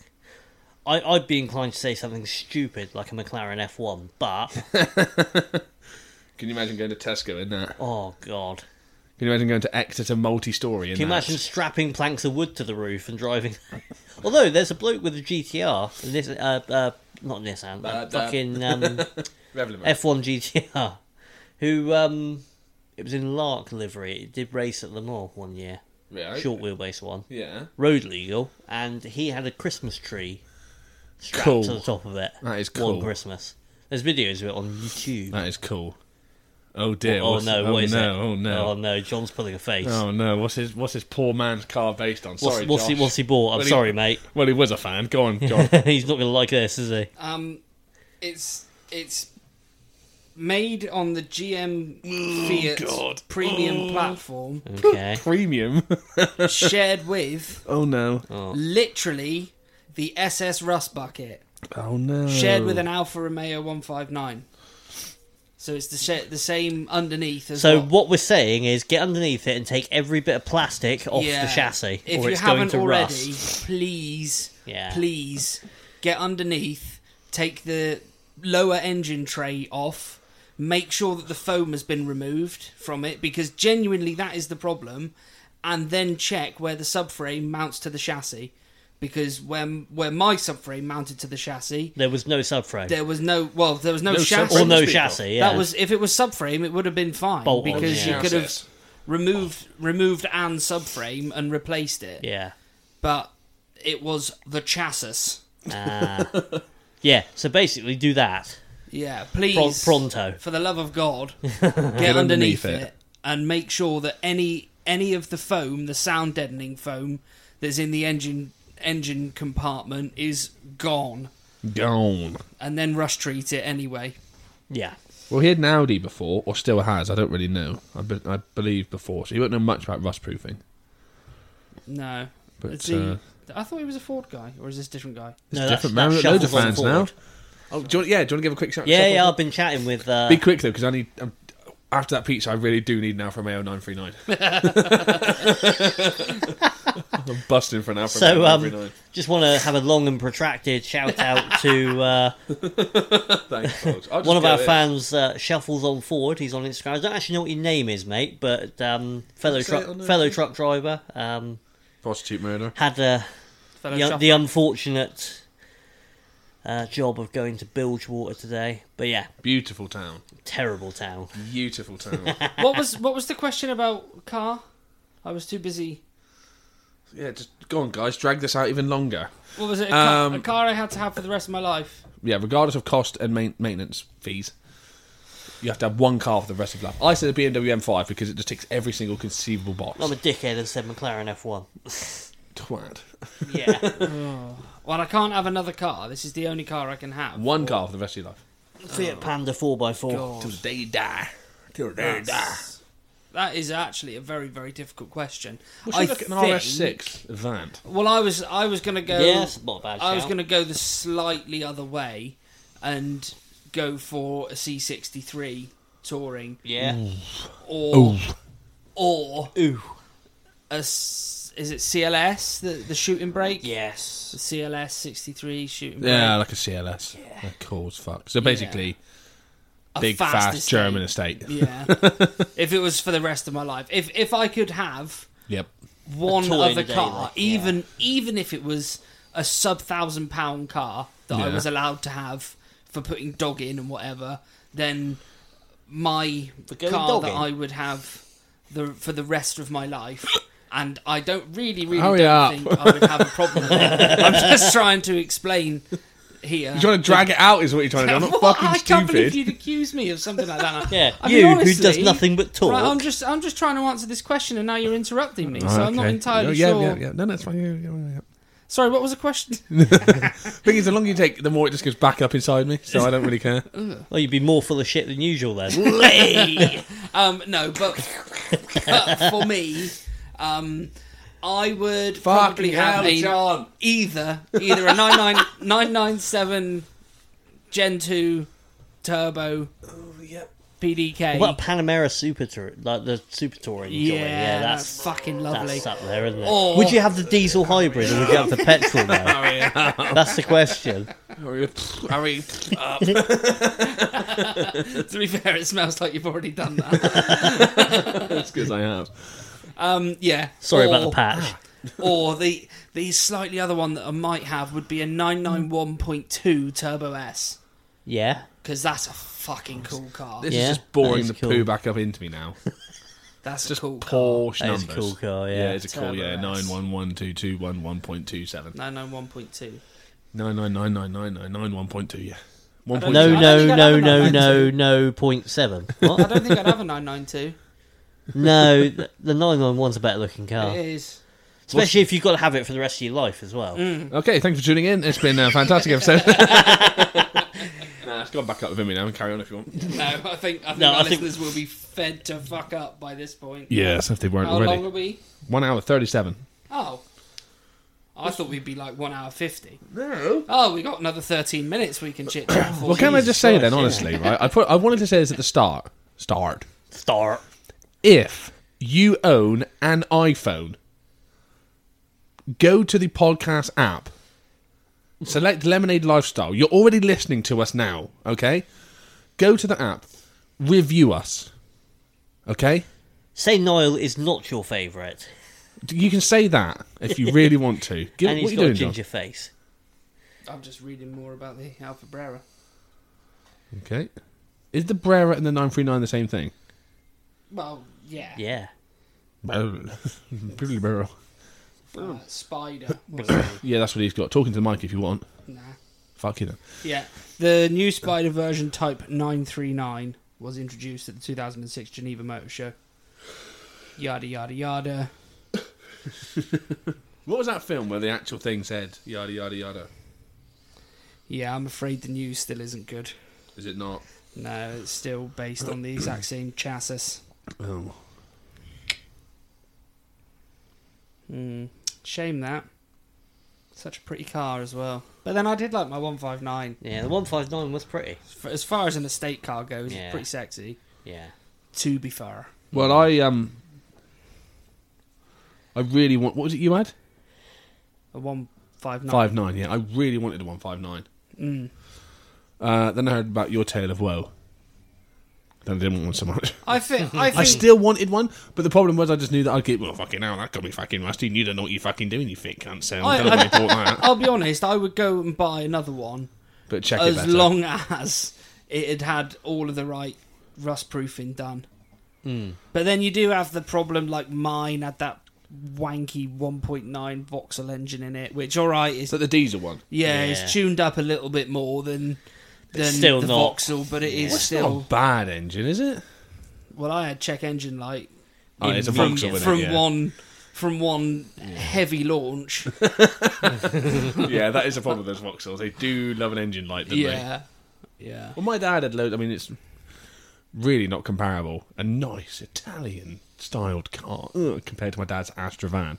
Speaker 3: I, I'd be inclined to say something stupid like a McLaren F1, but
Speaker 2: Can you imagine going to Tesco in that?
Speaker 3: oh god,
Speaker 2: Can you imagine going to Exeter multi-story in
Speaker 3: can you
Speaker 2: that?
Speaker 3: imagine strapping planks of wood to the roof and driving? Although there's a bloke with a GTR, and this, uh, uh, not Nissan, uh,
Speaker 2: But, uh,
Speaker 3: fucking um,
Speaker 2: Revlon.
Speaker 3: F1 GTR, who um, it was in Lark livery. It did race at Le Mans one year,
Speaker 2: Right.
Speaker 3: short wheelbase one,
Speaker 2: Yeah.
Speaker 3: road legal, and he had a Christmas tree strapped
Speaker 2: Cool.
Speaker 3: to the top of it.
Speaker 2: That is
Speaker 3: One
Speaker 2: cool.
Speaker 3: Christmas. There's videos of it on YouTube.
Speaker 2: That is cool. Oh dear.
Speaker 3: oh
Speaker 2: what's-
Speaker 3: no!
Speaker 2: Oh
Speaker 3: what is
Speaker 2: no!
Speaker 3: it?
Speaker 2: Oh
Speaker 3: Oh
Speaker 2: no!
Speaker 3: no! John's pulling a face.
Speaker 2: Oh no! What's his What's his poor man's car based on?
Speaker 3: what's,
Speaker 2: Sorry,
Speaker 3: what's he?
Speaker 2: Josh.
Speaker 3: What's he bought? I'm
Speaker 2: Well, he-
Speaker 3: sorry, mate.
Speaker 2: Well, he was a fan. Go on, John.
Speaker 3: He's not going to like this, is he?
Speaker 1: Um, it's it's made on the GM Fiat
Speaker 2: Oh, God. Oh.
Speaker 1: premium platform,
Speaker 3: Okay.
Speaker 2: Premium.
Speaker 1: shared with
Speaker 2: oh no!
Speaker 1: literally the SS Rust Bucket,
Speaker 2: Oh no!
Speaker 1: shared with an Alfa Romeo 159. So it's the sh- the same underneath as
Speaker 3: So
Speaker 1: what-
Speaker 3: what we're saying is, get underneath it and take every bit of plastic off
Speaker 1: Yeah.
Speaker 3: the chassis,
Speaker 1: If
Speaker 3: or
Speaker 1: you
Speaker 3: it's going
Speaker 1: haven't
Speaker 3: to
Speaker 1: already,
Speaker 3: rust.
Speaker 1: please,
Speaker 3: Yeah.
Speaker 1: please get underneath, take the lower engine tray off, make sure that the foam has been removed from it because genuinely that is the problem, and then check where the subframe mounts to the chassis because when where my subframe mounted to the chassis,
Speaker 3: There was no subframe
Speaker 1: there was no well, there was no,
Speaker 2: No
Speaker 1: chassis.
Speaker 2: subframe.
Speaker 3: or no
Speaker 2: Speak up.
Speaker 3: chassis. Yeah.
Speaker 1: That was if it was subframe, it would have been fine
Speaker 3: Bolt on,
Speaker 1: because
Speaker 3: yeah.
Speaker 1: you could have
Speaker 2: Chassis.
Speaker 1: removed removed and subframe and replaced it
Speaker 3: yeah.
Speaker 1: but it was the chassis.
Speaker 3: Ah. yeah. So basically, do that
Speaker 1: Yeah,
Speaker 3: Pro-
Speaker 1: please,
Speaker 3: pronto.
Speaker 1: for the love of God, get,
Speaker 2: underneath
Speaker 1: underneath,
Speaker 2: it.
Speaker 1: it. and make sure that any any of the foam, the sound deadening foam that's in the engine engine compartment is gone,
Speaker 2: Gone.
Speaker 1: and then rush treat it anyway.
Speaker 3: Yeah.
Speaker 2: Well, he had an Audi before, or still has. I don't really know. I, be- I believe before, so he won't know much about rust proofing.
Speaker 1: No,
Speaker 2: But,
Speaker 1: Is he-
Speaker 2: uh,
Speaker 1: I thought he was a Ford guy, or is this a different guy?
Speaker 2: It's
Speaker 3: No, that's-
Speaker 2: different.
Speaker 3: that
Speaker 2: Man, we've got loads of
Speaker 3: shuffles
Speaker 2: fans now.
Speaker 3: forward.
Speaker 2: Oh, do you, want- yeah, do you want to give a quick shout?
Speaker 3: Yeah,
Speaker 2: shuffle?
Speaker 3: yeah. I've been chatting with. Uh,
Speaker 2: Be quick though, because I need. Um, after that pizza, I really do need an Alfa Romeo 939. I'm busting for an Alfa
Speaker 3: So,
Speaker 2: Romeo
Speaker 3: um,
Speaker 2: 939.
Speaker 3: just want to have a long and protracted shout out to uh,
Speaker 2: Thanks, folks. I'll just
Speaker 3: one of
Speaker 2: go
Speaker 3: our
Speaker 2: in.
Speaker 3: fans, uh, Shuffles on Forward. He's on Instagram. I don't actually know what your name is, mate, but um, fellow
Speaker 2: Say it on
Speaker 3: truck
Speaker 2: there,
Speaker 3: fellow
Speaker 2: please.
Speaker 3: truck driver um,
Speaker 2: Prostitute murder.
Speaker 3: had a
Speaker 1: fellow
Speaker 3: the,
Speaker 1: shopper.
Speaker 3: the unfortunate uh, job of going to Bilgewater today. But yeah,
Speaker 2: Beautiful town.
Speaker 3: terrible town.
Speaker 2: Beautiful town.
Speaker 1: what was what was the question about car? I was too busy.
Speaker 2: yeah, just go on, guys. Drag this out even longer.
Speaker 1: What was it? A, car,
Speaker 2: Um,
Speaker 1: a car I had to have for the rest of my life.
Speaker 2: Yeah, regardless of cost and main- maintenance fees, you have to have one car for the rest of your life. I said the BMW M5 because it just ticks every single conceivable box.
Speaker 3: I'm a dickhead and said McLaren F1.
Speaker 2: twat.
Speaker 3: Yeah,
Speaker 1: Well, I can't have another car. This is the only car I can have.
Speaker 2: One car for the rest of your life.
Speaker 1: Oh.
Speaker 3: Fiat Panda
Speaker 2: Till
Speaker 3: 4x4.
Speaker 2: the day you die. Till the day you die.
Speaker 1: That is actually a very very difficult question.
Speaker 2: We should
Speaker 1: I
Speaker 2: look at an
Speaker 1: think-
Speaker 2: RS6 Avant.
Speaker 1: Well, I was I was gonna go.
Speaker 3: Yeah, that's not a bad
Speaker 1: I was
Speaker 3: shout.
Speaker 1: gonna go the slightly other way, and go for a C63 touring
Speaker 3: Yeah.
Speaker 1: or or
Speaker 3: Ooh.
Speaker 1: a s- is it CLS the the shooting brake? The
Speaker 3: Yes.
Speaker 1: CLS 63 shooting brake.
Speaker 2: Yeah, like a CLS. Yeah. Cool as fuck. So basically,
Speaker 1: A
Speaker 2: big, fast,
Speaker 1: estate.
Speaker 2: German estate.
Speaker 1: Yeah. if it was for the rest of my life, if if I could have
Speaker 2: Yep.
Speaker 1: one
Speaker 3: toy in
Speaker 1: other
Speaker 3: a day,
Speaker 1: car,
Speaker 3: like, yeah.
Speaker 1: even even if it was a sub thousand pound car that I
Speaker 2: Yeah.
Speaker 1: was allowed to have for putting dog in and whatever, then my
Speaker 3: For going
Speaker 1: car
Speaker 3: dog
Speaker 1: that
Speaker 3: in.
Speaker 1: I would have the for the rest of my life. And I don't really, really
Speaker 2: Hurry
Speaker 1: don't
Speaker 2: up.
Speaker 1: think I would have a problem with it. I'm just trying to explain here.
Speaker 2: You're trying to drag it out, is what you're trying to do. I'm not
Speaker 1: Well,
Speaker 2: fucking
Speaker 1: I can't
Speaker 2: stupid.
Speaker 1: believe you'd accuse me of something like that.
Speaker 3: Yeah,
Speaker 1: I mean,
Speaker 3: you who does
Speaker 1: honestly-
Speaker 3: nothing but talk.
Speaker 1: Right, I'm just I'm just trying to answer this question, and now you're interrupting me, so I'm not entirely
Speaker 2: yeah,
Speaker 1: sure.
Speaker 2: Yeah, yeah, No, that's fine. Yeah, yeah, yeah.
Speaker 1: Sorry, what was the question?
Speaker 2: Thing is, the longer you take, the more it just goes back up inside me. So I don't really care.
Speaker 3: Well, Oh, you'd be more full of shit than usual then.
Speaker 1: um, no, but, but for me, um, I would probably have a, either either a 99 997 Gen two turbo PDK.
Speaker 3: what a Panamera Super Tour, like the Super Touring
Speaker 1: yeah,
Speaker 3: joy. Yeah, that's
Speaker 1: fucking lovely. Oh.
Speaker 3: That's up there, isn't it?
Speaker 1: Or-
Speaker 3: would you have the diesel hybrid or would you have the petrol
Speaker 1: Oh,
Speaker 3: now?
Speaker 2: Hurry
Speaker 3: That's the question.
Speaker 2: up.
Speaker 1: to be fair, it smells like you've already done that.
Speaker 2: That's because I have.
Speaker 1: um, yeah.
Speaker 3: Sorry about the
Speaker 1: or-
Speaker 3: patch.
Speaker 1: or the the slightly other one that I might have would be a 991.2 Turbo S
Speaker 3: Yeah.
Speaker 1: because that's a fucking cool car.
Speaker 2: This
Speaker 3: Yeah,
Speaker 2: is just boring the
Speaker 3: that is cool.
Speaker 2: poo back up into me now.
Speaker 1: That's a cool car.
Speaker 2: Porsche
Speaker 3: That is a
Speaker 2: numbers.
Speaker 3: cool car, yeah.
Speaker 2: Yeah, it's a cool.
Speaker 1: Turbo
Speaker 2: Yeah,
Speaker 1: S.
Speaker 2: nine one one two two one one point two seven.
Speaker 1: 991.2.
Speaker 2: Nine nine nine nine nine nine nine one point two. Yeah. One
Speaker 1: don't
Speaker 2: point
Speaker 1: think I
Speaker 3: No, no,
Speaker 1: I'd
Speaker 3: no,
Speaker 1: have
Speaker 3: no,
Speaker 1: a
Speaker 3: no, no, point seven.
Speaker 1: I
Speaker 3: What?
Speaker 1: don't think I'd have a 992.
Speaker 3: no, th- the 991's a better looking
Speaker 1: It
Speaker 3: car.
Speaker 1: is.
Speaker 3: Especially if you've got to have it for the rest of your life as well.
Speaker 2: Okay, thanks for tuning in. It's been a fantastic episode. nah, it's gone back up with me now. Carry on if you want.
Speaker 1: No, I think I think
Speaker 3: No,
Speaker 1: our
Speaker 3: I think-
Speaker 1: listeners will be fed to fuck up by this point.
Speaker 2: Yes, if they weren't
Speaker 1: How
Speaker 2: already.
Speaker 1: long are we?
Speaker 2: One hour thirty-seven.
Speaker 1: Oh. I thought we'd be like 1 hour 50.
Speaker 2: No.
Speaker 1: Oh, we got another 13 minutes we can chit chat for.
Speaker 2: Well, can I
Speaker 1: Jesus
Speaker 2: just say
Speaker 3: Christ,
Speaker 2: then,
Speaker 3: yeah.
Speaker 2: honestly, right? I put I wanted to say this at the start. Start.
Speaker 3: Start.
Speaker 2: If you own an iPhone, go to the podcast app. Select Lemonade Lifestyle. You're already listening to us now, okay? Go to the app, review us, okay?
Speaker 3: Say Niall is not your favourite.
Speaker 2: You can say that if you really want to. Give,
Speaker 3: And
Speaker 2: what
Speaker 3: he's
Speaker 2: are you
Speaker 3: got a
Speaker 2: doing, John?
Speaker 3: ginger face.
Speaker 1: I'm just reading more about the Alpha Brera.
Speaker 2: Okay. Is the Brera and the 939 the same thing?
Speaker 1: Well, yeah.
Speaker 3: Yeah.
Speaker 2: Pretty Brera.
Speaker 1: Uh, spider. was
Speaker 2: Yeah, that's what he's got. Talking to the mic if you want.
Speaker 1: Nah.
Speaker 2: Fuck you then.
Speaker 1: Yeah. The new Spider version type 939 was introduced at the 2006 Geneva Motor Show. Yada, yada, yada.
Speaker 2: What was that film where the actual thing said yada yada yada?
Speaker 1: Yeah, I'm afraid the news still isn't good.
Speaker 2: Is it not?
Speaker 1: No, it's still based on the exact same chassis.
Speaker 2: Oh.
Speaker 1: Mm, shame that. Such a pretty car as well. But then I did like my 159.
Speaker 3: Yeah, the 159 was pretty.
Speaker 1: F- As far as an estate car goes,
Speaker 3: Yeah.
Speaker 1: it's pretty sexy.
Speaker 3: Yeah.
Speaker 1: To be fair.
Speaker 2: Well, I um, I really want. What was it you had?
Speaker 1: A 159.
Speaker 2: Five nine. Yeah, I really wanted a one five nine.
Speaker 1: Mm.
Speaker 2: Uh, then I heard about your tale of woe. I didn't want one so much.
Speaker 1: I think. I think.
Speaker 2: I still wanted one, but the problem was I just knew that I'd get, well, fucking hell, that got me fucking rusty. You don't know what you're fucking doing, you thick cunt. So
Speaker 1: I-
Speaker 2: I, don't know why I bought that.
Speaker 1: I'll be honest. I would go and buy another one
Speaker 2: But check it
Speaker 1: as
Speaker 2: better.
Speaker 1: long as it had had all of the right rust proofing done.
Speaker 2: Hmm.
Speaker 1: But then you do have the problem, like mine had that wanky 1.9 voxel engine in it, which all right is
Speaker 2: Is that the diesel one?
Speaker 1: yeah,
Speaker 3: Yeah.
Speaker 1: it's tuned up a little bit more than than
Speaker 3: still
Speaker 1: the
Speaker 3: not-
Speaker 1: voxel, but it is
Speaker 2: It's
Speaker 1: still.
Speaker 2: not a bad engine, is it?
Speaker 1: Well, I had check engine light
Speaker 2: Oh, it's a
Speaker 1: from,
Speaker 2: Vauxhall, isn't it?
Speaker 1: from
Speaker 2: yeah.
Speaker 1: one from one heavy launch.
Speaker 2: yeah, that is a problem with those Vauxhalls. They do love an engine light, don't they?
Speaker 1: yeah, yeah.
Speaker 2: Well, my dad had loads. I mean, it's really not comparable. A nice Italian styled car ugh, compared to my dad's Astrovan,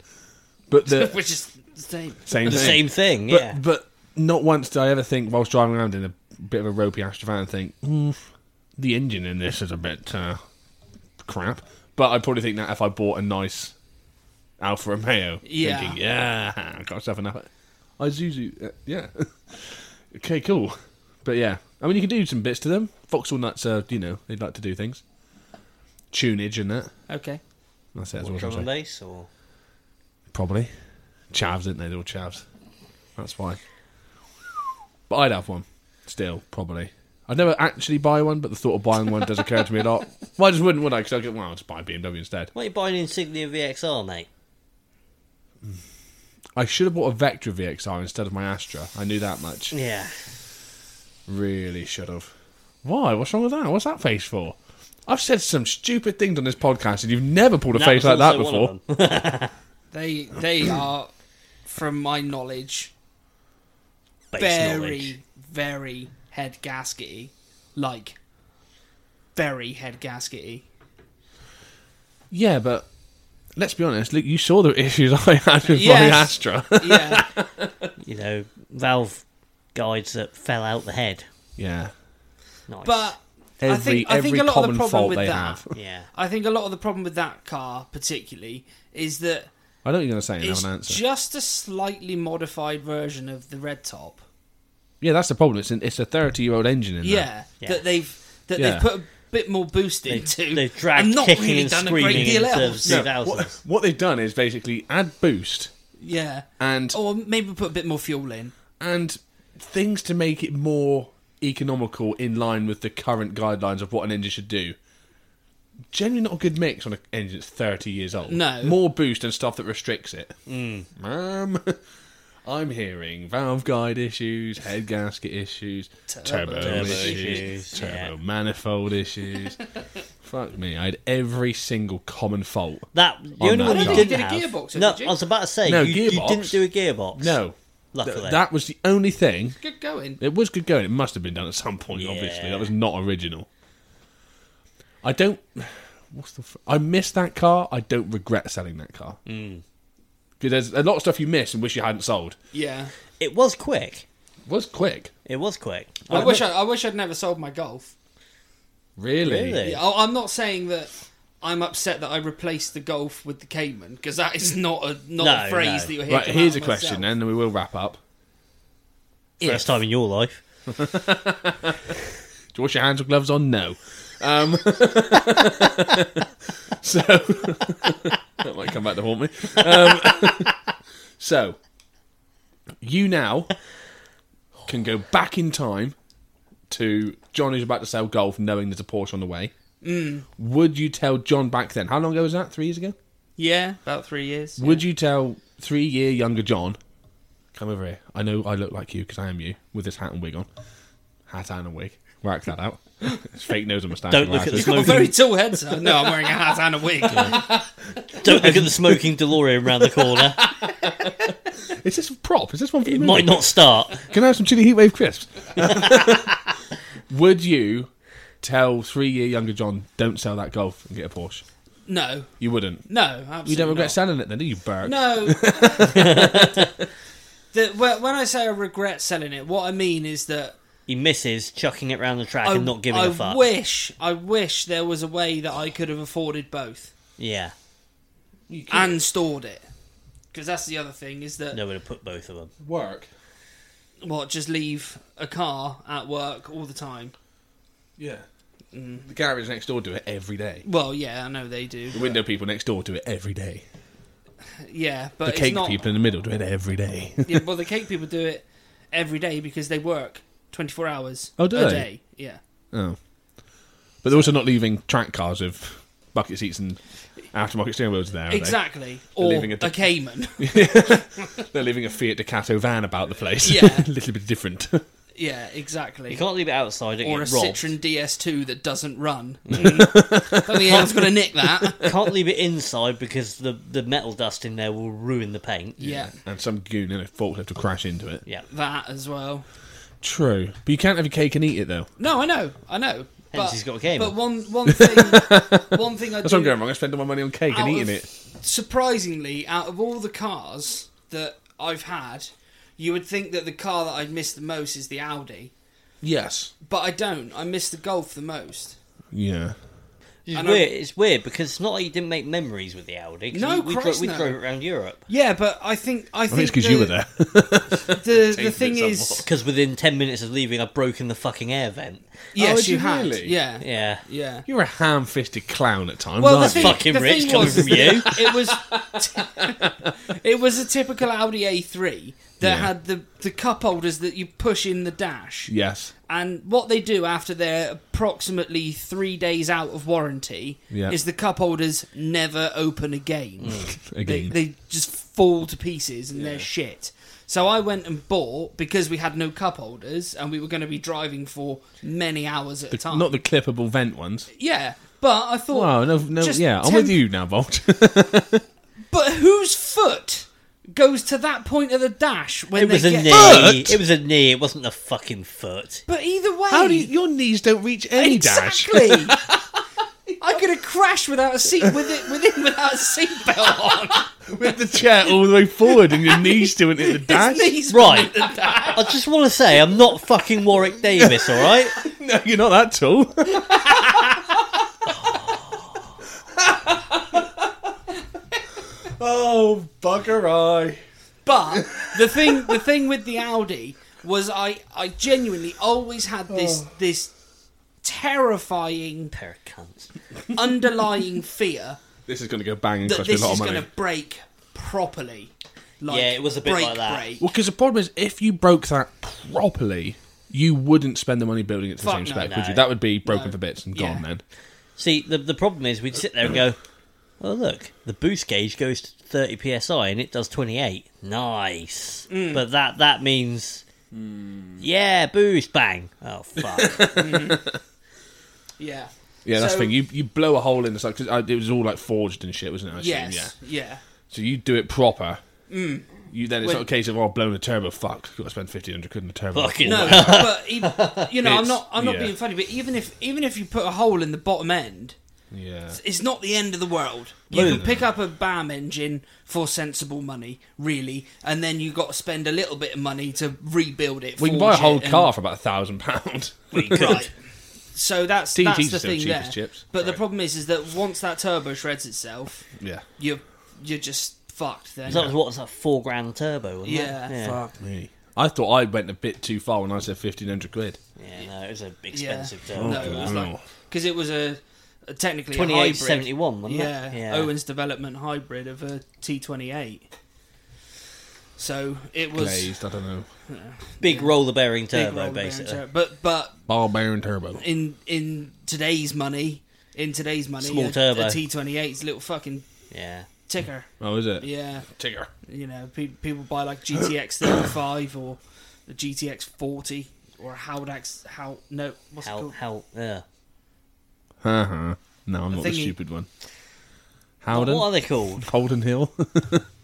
Speaker 2: but the
Speaker 1: Which is the same.
Speaker 2: same
Speaker 3: The
Speaker 2: thing.
Speaker 3: same thing,
Speaker 2: But,
Speaker 3: yeah.
Speaker 2: but not once did I ever think whilst driving around in a bit of a ropey Astrovan and think "Hmm, the engine in this is a bit uh, crap. But I probably think that if I bought a nice Alfa Romeo,
Speaker 1: Yeah.
Speaker 2: thinking, yeah, I got myself enough. Isuzu, uh, yeah. okay, cool. But yeah, I mean, you can do some bits to them. Vauxhall nuts are, you know, they'd like to do things. Tunage and that.
Speaker 1: Okay.
Speaker 2: That's it. That's
Speaker 3: What,
Speaker 2: what I'm
Speaker 3: drum and
Speaker 2: saying.
Speaker 3: bass or
Speaker 2: Probably. Chavs, didn't they? They're all chavs. That's why. But I'd have one. Still, probably. I'd never actually buy one, but the thought of buying one does occur to me a lot. Well, I just wouldn't, would I? Because I'd go, well, I'll just buy a BMW instead.
Speaker 3: why are you buying an Insignia VXR, mate?
Speaker 2: I should have bought a Vectra VXR instead of my Astra. I knew that much.
Speaker 3: Yeah,
Speaker 2: Really should have. Why? What's wrong with that? What's that face for? I've said some stupid things on this podcast, and you've never pulled a face like
Speaker 3: was
Speaker 2: that
Speaker 3: also one
Speaker 2: before.
Speaker 3: of them.
Speaker 1: They they are, from my knowledge,
Speaker 3: Base
Speaker 1: very
Speaker 3: knowledge.
Speaker 1: very head gaskety, like very head gaskety.
Speaker 2: Yeah, but let's be honest. Luke, you saw the issues I had with
Speaker 1: Yes.
Speaker 2: my Astra.
Speaker 1: Yeah,
Speaker 3: You know, valve guides that fell out the head.
Speaker 2: yeah.
Speaker 3: Nice.
Speaker 1: but
Speaker 2: every,
Speaker 1: I think I
Speaker 2: every
Speaker 1: think a lot of
Speaker 2: common
Speaker 1: the problem
Speaker 2: fault
Speaker 1: with
Speaker 2: they
Speaker 1: that.
Speaker 2: have.
Speaker 3: yeah,
Speaker 1: I think a lot of the problem with that car, particularly, is that
Speaker 2: I know what you're going to say and
Speaker 1: it's
Speaker 2: have an answer.
Speaker 1: just a slightly modified version of the red top.
Speaker 2: yeah, that's the problem. It's an, it's a 30 year old engine in there.
Speaker 1: Yeah,
Speaker 3: Yeah.
Speaker 1: that they've that
Speaker 2: Yeah.
Speaker 1: they've put a bit more boost into.
Speaker 3: they've dragged
Speaker 1: and not
Speaker 3: kicking
Speaker 1: really
Speaker 3: and
Speaker 1: done a
Speaker 3: screaming
Speaker 1: great deal
Speaker 3: into
Speaker 1: else.
Speaker 3: the-
Speaker 1: No.
Speaker 3: Yeah.
Speaker 2: What, what they've done is basically add boost
Speaker 1: Yeah,
Speaker 2: and
Speaker 1: or maybe put a bit more fuel in.
Speaker 2: and things to make it more economical in line with the current guidelines of what an engine should do. Generally, not a good mix on an engine that's 30 years old.
Speaker 1: No.
Speaker 2: More boost and stuff that restricts it. Um, I'm hearing valve guide issues, head gasket issues, turbo,
Speaker 1: Turbo
Speaker 2: issues,
Speaker 3: issues,
Speaker 2: turbo
Speaker 3: yeah.
Speaker 2: manifold issues. Fuck me, I had every single common fault.
Speaker 3: that the
Speaker 2: On
Speaker 3: only
Speaker 2: that
Speaker 3: one you
Speaker 2: car.
Speaker 3: didn't
Speaker 1: You did a
Speaker 3: have-
Speaker 1: gearbox,
Speaker 3: No,
Speaker 1: did you?
Speaker 3: I was about to say
Speaker 2: No,
Speaker 3: you, you
Speaker 2: gearbox.
Speaker 3: didn't do a gearbox.
Speaker 2: No. Th-
Speaker 3: luckily
Speaker 2: that was the only thing.
Speaker 1: Good going.
Speaker 2: It was good going. It must have been done at some point, obviously.
Speaker 3: Yeah.
Speaker 2: That was not original. I don't. What's the. Fr- I missed that car. I don't regret selling that car. Because there's a lot of stuff you miss and wish you hadn't sold.
Speaker 1: Yeah,
Speaker 3: it was quick.
Speaker 2: It was quick.
Speaker 3: It was quick.
Speaker 1: I wish I, I wish I'd never sold my Golf.
Speaker 2: Really?
Speaker 3: Really?
Speaker 1: Yeah, I- I'm not saying that I'm upset that I replaced the Golf with the Cayman because that is not a not a
Speaker 3: No,
Speaker 1: phrase
Speaker 3: no.
Speaker 1: that you hear.
Speaker 2: Right,
Speaker 1: come
Speaker 2: here's
Speaker 1: out
Speaker 2: a
Speaker 1: of
Speaker 2: question
Speaker 1: myself.
Speaker 2: then, and we will wrap up.
Speaker 3: First time in your life.
Speaker 2: Do you wash your hands with gloves on? No. Um, so that might come back to haunt me. Um, so you now can go back in time to John who's about to sell golf, knowing there's a Porsche on the way. Would you tell John back then? How long ago was that? Three years ago.
Speaker 1: Yeah, about three years.
Speaker 2: Would you tell three year younger John, come over here? I know I look like you because I am you with this hat and wig on. Hat and a wig. Work that out. It's fake nose and moustache.
Speaker 3: Don't
Speaker 2: and
Speaker 3: look at
Speaker 2: glasses.
Speaker 1: Got a
Speaker 3: Smoking.
Speaker 1: very tall head, sir. No, I'm wearing a hat and a wig.
Speaker 3: Don't look at the smoking DeLorean round the corner.
Speaker 2: Is this a prop? Is this one for
Speaker 3: It
Speaker 2: the
Speaker 3: might
Speaker 2: movie?
Speaker 3: not start.
Speaker 2: Can I have some chili heatwave crisps? Would you tell three year younger John, don't sell that golf and get a Porsche?
Speaker 1: No,
Speaker 2: You wouldn't.
Speaker 1: no, absolutely.
Speaker 2: You don't regret
Speaker 1: not.
Speaker 2: selling it then, do you, Burke?
Speaker 1: No. the, when when I say I regret selling it, what I mean is that
Speaker 3: He misses chucking it round the track
Speaker 1: I,
Speaker 3: and not giving
Speaker 1: I
Speaker 3: a fuck.
Speaker 1: wish I wish there was a way that I could have afforded both
Speaker 3: Yeah,
Speaker 1: and stored it. Because that's the other thing is that
Speaker 3: no would have put both of them.
Speaker 2: Work?
Speaker 1: what just leave a car at work all the time.
Speaker 2: Yeah. Mm. The garage next door do it every day.
Speaker 1: Well, yeah, I know they do.
Speaker 2: The window people next door do it every day.
Speaker 1: Yeah, but
Speaker 2: The
Speaker 1: it's
Speaker 2: cake
Speaker 1: not.
Speaker 2: people in the middle do it every day.
Speaker 1: yeah, well, the cake people do it every day because they work twenty four hours
Speaker 2: Oh, do
Speaker 1: a
Speaker 2: they?
Speaker 1: day. Yeah.
Speaker 2: oh. But they're also not leaving track cars with bucket seats and aftermarket steering wheels there. Are
Speaker 1: Exactly. Or
Speaker 2: leaving a
Speaker 1: a,
Speaker 2: di-
Speaker 1: Cayman.
Speaker 2: They? They're leaving a Fiat Ducato van about the place.
Speaker 1: Yeah.
Speaker 2: a little bit different.
Speaker 1: yeah,
Speaker 3: You
Speaker 1: exactly.
Speaker 3: can't leave it outside and
Speaker 1: Or a
Speaker 3: get robbed.
Speaker 1: Citroen DS2 that doesn't run. Mm. Don't think anyone's going to nick that.
Speaker 3: can't leave it inside because the, the metal dust in there will ruin the paint.
Speaker 1: Yeah,
Speaker 2: and some goon in a forklift will crash into it.
Speaker 3: Yeah.
Speaker 1: that as well.
Speaker 2: True. But you can't have your cake and eat it, though.
Speaker 1: No, I know, I know.
Speaker 3: Hence
Speaker 1: but,
Speaker 3: he's got a game.
Speaker 1: But one one thing, one thing I
Speaker 2: That's
Speaker 1: do,
Speaker 2: what I'm going wrong. I'm spending my money on cake
Speaker 1: out
Speaker 2: and eating
Speaker 1: of-
Speaker 2: it.
Speaker 1: Surprisingly, out of all the cars that I've had, you would think that the car that I'd miss the most is the Audi,
Speaker 2: Yes.
Speaker 1: but I don't. I miss the Golf the most.
Speaker 2: Yeah.
Speaker 3: It's
Speaker 1: And
Speaker 3: weird. It's weird because it's not like you didn't make memories with the Audi. 'cause
Speaker 1: No,
Speaker 3: we, we, dro-
Speaker 1: Christ,
Speaker 3: we
Speaker 1: no.
Speaker 3: drove it around Europe
Speaker 1: Yeah, but I think I
Speaker 2: I
Speaker 1: think
Speaker 2: think it's because
Speaker 1: the-
Speaker 2: you were there.
Speaker 1: The, the
Speaker 2: Tainted
Speaker 1: thing
Speaker 2: somewhat.
Speaker 1: is,
Speaker 3: because within ten minutes of leaving, I'd broken the fucking air vent.
Speaker 1: yes,
Speaker 2: did
Speaker 1: you
Speaker 2: you
Speaker 1: had,
Speaker 2: really?
Speaker 1: yeah, yeah.
Speaker 3: Yeah,
Speaker 2: You're a ham-fisted clown at times.
Speaker 1: Well, the
Speaker 2: aren't
Speaker 1: thing,
Speaker 2: you?
Speaker 3: Fucking
Speaker 1: the
Speaker 3: rich
Speaker 1: thing
Speaker 3: coming
Speaker 1: was,
Speaker 3: from you.
Speaker 1: It was, it was a typical Audi A3 that
Speaker 2: Yeah.
Speaker 1: had the the cup holders that you push in the dash.
Speaker 2: Yes.
Speaker 1: And what they do after they're approximately three days out of warranty
Speaker 2: Yeah. Mm,
Speaker 1: is the cup holders never open again. they,
Speaker 2: Again.
Speaker 1: they just fall to pieces and they're shit. So I went and bought because we had no cup holders and we were going to be driving for many hours at a time.
Speaker 2: Not the clippable vent ones.
Speaker 1: yeah, but I thought,
Speaker 2: Wow, no, no,
Speaker 1: Just
Speaker 2: yeah, I'm
Speaker 1: temp-
Speaker 2: with you now, Bolt.
Speaker 1: but whose foot goes to that point of the dash when
Speaker 3: It was
Speaker 1: they get?
Speaker 3: a knee.
Speaker 2: Foot?
Speaker 3: It was a knee. It wasn't a fucking foot.
Speaker 1: But either way,
Speaker 2: How do you, your knees don't reach any dash?
Speaker 1: Exactly. I could have crashed without a seat with it within without a seatbelt on.
Speaker 2: With the chair all the way forward and your knees doing it in the dash?
Speaker 1: His knees
Speaker 3: Right.
Speaker 1: were in the dash.
Speaker 3: I just want to say I'm not fucking Warwick Davis, all right?
Speaker 2: No, you're not that tall. oh, bugger eye.
Speaker 1: But the thing the thing with the Audi was I I genuinely always had this this terrifying
Speaker 3: Pair of cunts.
Speaker 1: underlying fear
Speaker 2: This is going to go bang and
Speaker 1: that
Speaker 2: cost me a
Speaker 1: this
Speaker 2: lot
Speaker 1: is
Speaker 2: of
Speaker 1: going
Speaker 2: money.
Speaker 1: to break properly. Like,
Speaker 3: Yeah, it was a bit
Speaker 1: break,
Speaker 3: like that.
Speaker 1: Break.
Speaker 2: Well, because the problem is, if you broke that properly, you wouldn't spend the money building it to the
Speaker 1: Fuck
Speaker 2: same
Speaker 1: no,
Speaker 2: spec,
Speaker 1: no.
Speaker 2: would you? That would be broken
Speaker 1: No.
Speaker 2: for bits and
Speaker 1: Yeah.
Speaker 2: gone then.
Speaker 3: See, the the problem is we'd sit there and go, "Oh look, the boost gauge goes to 30 psi and it does 28. Nice."
Speaker 1: Mm.
Speaker 3: But that that means
Speaker 1: Hmm.
Speaker 3: yeah, boost bang. Oh fuck.
Speaker 1: Yeah.
Speaker 2: Yeah, that's
Speaker 1: So-
Speaker 2: the thing. You you blow a hole in the side because it was all like forged and shit, wasn't it? I assume,
Speaker 1: Yes.
Speaker 2: Yeah.
Speaker 1: Yeah.
Speaker 2: So you do it proper.
Speaker 1: Mm.
Speaker 2: You then it's
Speaker 1: When-
Speaker 2: not a case of oh, I've blown a turbo. Fuck, got to spend fifteen hundred quid in a turbo.
Speaker 3: Fucking
Speaker 1: No,
Speaker 3: hell.
Speaker 1: but even, you know, I'm
Speaker 2: It's-
Speaker 1: not. I'm not
Speaker 2: yeah.
Speaker 1: being funny. But even if even if you put a hole in the bottom end,
Speaker 2: Yeah.
Speaker 1: it's not the end of the world. You
Speaker 3: No.
Speaker 1: can pick up a BAM engine for sensible money, really, and then you got to spend a little bit of money to rebuild it.
Speaker 2: We can buy a
Speaker 1: forge
Speaker 2: whole
Speaker 1: it, and-
Speaker 2: car for about a thousand pounds.
Speaker 3: We could.
Speaker 1: Right. So that's
Speaker 2: DD's
Speaker 1: that's the
Speaker 2: still
Speaker 1: thing
Speaker 2: cheap
Speaker 1: there.
Speaker 2: as chips.
Speaker 1: But the
Speaker 2: Right.
Speaker 1: problem is, is that once that turbo shreds itself,
Speaker 2: yeah.
Speaker 1: you you're just fucked. Then
Speaker 3: that was what was that four grand turbo, wasn't
Speaker 1: Yeah.
Speaker 3: it? Yeah.
Speaker 2: Fuck me. I thought I went a bit too far when I said fifteen hundred quid.
Speaker 3: Yeah, no, it was an
Speaker 1: yeah,
Speaker 3: expensive turbo.
Speaker 1: no, it was
Speaker 2: wow.
Speaker 1: like because it was a, a technically a hybrid.
Speaker 3: 2871, wasn't
Speaker 1: yeah,
Speaker 3: it? Yeah.
Speaker 1: Owen's development hybrid of a T28. So it was
Speaker 2: Glazed. I don't know.
Speaker 3: big roller bearing
Speaker 1: big
Speaker 3: turbo,
Speaker 1: roller bearing
Speaker 3: basically.
Speaker 1: turbo. But but
Speaker 2: Ball bearing turbo.
Speaker 1: in in today's money, in today's money,
Speaker 3: Small
Speaker 1: a,
Speaker 3: turbo.
Speaker 1: a T28 is a little fucking
Speaker 3: Yeah.
Speaker 1: ticker.
Speaker 2: Oh, is it?
Speaker 1: Yeah,
Speaker 2: Tigger.
Speaker 1: you know, pe- people buy like GTX 35 or the GTX 40 or a Howdax. How no, what's it
Speaker 3: How
Speaker 1: called?
Speaker 3: how yeah.
Speaker 2: Uh huh. No, I'm not the
Speaker 1: thingy-
Speaker 2: stupid one.
Speaker 3: What,
Speaker 2: Howden.
Speaker 3: are they called?
Speaker 2: Holden Hill.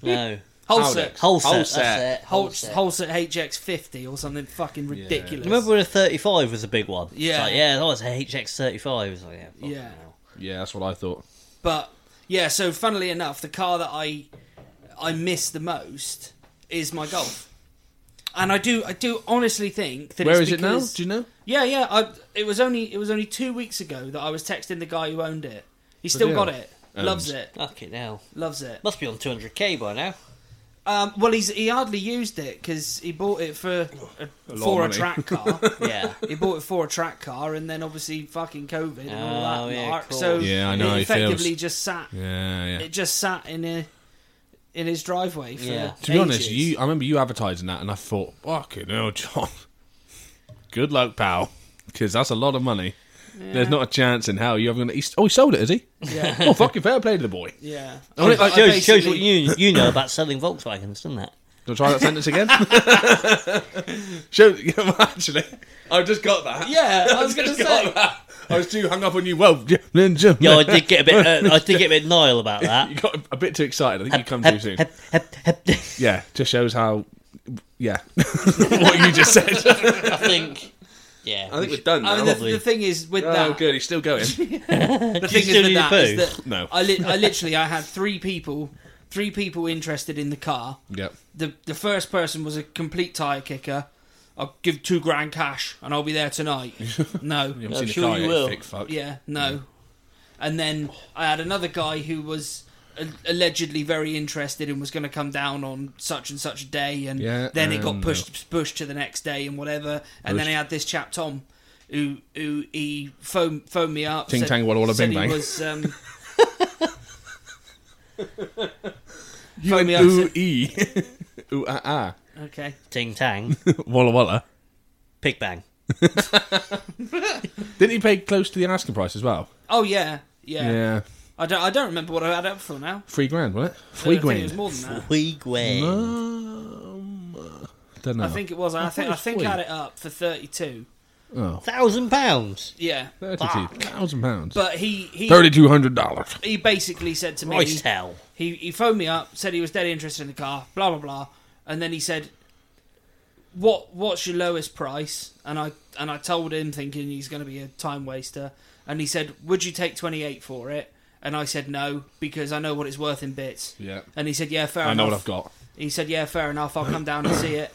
Speaker 3: No.
Speaker 1: Holset,
Speaker 3: Whole set.
Speaker 2: Whole
Speaker 3: that's
Speaker 2: set.
Speaker 3: it, whole
Speaker 1: Holset,
Speaker 3: set.
Speaker 1: Holset HX 50 or something fucking ridiculous.
Speaker 3: Remember when a 35 was a big one? It's
Speaker 1: Yeah.
Speaker 3: like, yeah, that was a HX35. It's like, yeah. fucking
Speaker 1: Yeah.
Speaker 3: hell.
Speaker 2: yeah, that's what I thought.
Speaker 1: But yeah, so funnily enough, the car that I I miss the most is my Golf, and I do I do honestly think that
Speaker 2: Where
Speaker 1: it's
Speaker 2: is it now?
Speaker 1: because-
Speaker 2: Do you know?
Speaker 1: Yeah, yeah. I, it was only it was only two weeks ago that I was texting the guy who owned it. He still
Speaker 2: Bloody
Speaker 1: got
Speaker 2: hell.
Speaker 1: it. Loves
Speaker 2: Owns.
Speaker 1: it.
Speaker 3: Fucking hell.
Speaker 1: Loves it.
Speaker 3: Must be on 200k by now.
Speaker 1: Um, well, he's, he hardly used it because he bought it for a,
Speaker 2: of
Speaker 1: for a
Speaker 2: money.
Speaker 1: track car.
Speaker 3: Yeah.
Speaker 1: he bought it for a track car, and then obviously fucking COVID and all
Speaker 3: Oh,
Speaker 1: that.
Speaker 3: yeah,
Speaker 1: lark.
Speaker 3: cool.
Speaker 1: So
Speaker 2: Yeah, I know how
Speaker 1: it
Speaker 2: he
Speaker 1: effectively
Speaker 2: feels.
Speaker 1: just sat.
Speaker 2: Yeah, yeah.
Speaker 1: It just sat in a, in his driveway. For
Speaker 3: Yeah.
Speaker 2: To be honest,
Speaker 1: ages.
Speaker 2: you I remember you advertising that, and I thought, fucking hell, John. Good luck, pal, because that's a lot of money. There's not a chance in hell you're ever going to. He's, oh, he sold it, is he?
Speaker 1: Yeah.
Speaker 2: oh, fucking fair play to the boy.
Speaker 1: yeah.
Speaker 2: I mean, like,
Speaker 1: I
Speaker 2: Joe,
Speaker 3: Oh, Shows, shows what
Speaker 1: basically-
Speaker 3: you you know about selling Volkswagens, doesn't it?
Speaker 2: Do I try that sentence again? Show, yeah, well, actually, I've just got that.
Speaker 1: Yeah, I was
Speaker 2: I've
Speaker 1: gonna
Speaker 2: just
Speaker 1: say.
Speaker 2: got that. I was too hung up on you. Well, yeah, then Jim,
Speaker 3: Yeah, I did get a bit. Uh, I did get a bit Nile about
Speaker 2: you
Speaker 3: that.
Speaker 2: got a bit too excited. I think you come too
Speaker 3: Hep,
Speaker 2: soon.
Speaker 3: hep, hep, hep.
Speaker 2: Yeah, just shows how. Yeah, what you just said.
Speaker 3: I think. Yeah.
Speaker 2: I think we're done.
Speaker 1: I
Speaker 2: Now.
Speaker 1: mean, the,
Speaker 3: Probably.
Speaker 1: the thing is with
Speaker 2: oh,
Speaker 1: that.
Speaker 2: good. He's still going.
Speaker 1: The
Speaker 3: you
Speaker 1: thing is
Speaker 3: still
Speaker 1: with
Speaker 3: need
Speaker 1: that
Speaker 3: to
Speaker 1: is
Speaker 3: poo?
Speaker 1: that
Speaker 2: No.
Speaker 1: I, li- I literally I had three people, three people interested in the car.
Speaker 2: yep.
Speaker 1: the the first person was a complete tire kicker. I'll give two grand cash and I'll be there tonight. No,
Speaker 2: You haven't
Speaker 3: I'm
Speaker 2: seen the
Speaker 3: sure
Speaker 2: car
Speaker 3: you
Speaker 2: yet,
Speaker 3: will.
Speaker 2: thick fuck.
Speaker 1: yeah, no. And then I had another guy who was a- allegedly very interested and was going to come down on such and such a day, and
Speaker 2: Yeah,
Speaker 1: then it got
Speaker 2: um,
Speaker 1: pushed pushed to the next day and whatever. And then
Speaker 2: Pushed.
Speaker 1: I had this chap Tom, who who he phoned phoned me up.
Speaker 2: Ting
Speaker 1: said-
Speaker 2: tang walla walla
Speaker 1: said
Speaker 2: bing
Speaker 1: he
Speaker 2: bang.
Speaker 1: was, um,
Speaker 2: You
Speaker 1: and
Speaker 2: ooh e, ooh ah ah,
Speaker 1: okay.
Speaker 3: Ting tang.
Speaker 2: walla walla.
Speaker 3: Pig bang.
Speaker 2: Didn't he pay close to the asking price as well?
Speaker 1: Oh yeah, yeah.
Speaker 2: Yeah,
Speaker 1: I don't I don't remember what I had up for now.
Speaker 2: three grand, wasn't it?
Speaker 1: I
Speaker 2: Three
Speaker 1: think it was
Speaker 2: grand.
Speaker 1: more than that.
Speaker 3: Wee Gwen.
Speaker 2: Um, don't know.
Speaker 1: I think it was. I,
Speaker 2: I
Speaker 1: think
Speaker 2: thought it
Speaker 1: I
Speaker 2: was
Speaker 1: think I
Speaker 2: free.
Speaker 1: had it up for thirty-two.
Speaker 2: oh,
Speaker 3: Thousand pounds.
Speaker 1: Yeah,
Speaker 2: thirty-two thousand pounds.
Speaker 1: but he he
Speaker 2: Thirty-two hundred dollars.
Speaker 1: he basically said to me,
Speaker 3: Rice hell.
Speaker 1: he he phoned me up, said he was dead interested in the car, blah blah blah, and then he said, "What what's your lowest price?" And I and I told him, thinking he's going to be a time waster, and he said, "Would you take twenty-eight for it?" And I said no because I know what it's worth in bits.
Speaker 2: Yeah,
Speaker 1: And he said, "Yeah, fair
Speaker 2: I
Speaker 1: enough."
Speaker 2: know what I've got.
Speaker 1: He said, "Yeah, fair enough. I'll come down and see it."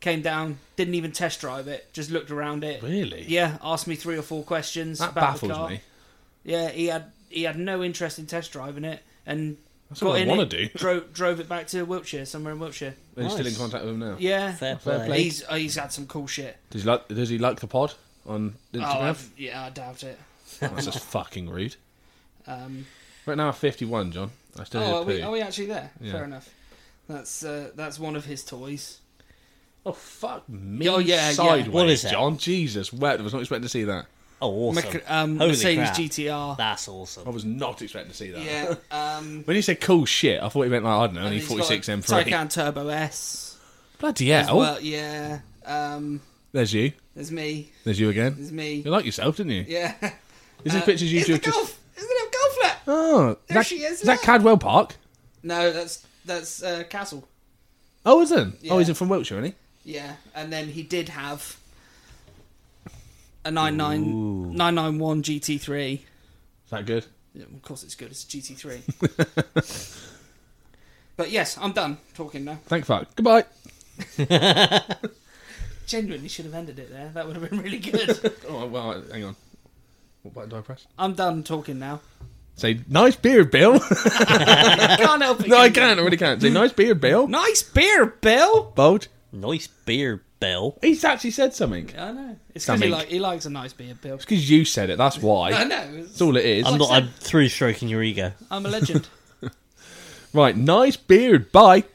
Speaker 1: Came down, didn't even test drive it, just looked around it.
Speaker 2: Really?
Speaker 1: Yeah, asked me three or four questions
Speaker 2: That
Speaker 1: about the
Speaker 2: baffles
Speaker 1: car.
Speaker 2: me.
Speaker 1: Yeah, he had he had no interest in test driving it, and
Speaker 2: That's
Speaker 1: got
Speaker 2: what I
Speaker 1: in
Speaker 2: want
Speaker 1: it,
Speaker 2: to do.
Speaker 1: Drove drove it back to Wiltshire, somewhere in Wiltshire.
Speaker 2: Are you still in
Speaker 3: Nice.
Speaker 2: contact with him now?
Speaker 1: Yeah,
Speaker 3: Fair
Speaker 2: Fair
Speaker 3: play.
Speaker 2: play.
Speaker 1: he's uh, he's had some cool shit.
Speaker 2: Does he like? Does he like the pod on
Speaker 1: Oh, I,
Speaker 2: Instagram? Oh,
Speaker 1: yeah, I doubt it.
Speaker 2: That's just fucking rude.
Speaker 1: Um,
Speaker 2: Right now, I'm fifty-one, John. I still
Speaker 1: oh,
Speaker 2: hear
Speaker 1: are we,
Speaker 2: poo.
Speaker 1: are we actually there?
Speaker 2: Yeah.
Speaker 1: Fair enough. That's uh, that's one of his toys.
Speaker 2: Oh fuck me!
Speaker 1: Oh, yeah, yeah.
Speaker 2: sideways,
Speaker 3: What is that?
Speaker 2: John? Jesus, wept. I was not expecting to see that.
Speaker 3: Oh, awesome.
Speaker 1: Mac- um,
Speaker 3: Holy
Speaker 1: Mercedes
Speaker 3: crap.
Speaker 1: GTR.
Speaker 3: That's
Speaker 2: I
Speaker 3: awesome.
Speaker 2: was not expecting to see that.
Speaker 1: Yeah. Um,
Speaker 2: When he said cool shit, I thought he meant like I don't know,
Speaker 1: and
Speaker 2: only
Speaker 1: he's got a
Speaker 2: forty-six Oh. M3.
Speaker 1: Taycan Turbo S.
Speaker 2: Bloody
Speaker 1: as
Speaker 2: hell!
Speaker 1: well. Yeah. Um,
Speaker 2: There's you.
Speaker 1: there's me.
Speaker 2: There's you again.
Speaker 1: There's me.
Speaker 2: You like yourself, didn't you?
Speaker 1: Yeah.
Speaker 2: Is this
Speaker 1: Uh,
Speaker 2: pictures you
Speaker 1: it's the
Speaker 2: two have
Speaker 1: golf.
Speaker 2: just?
Speaker 1: It's the little golf flat.
Speaker 2: Oh,
Speaker 1: There
Speaker 2: that,
Speaker 1: she is,
Speaker 2: Is that
Speaker 1: look.
Speaker 2: Cadwell Park?
Speaker 1: No, that's that's uh, Castle.
Speaker 2: Oh, is it? Oh,
Speaker 1: Yeah.
Speaker 2: he's in from Wiltshire, isn't he?
Speaker 1: Yeah, and then he did have a 99 991 GT3.
Speaker 2: Is that good?
Speaker 1: Yeah, Of course, it's good. It's a GT3. but yes, I'm done talking now.
Speaker 2: Thank fuck. Goodbye.
Speaker 1: Genuinely should have ended it there. That would have been really good.
Speaker 2: Oh well, hang on. What button do I press?
Speaker 1: I'm done talking now.
Speaker 2: Say nice beard, Bill.
Speaker 1: I can't help it.
Speaker 2: no, I
Speaker 1: can
Speaker 2: can't. I really can't. Say nice beard, Bill.
Speaker 1: you? Nice beer, Bill.
Speaker 2: Bold.
Speaker 3: Nice beer, Bill.
Speaker 2: He's actually said something.
Speaker 1: Yeah, I know. It's because he,
Speaker 2: Something.
Speaker 1: like, he likes a nice beer, Bill.
Speaker 2: It's because you said it. That's
Speaker 1: I
Speaker 2: why.
Speaker 1: know.
Speaker 2: That's all it is.
Speaker 3: I'm not. I'm through stroking your ego.
Speaker 1: I'm a legend.
Speaker 2: Right, nice beard. Bye.